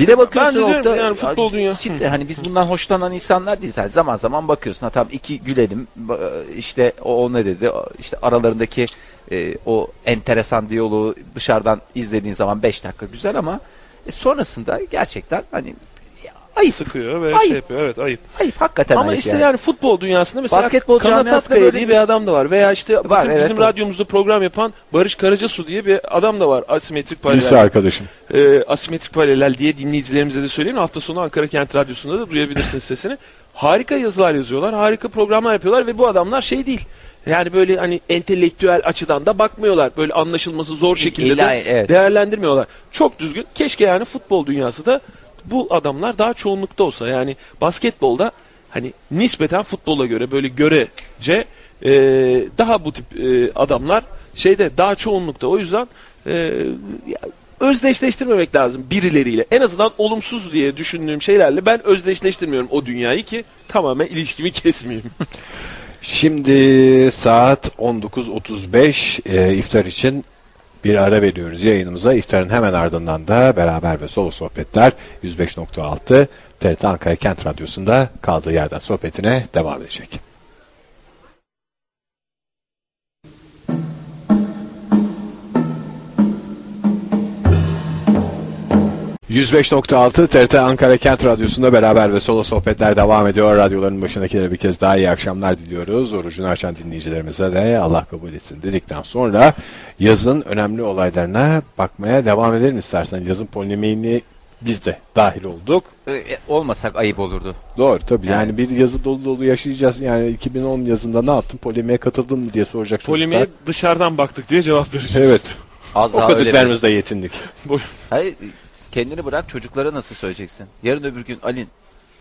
S3: bir de bakıyorsun
S2: ben de diyorum
S3: orada-
S2: yani futbol
S3: Ya,
S2: dünya.
S3: cidden hani biz bundan hoşlanan insanlar değiliz. Hani zaman zaman bakıyorsun. Ha tamam iki gülelim. Ba- işte o, o ne dedi? O- işte aralarındaki e, o enteresan diyaloğu dışarıdan izlediğin zaman 5 dakika güzel ama e, sonrasında gerçekten hani ya, ayıp.
S2: sıkıyor ve
S3: Ayıp.
S2: şey yapıyor. Evet ayıp.
S3: Ayıp hakikaten
S2: Ama
S3: ayıp
S2: işte yani. futbol dünyasında mesela
S3: Basketbol
S2: Kanat
S3: camiasında
S2: Atkaya
S3: böyle
S2: diye
S3: bir-
S2: bir adam da var. Veya işte
S3: Var,
S2: bizim,
S3: evet,
S2: bizim
S3: doğru.
S2: radyomuzda program yapan Barış Karacasu diye bir adam da var. Asimetrik
S1: Lise
S2: paralel.
S1: arkadaşım.
S2: Ee, asimetrik paralel diye dinleyicilerimize de söyleyeyim. Hafta sonu Ankara Kent Radyosu'nda da duyabilirsiniz sesini. Harika yazılar yazıyorlar. Harika programlar yapıyorlar ve bu adamlar şey değil. Yani böyle hani entelektüel açıdan da bakmıyorlar. Böyle anlaşılması zor şekilde
S3: İlla-
S2: de
S3: evet.
S2: değerlendirmiyorlar. Çok düzgün. Keşke yani futbol dünyası da bu adamlar daha çoğunlukta olsa. Yani basketbolda hani nispeten futbola göre böyle görece e, daha bu tip e, adamlar şeyde daha çoğunlukta. O yüzden e, ya, özdeşleştirmemek lazım birileriyle. En azından olumsuz diye düşündüğüm şeylerle ben özdeşleştirmiyorum o dünyayı ki tamamen ilişkimi kesmeyeyim.
S1: Şimdi saat 19.35 e, iftar için bir ara veriyoruz yayınımıza. İftarın hemen ardından da beraber ve solo sohbetler 105.6 TRT Ankara Kent Radyosu'nda kaldığı yerden sohbetine devam edecek. ...105.6 TRT Ankara Kent Radyosu'nda beraber ve solo sohbetler devam ediyor. Radyoların başındakilere bir kez daha iyi akşamlar diliyoruz. Orucunu açan dinleyicilerimize de Allah kabul etsin dedikten sonra... ...yazın önemli olaylarına bakmaya devam edelim istersen. Yazın polemiğini biz de dahil olduk.
S3: E, olmasak ayıp olurdu.
S1: Doğru tabii yani,
S3: Yani.
S1: bir yazı dolu dolu yaşayacağız. Yani 2010 yazında ne yaptın? Polemiğe katıldın mı diye soracak
S2: Polemiğe
S1: çocuklar.
S2: dışarıdan baktık diye cevap vereceğiz.
S1: Evet.
S3: Az
S1: O
S3: daha öyle. bir-
S1: kadıklarımızla yetindik.
S3: Hayır, kendini bırak çocuklara nasıl söyleyeceksin? Yarın öbür gün Alin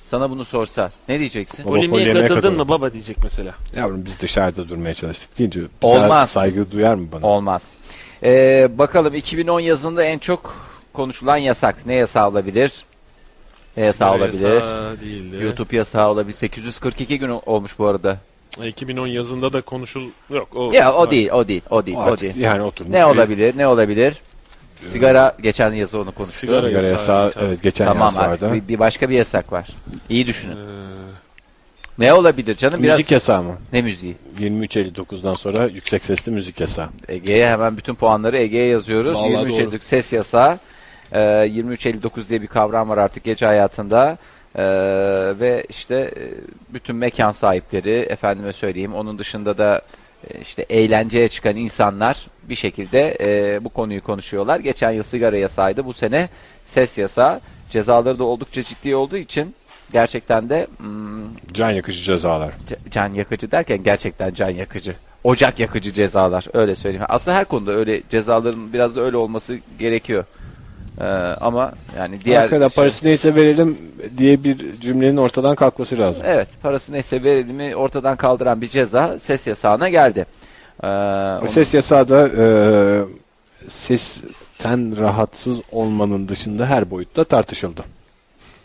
S3: sana bunu sorsa ne diyeceksin?
S1: Ama polemiğe katıldın.
S2: baba diyecek mesela.
S1: Yavrum biz dışarıda durmaya çalıştık deyince bir
S3: Olmaz.
S1: daha saygı duyar mı bana?
S3: Olmaz. Ee, bakalım 2010 yazında en çok konuşulan yasak. Ne yasağı olabilir? Ne yasağı olabilir?
S2: değildi.
S3: YouTube yasağı olabilir. 842 gün olmuş bu arada.
S2: 2010 yazında da konuşul... Yok o...
S3: Ya o değil, o değil, o değil,
S1: O
S3: o
S1: artık
S3: değil.
S1: yani oturmuş.
S3: Ne olabilir? Ne olabilir? Sigara geçen yazı onu konuştuk.
S2: Sigara
S1: Sigara
S2: yasağı,
S1: yasağı,
S2: geçen-
S1: evet geçen
S3: Tamam
S1: yasağı
S3: artık
S1: da.
S3: bir, bir başka bir yasak var. İyi
S2: Ee,
S3: düşünün. Ne olabilir canım? Biraz
S1: Müzik yasağı mı?
S3: ne müziği?
S1: 23.59'dan sonra yüksek sesli müzik yasağı.
S3: Ege'ye hemen bütün puanları Ege'ye yazıyoruz.
S2: Vallahi
S3: 23
S2: doğru.
S3: Eylül ses yasağı. Ee, 23.59 diye bir kavram var artık gece hayatında. Ee, ve işte e, bütün mekan sahipleri efendime söyleyeyim onun dışında da e, işte eğlenceye çıkan insanlar bir şekilde e, bu konuyu konuşuyorlar. Geçen yıl sigara yasaydı. Bu sene ses yasağı. Cezaları da oldukça ciddi olduğu için gerçekten de hmm,
S1: Can yakıcı cezalar.
S3: C- can yakıcı derken gerçekten can yakıcı. Ocak yakıcı cezalar öyle söyleyeyim. Aslında her konuda öyle cezaların biraz da öyle olması gerekiyor. Ee, ama yani diğer şey.
S1: Arkada parası neyse verelim diye bir cümlenin ortadan kalkması lazım.
S3: Evet, parası neyse verilimi ortadan kaldıran bir ceza ses yasağına geldi. Ee, onun-
S1: Ses yasağı da e, sesten rahatsız olmanın dışında her boyutta tartışıldı.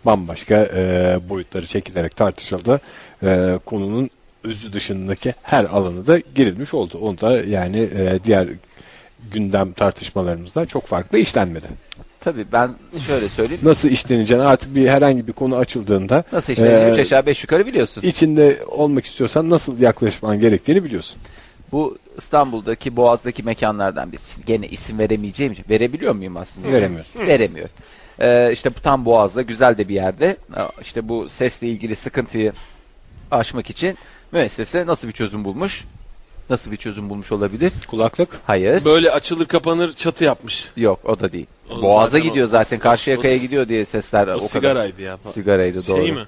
S1: Bambaşka e, boyutları çekilerek tartışıldı. E, konunun özü dışındaki her alanı da girilmiş oldu. Onu da yani e, diğer gündem tartışmalarımızdan çok farklı işlenmedi.
S3: Tabii ben şöyle söyleyeyim.
S1: Nasıl işleneceğini artık bir herhangi bir konu açıldığında
S3: Nasıl şey- işte
S1: Ee,
S3: 3 aşağı 5 yukarı biliyorsun.
S1: içinde olmak istiyorsan nasıl yaklaşman gerektiğini biliyorsun.
S3: Bu İstanbul'daki Boğaz'daki mekanlardan birisi. Gene isim veremeyeceğim için. Verebiliyor muyum aslında?
S1: Veremiyorsun.
S3: Veremiyorum. Ee, işte bu tam Boğaz'da güzel de bir yerde. Ee, İşte bu sesle ilgili sıkıntıyı aşmak için müessese nasıl bir çözüm bulmuş? Nasıl bir çözüm bulmuş olabilir?
S1: Kulaklık.
S3: Hayır.
S2: Böyle açılır kapanır çatı yapmış.
S3: Yok o da değil.
S2: O
S3: Boğaz'a
S2: zaten o-
S3: gidiyor zaten.
S2: o-
S3: Karşıyaka'ya
S2: o-
S3: gidiyor diye sesler
S2: O,
S3: o, kadar.
S2: sigaraydı ya.
S3: Sigaraydı doğru.
S2: Şey mi?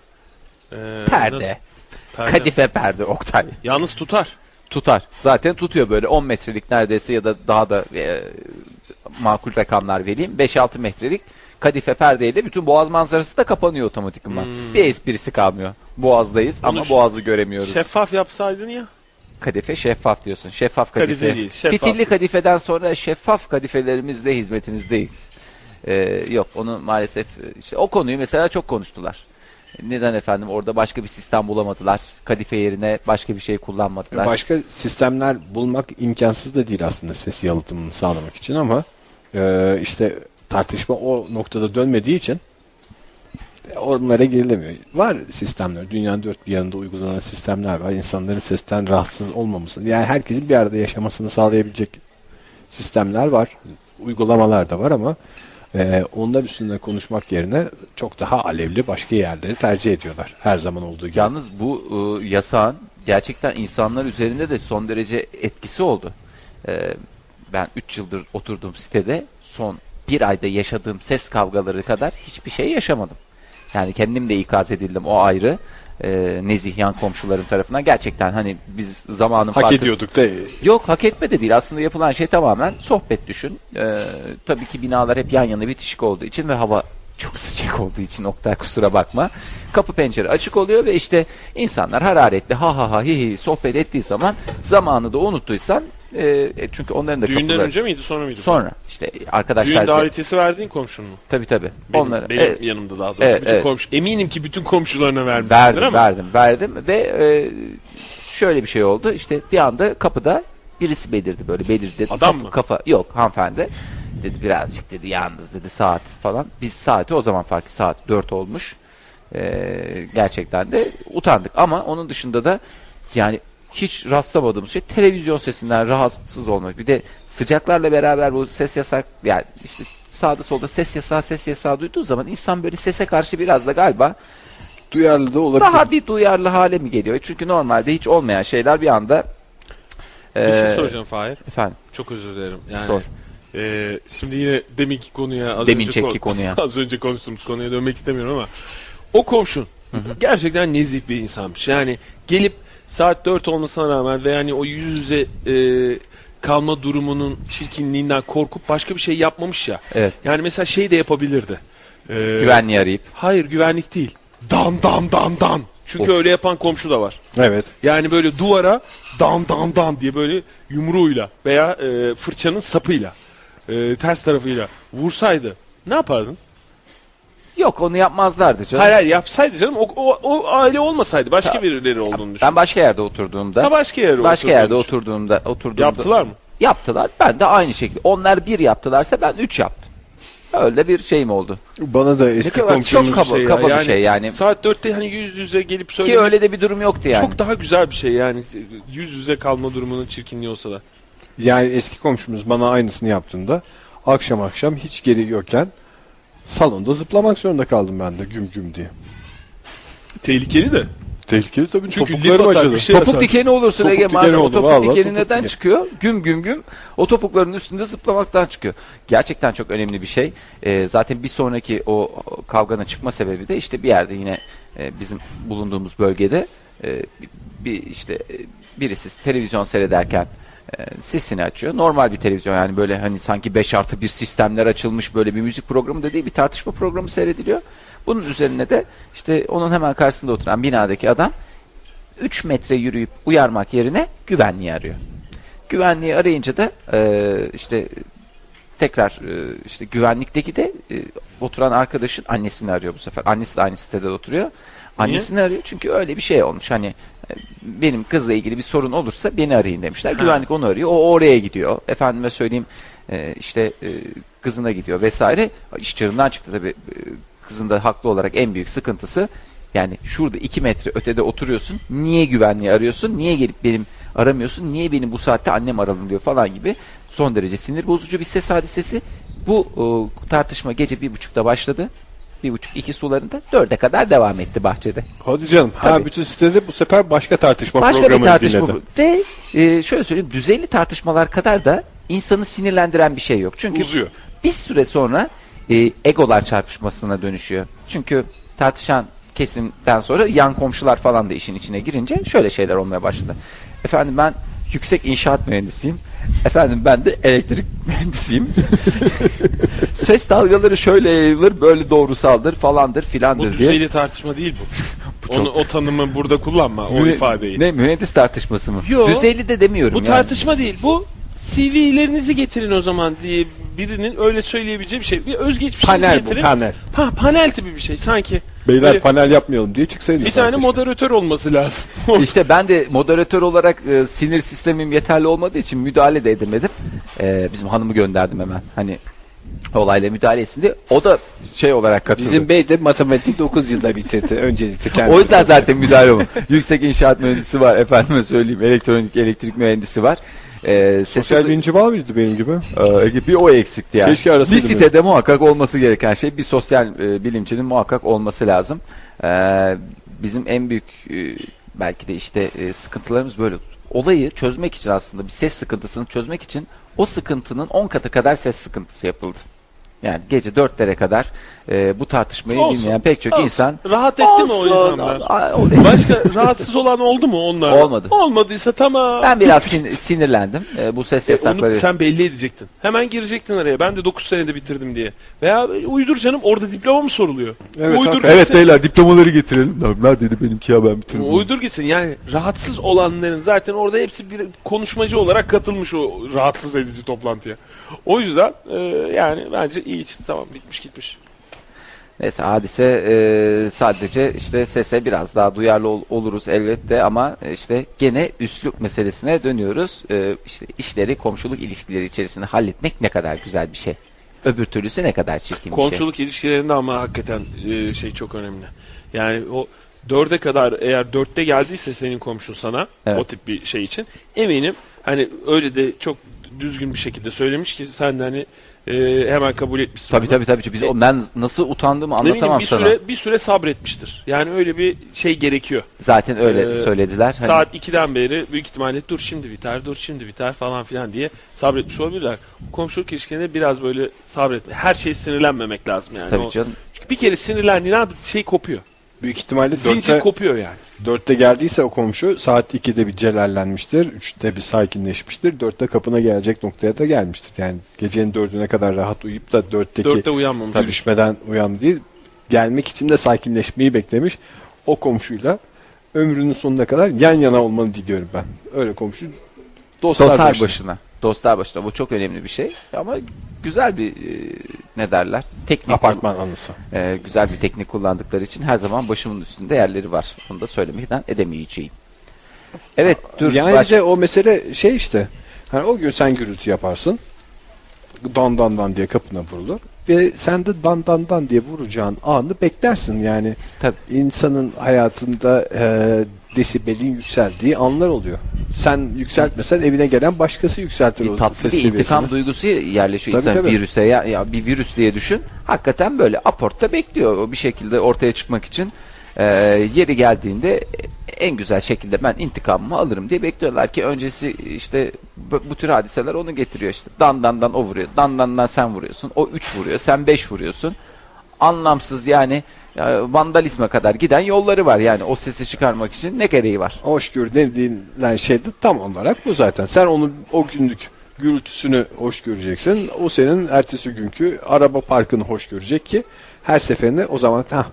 S2: Ee,
S3: Perde.
S2: nasıl? Perde.
S3: Kadife perde Oktay.
S2: Yalnız tutar.
S3: Tutar. Zaten tutuyor böyle 10 metrelik neredeyse ya da daha da e, makul rakamlar vereyim. 5-6 metrelik kadife perdeyle bütün boğaz manzarası da kapanıyor otomatikman. Bir esprisi kalmıyor. Boğaz'dayız ama
S2: Hmm. ş-
S3: boğazı göremiyoruz.
S2: Şeffaf yapsaydın ya.
S3: Kadife şeffaf diyorsun. Şeffaf kadife.
S2: Kadife değil, şeffaf.
S3: Fitilli kadifeden sonra şeffaf kadifelerimizle hizmetinizdeyiz. Ee, yok onu maalesef e, işte o konuyu mesela çok konuştular. Neden efendim orada başka bir sistem bulamadılar. Kadife yerine başka bir şey kullanmadılar.
S1: Başka sistemler bulmak imkansız da değil aslında ses yalıtımını sağlamak için ama e, işte tartışma o noktada dönmediği için onlara girilemiyor. Var sistemler. Dünyanın dört bir yanında uygulanan sistemler var. İnsanların sesten rahatsız olmamasını yani herkesin bir arada yaşamasını sağlayabilecek sistemler var. Uygulamalar da var ama e, onlar üstünde konuşmak yerine çok daha alevli başka yerleri tercih ediyorlar. Her zaman olduğu gibi.
S3: Yalnız bu e, yasağın gerçekten insanlar üzerinde de son derece etkisi oldu. E, ben 3 yıldır oturduğum sitede son bir ayda yaşadığım ses kavgaları kadar hiçbir şey yaşamadım. Yani kendim de ikaz edildim o ayrı. E, nezih yan komşularım tarafından gerçekten hani biz zamanın
S1: Hak
S3: farkı-
S1: ediyorduk da
S3: Yok hak etme de değil. Aslında yapılan şey tamamen sohbet düşün. Ee, tabii ki binalar hep yan yana bitişik olduğu için ve hava çok sıcak olduğu için Oktay kusura bakma. Kapı pencere açık oluyor ve işte insanlar hararetli ha ha ha hi hi sohbet ettiği zaman zamanı da unuttuysan e, e, çünkü onların da
S2: Düğünden
S3: kapıları-
S2: önce miydi sonra mıydı?
S3: sonra işte arkadaşlar şey-
S2: Düğün davetiyesi verdin komşunun mu?
S3: tabii tabii
S2: Benim,
S3: onları
S2: benim
S3: Evet.
S2: yanımda daha doğrusu.
S3: Evet,
S2: bütün
S3: evet.
S2: komşu, eminim ki bütün komşularına vermişsindir
S3: Verdim,
S2: ama.
S3: verdim, verdim ve e, şöyle bir şey oldu. İşte bir anda kapıda birisi belirdi böyle belirdi.
S2: Adam
S3: Kafa-
S2: mı?
S3: Kafa yok hanımefendi. Dedi birazcık dedi yalnız dedi saat falan. Biz saati o zaman farkı saat 4 olmuş. E, gerçekten de utandık ama onun dışında da yani hiç rastlamadığımız şey televizyon sesinden rahatsız olmak. Bir de sıcaklarla beraber bu ses yasak yani işte sağda solda ses yasağı ses yasağı duyduğu zaman insan böyle sese karşı biraz da galiba
S1: duyarlı da olabilir.
S3: daha bir duyarlı hale mi geliyor? Çünkü normalde hiç olmayan şeyler bir anda
S2: Bir şey
S3: Ee,
S2: soracağım Fahir.
S3: Efendim.
S2: Çok özür dilerim. Yani,
S3: Sor.
S2: e, şimdi yine deminki konuya az
S3: Demin
S2: önce
S3: çekki konuya.
S2: az önce konuştuğumuz konuya dönmek istemiyorum ama o komşun gerçekten nezih bir insanmış. Yani gelip saat 4 olmasına rağmen ve yani o yüz yüze e, kalma durumunun çirkinliğinden korkup başka bir şey yapmamış ya.
S3: Evet.
S2: Yani mesela şey de yapabilirdi. E,
S3: Güvenliği arayıp.
S2: Hayır güvenlik değil. Dan dan dan dan. Çünkü öyle yapan komşu da var.
S1: Evet.
S2: Yani böyle duvara dan dan dan diye böyle yumruğuyla veya e, fırçanın sapıyla e, ters tarafıyla vursaydı ne yapardın?
S3: Yok onu yapmazlardı canım.
S2: Hayır hayır yapsaydı canım o, o, o aile olmasaydı başka
S3: Ya-
S2: birileri olduğunu düşün.
S3: ben başka yerde oturduğumda
S2: Ha, başka yerde
S3: başka
S2: oturduğunu
S3: yerde
S2: düşün.
S3: oturduğumda oturduğumda
S2: Yaptılar mı?
S3: Yaptılar. Ben de aynı şekilde. Onlar bir yaptılarsa ben üç yaptım. Öyle bir şeyim oldu.
S1: Bana da eski
S3: kadar çok
S1: komşumuz
S3: kaba,
S2: ya,
S3: kaba bir
S2: yani-
S3: şey yani.
S2: Saat 4'te hani yüz yüze gelip
S3: Ki
S2: söylemek
S3: öyle de bir durum yoktu yani.
S2: çok daha güzel bir şey yani yüz yüze kalma durumunun çirkinliği olsa da.
S1: yani eski komşumuz bana aynısını yaptığında akşam akşam hiç geri yokken salonda zıplamak zorunda kaldım ben de güm güm diye.
S2: Tehlikeli de.
S1: Tehlikeli tabii
S2: Çünkü
S1: çünkü
S2: lip
S1: topuklarım
S2: atar,
S1: acıdı.
S2: bir şey
S1: Topuk-
S3: Topuk dikeni olursun
S1: Topuk
S3: Ege
S1: dikeni
S3: madem o
S1: oldu,
S3: topuk
S1: vallahi
S3: dikeni
S1: topuk
S3: neden
S1: dikeni.
S3: çıkıyor? Güm güm güm. O topukların üstünde zıplamaktan çıkıyor. Gerçekten çok önemli bir şey. Ee, zaten bir sonraki o kavganın çıkma sebebi de işte bir yerde yine e, bizim bulunduğumuz bölgede e, bir- bir işte e, birisi televizyon seyrederken e, sesini açıyor. Normal bir televizyon yani böyle hani sanki 5 artı bir sistemler açılmış böyle bir müzik programı da değil bir tartışma programı seyrediliyor. Bunun üzerine de işte onun hemen karşısında oturan binadaki adam 3 metre yürüyüp uyarmak yerine güvenliği arıyor. Güvenliği arayınca da e, işte tekrar e, işte güvenlikteki de e, oturan arkadaşın annesini arıyor bu sefer. Annesi de aynı sitede oturuyor. Annesini arıyor çünkü öyle bir şey olmuş hani e, benim kızla ilgili bir sorun olursa beni arayın demişler. Güvenlik onu arıyor. O oraya gidiyor. Efendime söyleyeyim e, işte e, kızına gidiyor vesaire. İş çığırından çıktı tabii. E, Kızın da haklı olarak en büyük sıkıntısı yani şurada iki metre ötede oturuyorsun. Niye güvenliği arıyorsun? Niye gelip benim aramıyorsun? Niye beni bu saatte annem aralım diyor falan gibi son derece sinir bozucu bir ses hadisesi. Bu e, tartışma gece bir buçukta başladı. Bir buçuk iki sularında dörde kadar devam etti bahçede.
S1: Hadi canım. Ha
S3: Tabii.
S1: bütün sitede bu sefer başka tartışma
S3: Başka bir
S1: programını
S3: tartışma
S1: dinledi.
S3: bu. Ve e, şöyle söyleyeyim düzenli tartışmalar kadar da insanı sinirlendiren bir şey yok. Çünkü
S1: Uzuyor.
S3: bir süre sonra e, egolar çarpışmasına dönüşüyor. Çünkü tartışan kesimden sonra yan komşular falan da işin içine girince şöyle şeyler olmaya başladı. Efendim ben yüksek inşaat mühendisiyim. Efendim ben de elektrik mühendisiyim. Ses dalgaları şöyle yayılır, böyle doğrusaldır falandır
S2: Bu
S3: filandır diye.
S2: düzeyli tartışma değil bu.
S3: Bu çok-
S2: Onu, o tanımı burada kullanma, o
S3: Mühe-
S2: ifadeyi.
S3: Ne mühendis tartışması mı?
S2: Yo.
S3: Düzeyli de demiyorum
S2: Bu
S3: yani.
S2: tartışma değil. Bu CV'lerinizi getirin o zaman diye birinin öyle söyleyebileceği bir şey. Bir özgeçmişinizi
S1: Panel bu
S2: getirin.
S1: panel.
S2: Ha, panel tipi bir şey sanki.
S1: Beyler
S2: Böyle
S1: panel yapmayalım diye çıksaydı.
S2: bir tane
S1: tartışma.
S2: moderatör olması lazım.
S3: İşte ben de moderatör olarak e, sinir sistemim yeterli olmadığı için müdahale de edemedim. E, bizim hanımı gönderdim hemen. Hani olayla müdahale etsin diye. O da şey olarak katıldı.
S1: Bizim bey de matematik 9 yılda bitirdi. Öncelikle kendisi.
S3: o yüzden zaten müdahale oldu. Yüksek inşaat mühendisi var. Efendime söyleyeyim. Elektronik, elektrik mühendisi var. E, sesi-
S1: Sosyal bilinci var mıydı benim gibi?
S3: Ee, Ege, bir o eksikti yani.
S1: Keşke arasaydım.
S3: bir sitede muhakkak olması gereken şey bir sosyal e, bilimcinin muhakkak olması lazım. Ee, bizim en büyük e, belki de işte e, sıkıntılarımız böyle. Olayı çözmek için aslında bir ses sıkıntısını çözmek için o sıkıntının 10 katı kadar ses sıkıntısı yapıldı. Yani gece 4'lere kadar e, bu tartışmayı
S2: Olsun.
S3: bilmeyen pek çok
S2: Olsun.
S3: insan
S2: Rahat etti mi o
S3: Olsun,
S2: insanlar?
S3: a- a- o-
S2: Başka rahatsız olan oldu mu onlar?
S3: Olmadı.
S2: Olmadıysa tamam.
S3: ben biraz sin- sinirlendim. E, bu ses
S2: E, onu
S3: yasakları.
S2: sen belli edecektin. Hemen girecektin araya. Ben de 9 senede bitirdim diye. Veya uydur canım orada diploma mı soruluyor?
S1: Evet,
S2: uydur
S1: hakikaten.
S6: Evet
S2: gitsin.
S6: beyler diplomaları getirelim. Nerede dedi benimki ya ben bütün.
S2: Uydur gitsin. Yani rahatsız olanların zaten orada hepsi bir konuşmacı olarak katılmış o rahatsız edici toplantıya. O yüzden e, yani bence iyi çıktı. Tamam bitmiş gitmiş.
S3: şey. Neyse hadise e, sadece işte sese biraz daha duyarlı ol- oluruz elbette ama e, işte gene üslup meselesine dönüyoruz. E, işte işleri komşuluk ilişkileri içerisinde halletmek ne kadar güzel bir şey. Öbür türlüsü ne kadar çirkin bir şey.
S2: Komşuluk ilişkilerinde ama hakikaten e, şey çok önemli. Yani o dörde kadar eğer dörtte geldiyse senin komşun sana
S3: Evet.
S2: o tip bir şey için eminim hani öyle de çok düzgün bir şekilde söylemiş ki sen de hani e, hemen kabul etmişsin.
S3: Tabii
S2: bunu.
S3: tabii tabii. Biz, o- ben nasıl utandığımı
S2: E, Ne bileyim,
S3: anlatamam
S2: bir
S3: sana.
S2: süre bir süre sabretmiştir. Yani öyle bir şey gerekiyor.
S3: Zaten öyle
S2: Ee,
S3: söylediler. Hani
S2: Saat 2'den beri büyük ihtimalle dur şimdi biter, dur şimdi biter falan filan diye sabretmiş olabilirler. Komşuluk ilişkilerinde biraz böyle sabretme. Her şeye sinirlenmemek lazım yani.
S3: tabii
S2: O-
S3: canım.
S2: Çünkü bir kere sinirlendiğin an şey kopuyor.
S1: Büyük ihtimalle
S2: Zincir
S1: 4'te,
S2: kopuyor yani.
S1: 4'te geldiyse o komşu saat 2'de bir celallenmiştir. 3'te bir sakinleşmiştir. 4'te kapına gelecek noktaya da gelmiştir. Yani gecenin 4'üne kadar rahat uyuyup da 4'teki
S2: Dörtte uyanmamış.
S1: görüşmeden uyan değil. Gelmek için de sakinleşmeyi beklemiş. O komşuyla ömrünün sonuna kadar yan yana olmanı diliyorum ben. Öyle komşu dostlar,
S3: Dostlar
S1: başı.
S3: başına. Dostlar başına. Bu çok önemli bir şey. Ama güzel bir e, ne derler? Teknik
S1: Apartman anısı.
S3: Ee, güzel bir teknik kullandıkları için her zaman başımın üstünde yerleri var. Onu da söylemeden edemeyeceğim. Evet dur.
S1: yani
S3: baş-
S1: de o mesele şey işte. Hani o gün sen gürültü yaparsın. Dan dan dan diye kapına vurulur. Ve sen de dan dan dan diye vuracağın anı beklersin. Yani
S3: Tabii.
S1: insanın hayatında e, desibelin yükseldiği anlar oluyor. Sen yükseltmesen evine gelen başkası yükseltir
S3: bir
S1: o
S3: tatlı
S1: ses
S3: bir intikam
S1: seviyesini.
S3: duygusu yerleşiyor
S1: Tabii,
S3: insan
S1: tabii.
S3: virüse ya, ya bir virüs diye düşün. Hakikaten böyle aportta bekliyor o bir şekilde ortaya çıkmak için. Ee, yeri geldiğinde en güzel şekilde ben intikamımı alırım diye bekliyorlar ki öncesi işte bu, bu tür hadiseler onu getiriyor işte. Dan dan dan o vuruyor. Dan dan dan sen vuruyorsun. O 3 vuruyor. Sen 5 vuruyorsun. Anlamsız yani e, vandalizme kadar giden yolları var yani o sesi çıkarmak için ne gereği var?
S1: Hoşgörü denilen şey de tam olarak bu zaten. Sen onun o günlük gürültüsünü hoş göreceksin. O senin ertesi günkü araba parkını hoş görecek ki her seferinde o zaman ha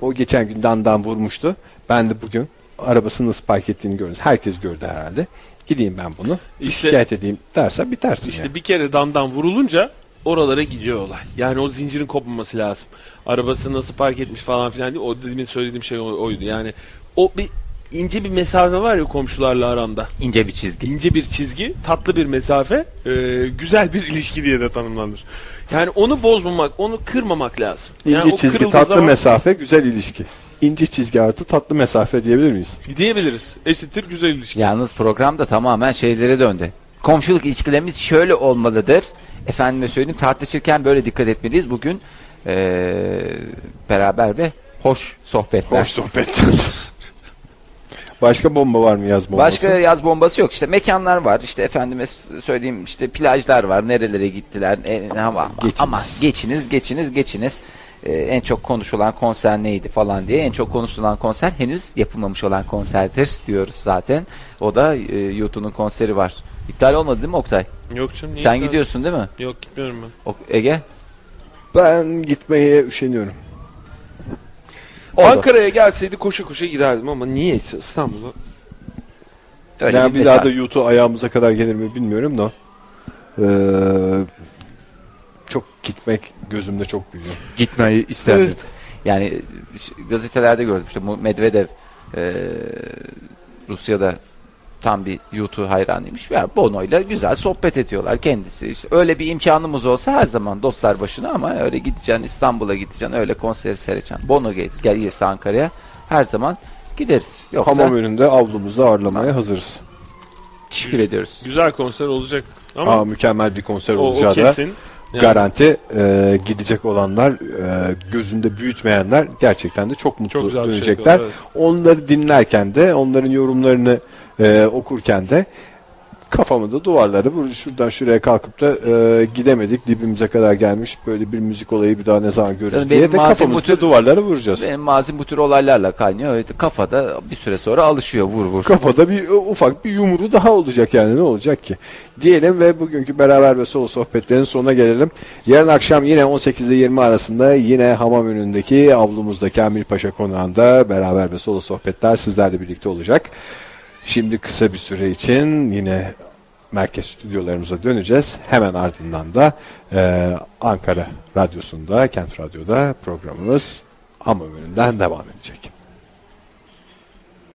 S1: o geçen gün dandan vurmuştu. Ben de bugün arabasını nasıl park ettiğini gördüm. Herkes gördü herhalde. Gideyim ben bunu.
S2: İşte-
S1: şikayet edeyim dersen bitersin.
S2: İşte
S1: yani.
S2: bir kere damdan vurulunca oralara gidiyor olay. Yani o zincirin kopmaması lazım. Arabası nasıl park etmiş falan filan diye. O demin söylediğim şey o- oydu. Yani o bir ince bir mesafe var ya komşularla aramda.
S3: İnce bir çizgi.
S2: ince bir çizgi, tatlı bir mesafe, e, güzel bir ilişki diye de tanımlanır. Yani onu bozmamak, onu kırmamak lazım.
S1: İnce
S2: yani o
S1: çizgi
S2: kırıldığı
S1: tatlı
S2: zaman
S1: mesafe güzel ilişki. İnce çizgi artı tatlı mesafe diyebilir miyiz?
S2: Diyebiliriz. Eşittir güzel ilişki.
S3: Yalnız programda tamamen şeylere döndü. Komşuluk ilişkilerimiz şöyle olmalıdır. Efendime söyleyeyim tartışırken böyle dikkat etmeliyiz. Bugün eee, beraber ve hoş sohbetler.
S1: Hoş sohbetler. Başka bomba var mı yazma
S3: Başka
S1: olması?
S3: yaz bombası yok. İşte mekanlar var. İşte efendime s- söyleyeyim işte plajlar var. Nerelere gittiler? E, ne- ama,
S1: Geçiniz.
S3: ama geçiniz, geçiniz, geçiniz. Ee, en çok konuşulan konser neydi falan diye. En çok konuşulan konser henüz yapılmamış olan konserdir diyoruz zaten. O da e, YouTube'un konseri var. İptal olmadı değil mi Oktay?
S2: Yok canım. niye
S3: Sen
S2: iptal-
S3: gidiyorsun değil mi?
S2: Yok gitmiyorum ben.
S3: O- Ege?
S1: Ben gitmeye üşeniyorum.
S3: Oldu.
S2: Ankara'ya gelseydi koşa koşa giderdim ama niyeyse İstanbul'a.
S3: Öyle
S1: Ben bir
S3: mesaj.
S1: daha da YouTube ayağımıza kadar gelir mi bilmiyorum da. Ee, çok gitmek gözümde çok büyüyor.
S6: Gitmeyi isterdim.
S3: Evet. Yani e, ş- gazetelerde gördüm işte bu Medvedev e, Rusya'da tam bir YouTube hayranıymış. Ya Bono'yla güzel sohbet ediyorlar kendisi. İşte öyle bir imkanımız olsa her zaman dostlar başına ama öyle gideceksin İstanbul'a gideceksin öyle konseri seyredeceksin. Bono gel, gelirse Ankara'ya her zaman gideriz. Yoksa
S1: Hamam önünde avlumuzda ağırlamaya hazırız.
S3: teşekkür ediyoruz.
S2: Güzel konser olacak ama
S1: Aa, mükemmel bir konser
S2: o, o
S1: olacağı da
S2: kesin. Yani
S1: garanti Ee, gidecek olanlar e, gözünde büyütmeyenler gerçekten de çok mutlu
S2: Çok güzel bir şey
S1: dönecekler.
S2: oldu, evet.
S1: Onları dinlerken de onların yorumlarını e, okurken de kafamı da duvarlara vurup şuradan şuraya kalkıp da e, gidemedik dibimize kadar gelmiş böyle bir müzik olayı bir daha ne zaman görürüz
S3: Tabii
S1: diye
S3: benim
S1: de
S3: mazim
S1: kafamızı da
S3: bu tür-
S1: duvarlara vuracağız.
S3: Benim mazim bu tür olaylarla kaynıyor. Evet, Kafada bir süre sonra alışıyor vur vur.
S1: Kafada bir e, ufak bir yumru daha olacak yani ne olacak ki? Diyelim ve bugünkü beraber ve solo sohbetlerin sonuna gelelim. Yarın akşam yine 18 ile 20 arasında yine hamam önündeki avlumuzda Kamil Paşa konağında beraber ve solo sohbetler sizlerle birlikte olacak. Şimdi kısa bir süre için yine merkez stüdyolarımıza döneceğiz. Hemen ardından da e, Ankara Radyosu'nda, Kent Radyo'da programımız hamam önünden devam edecek.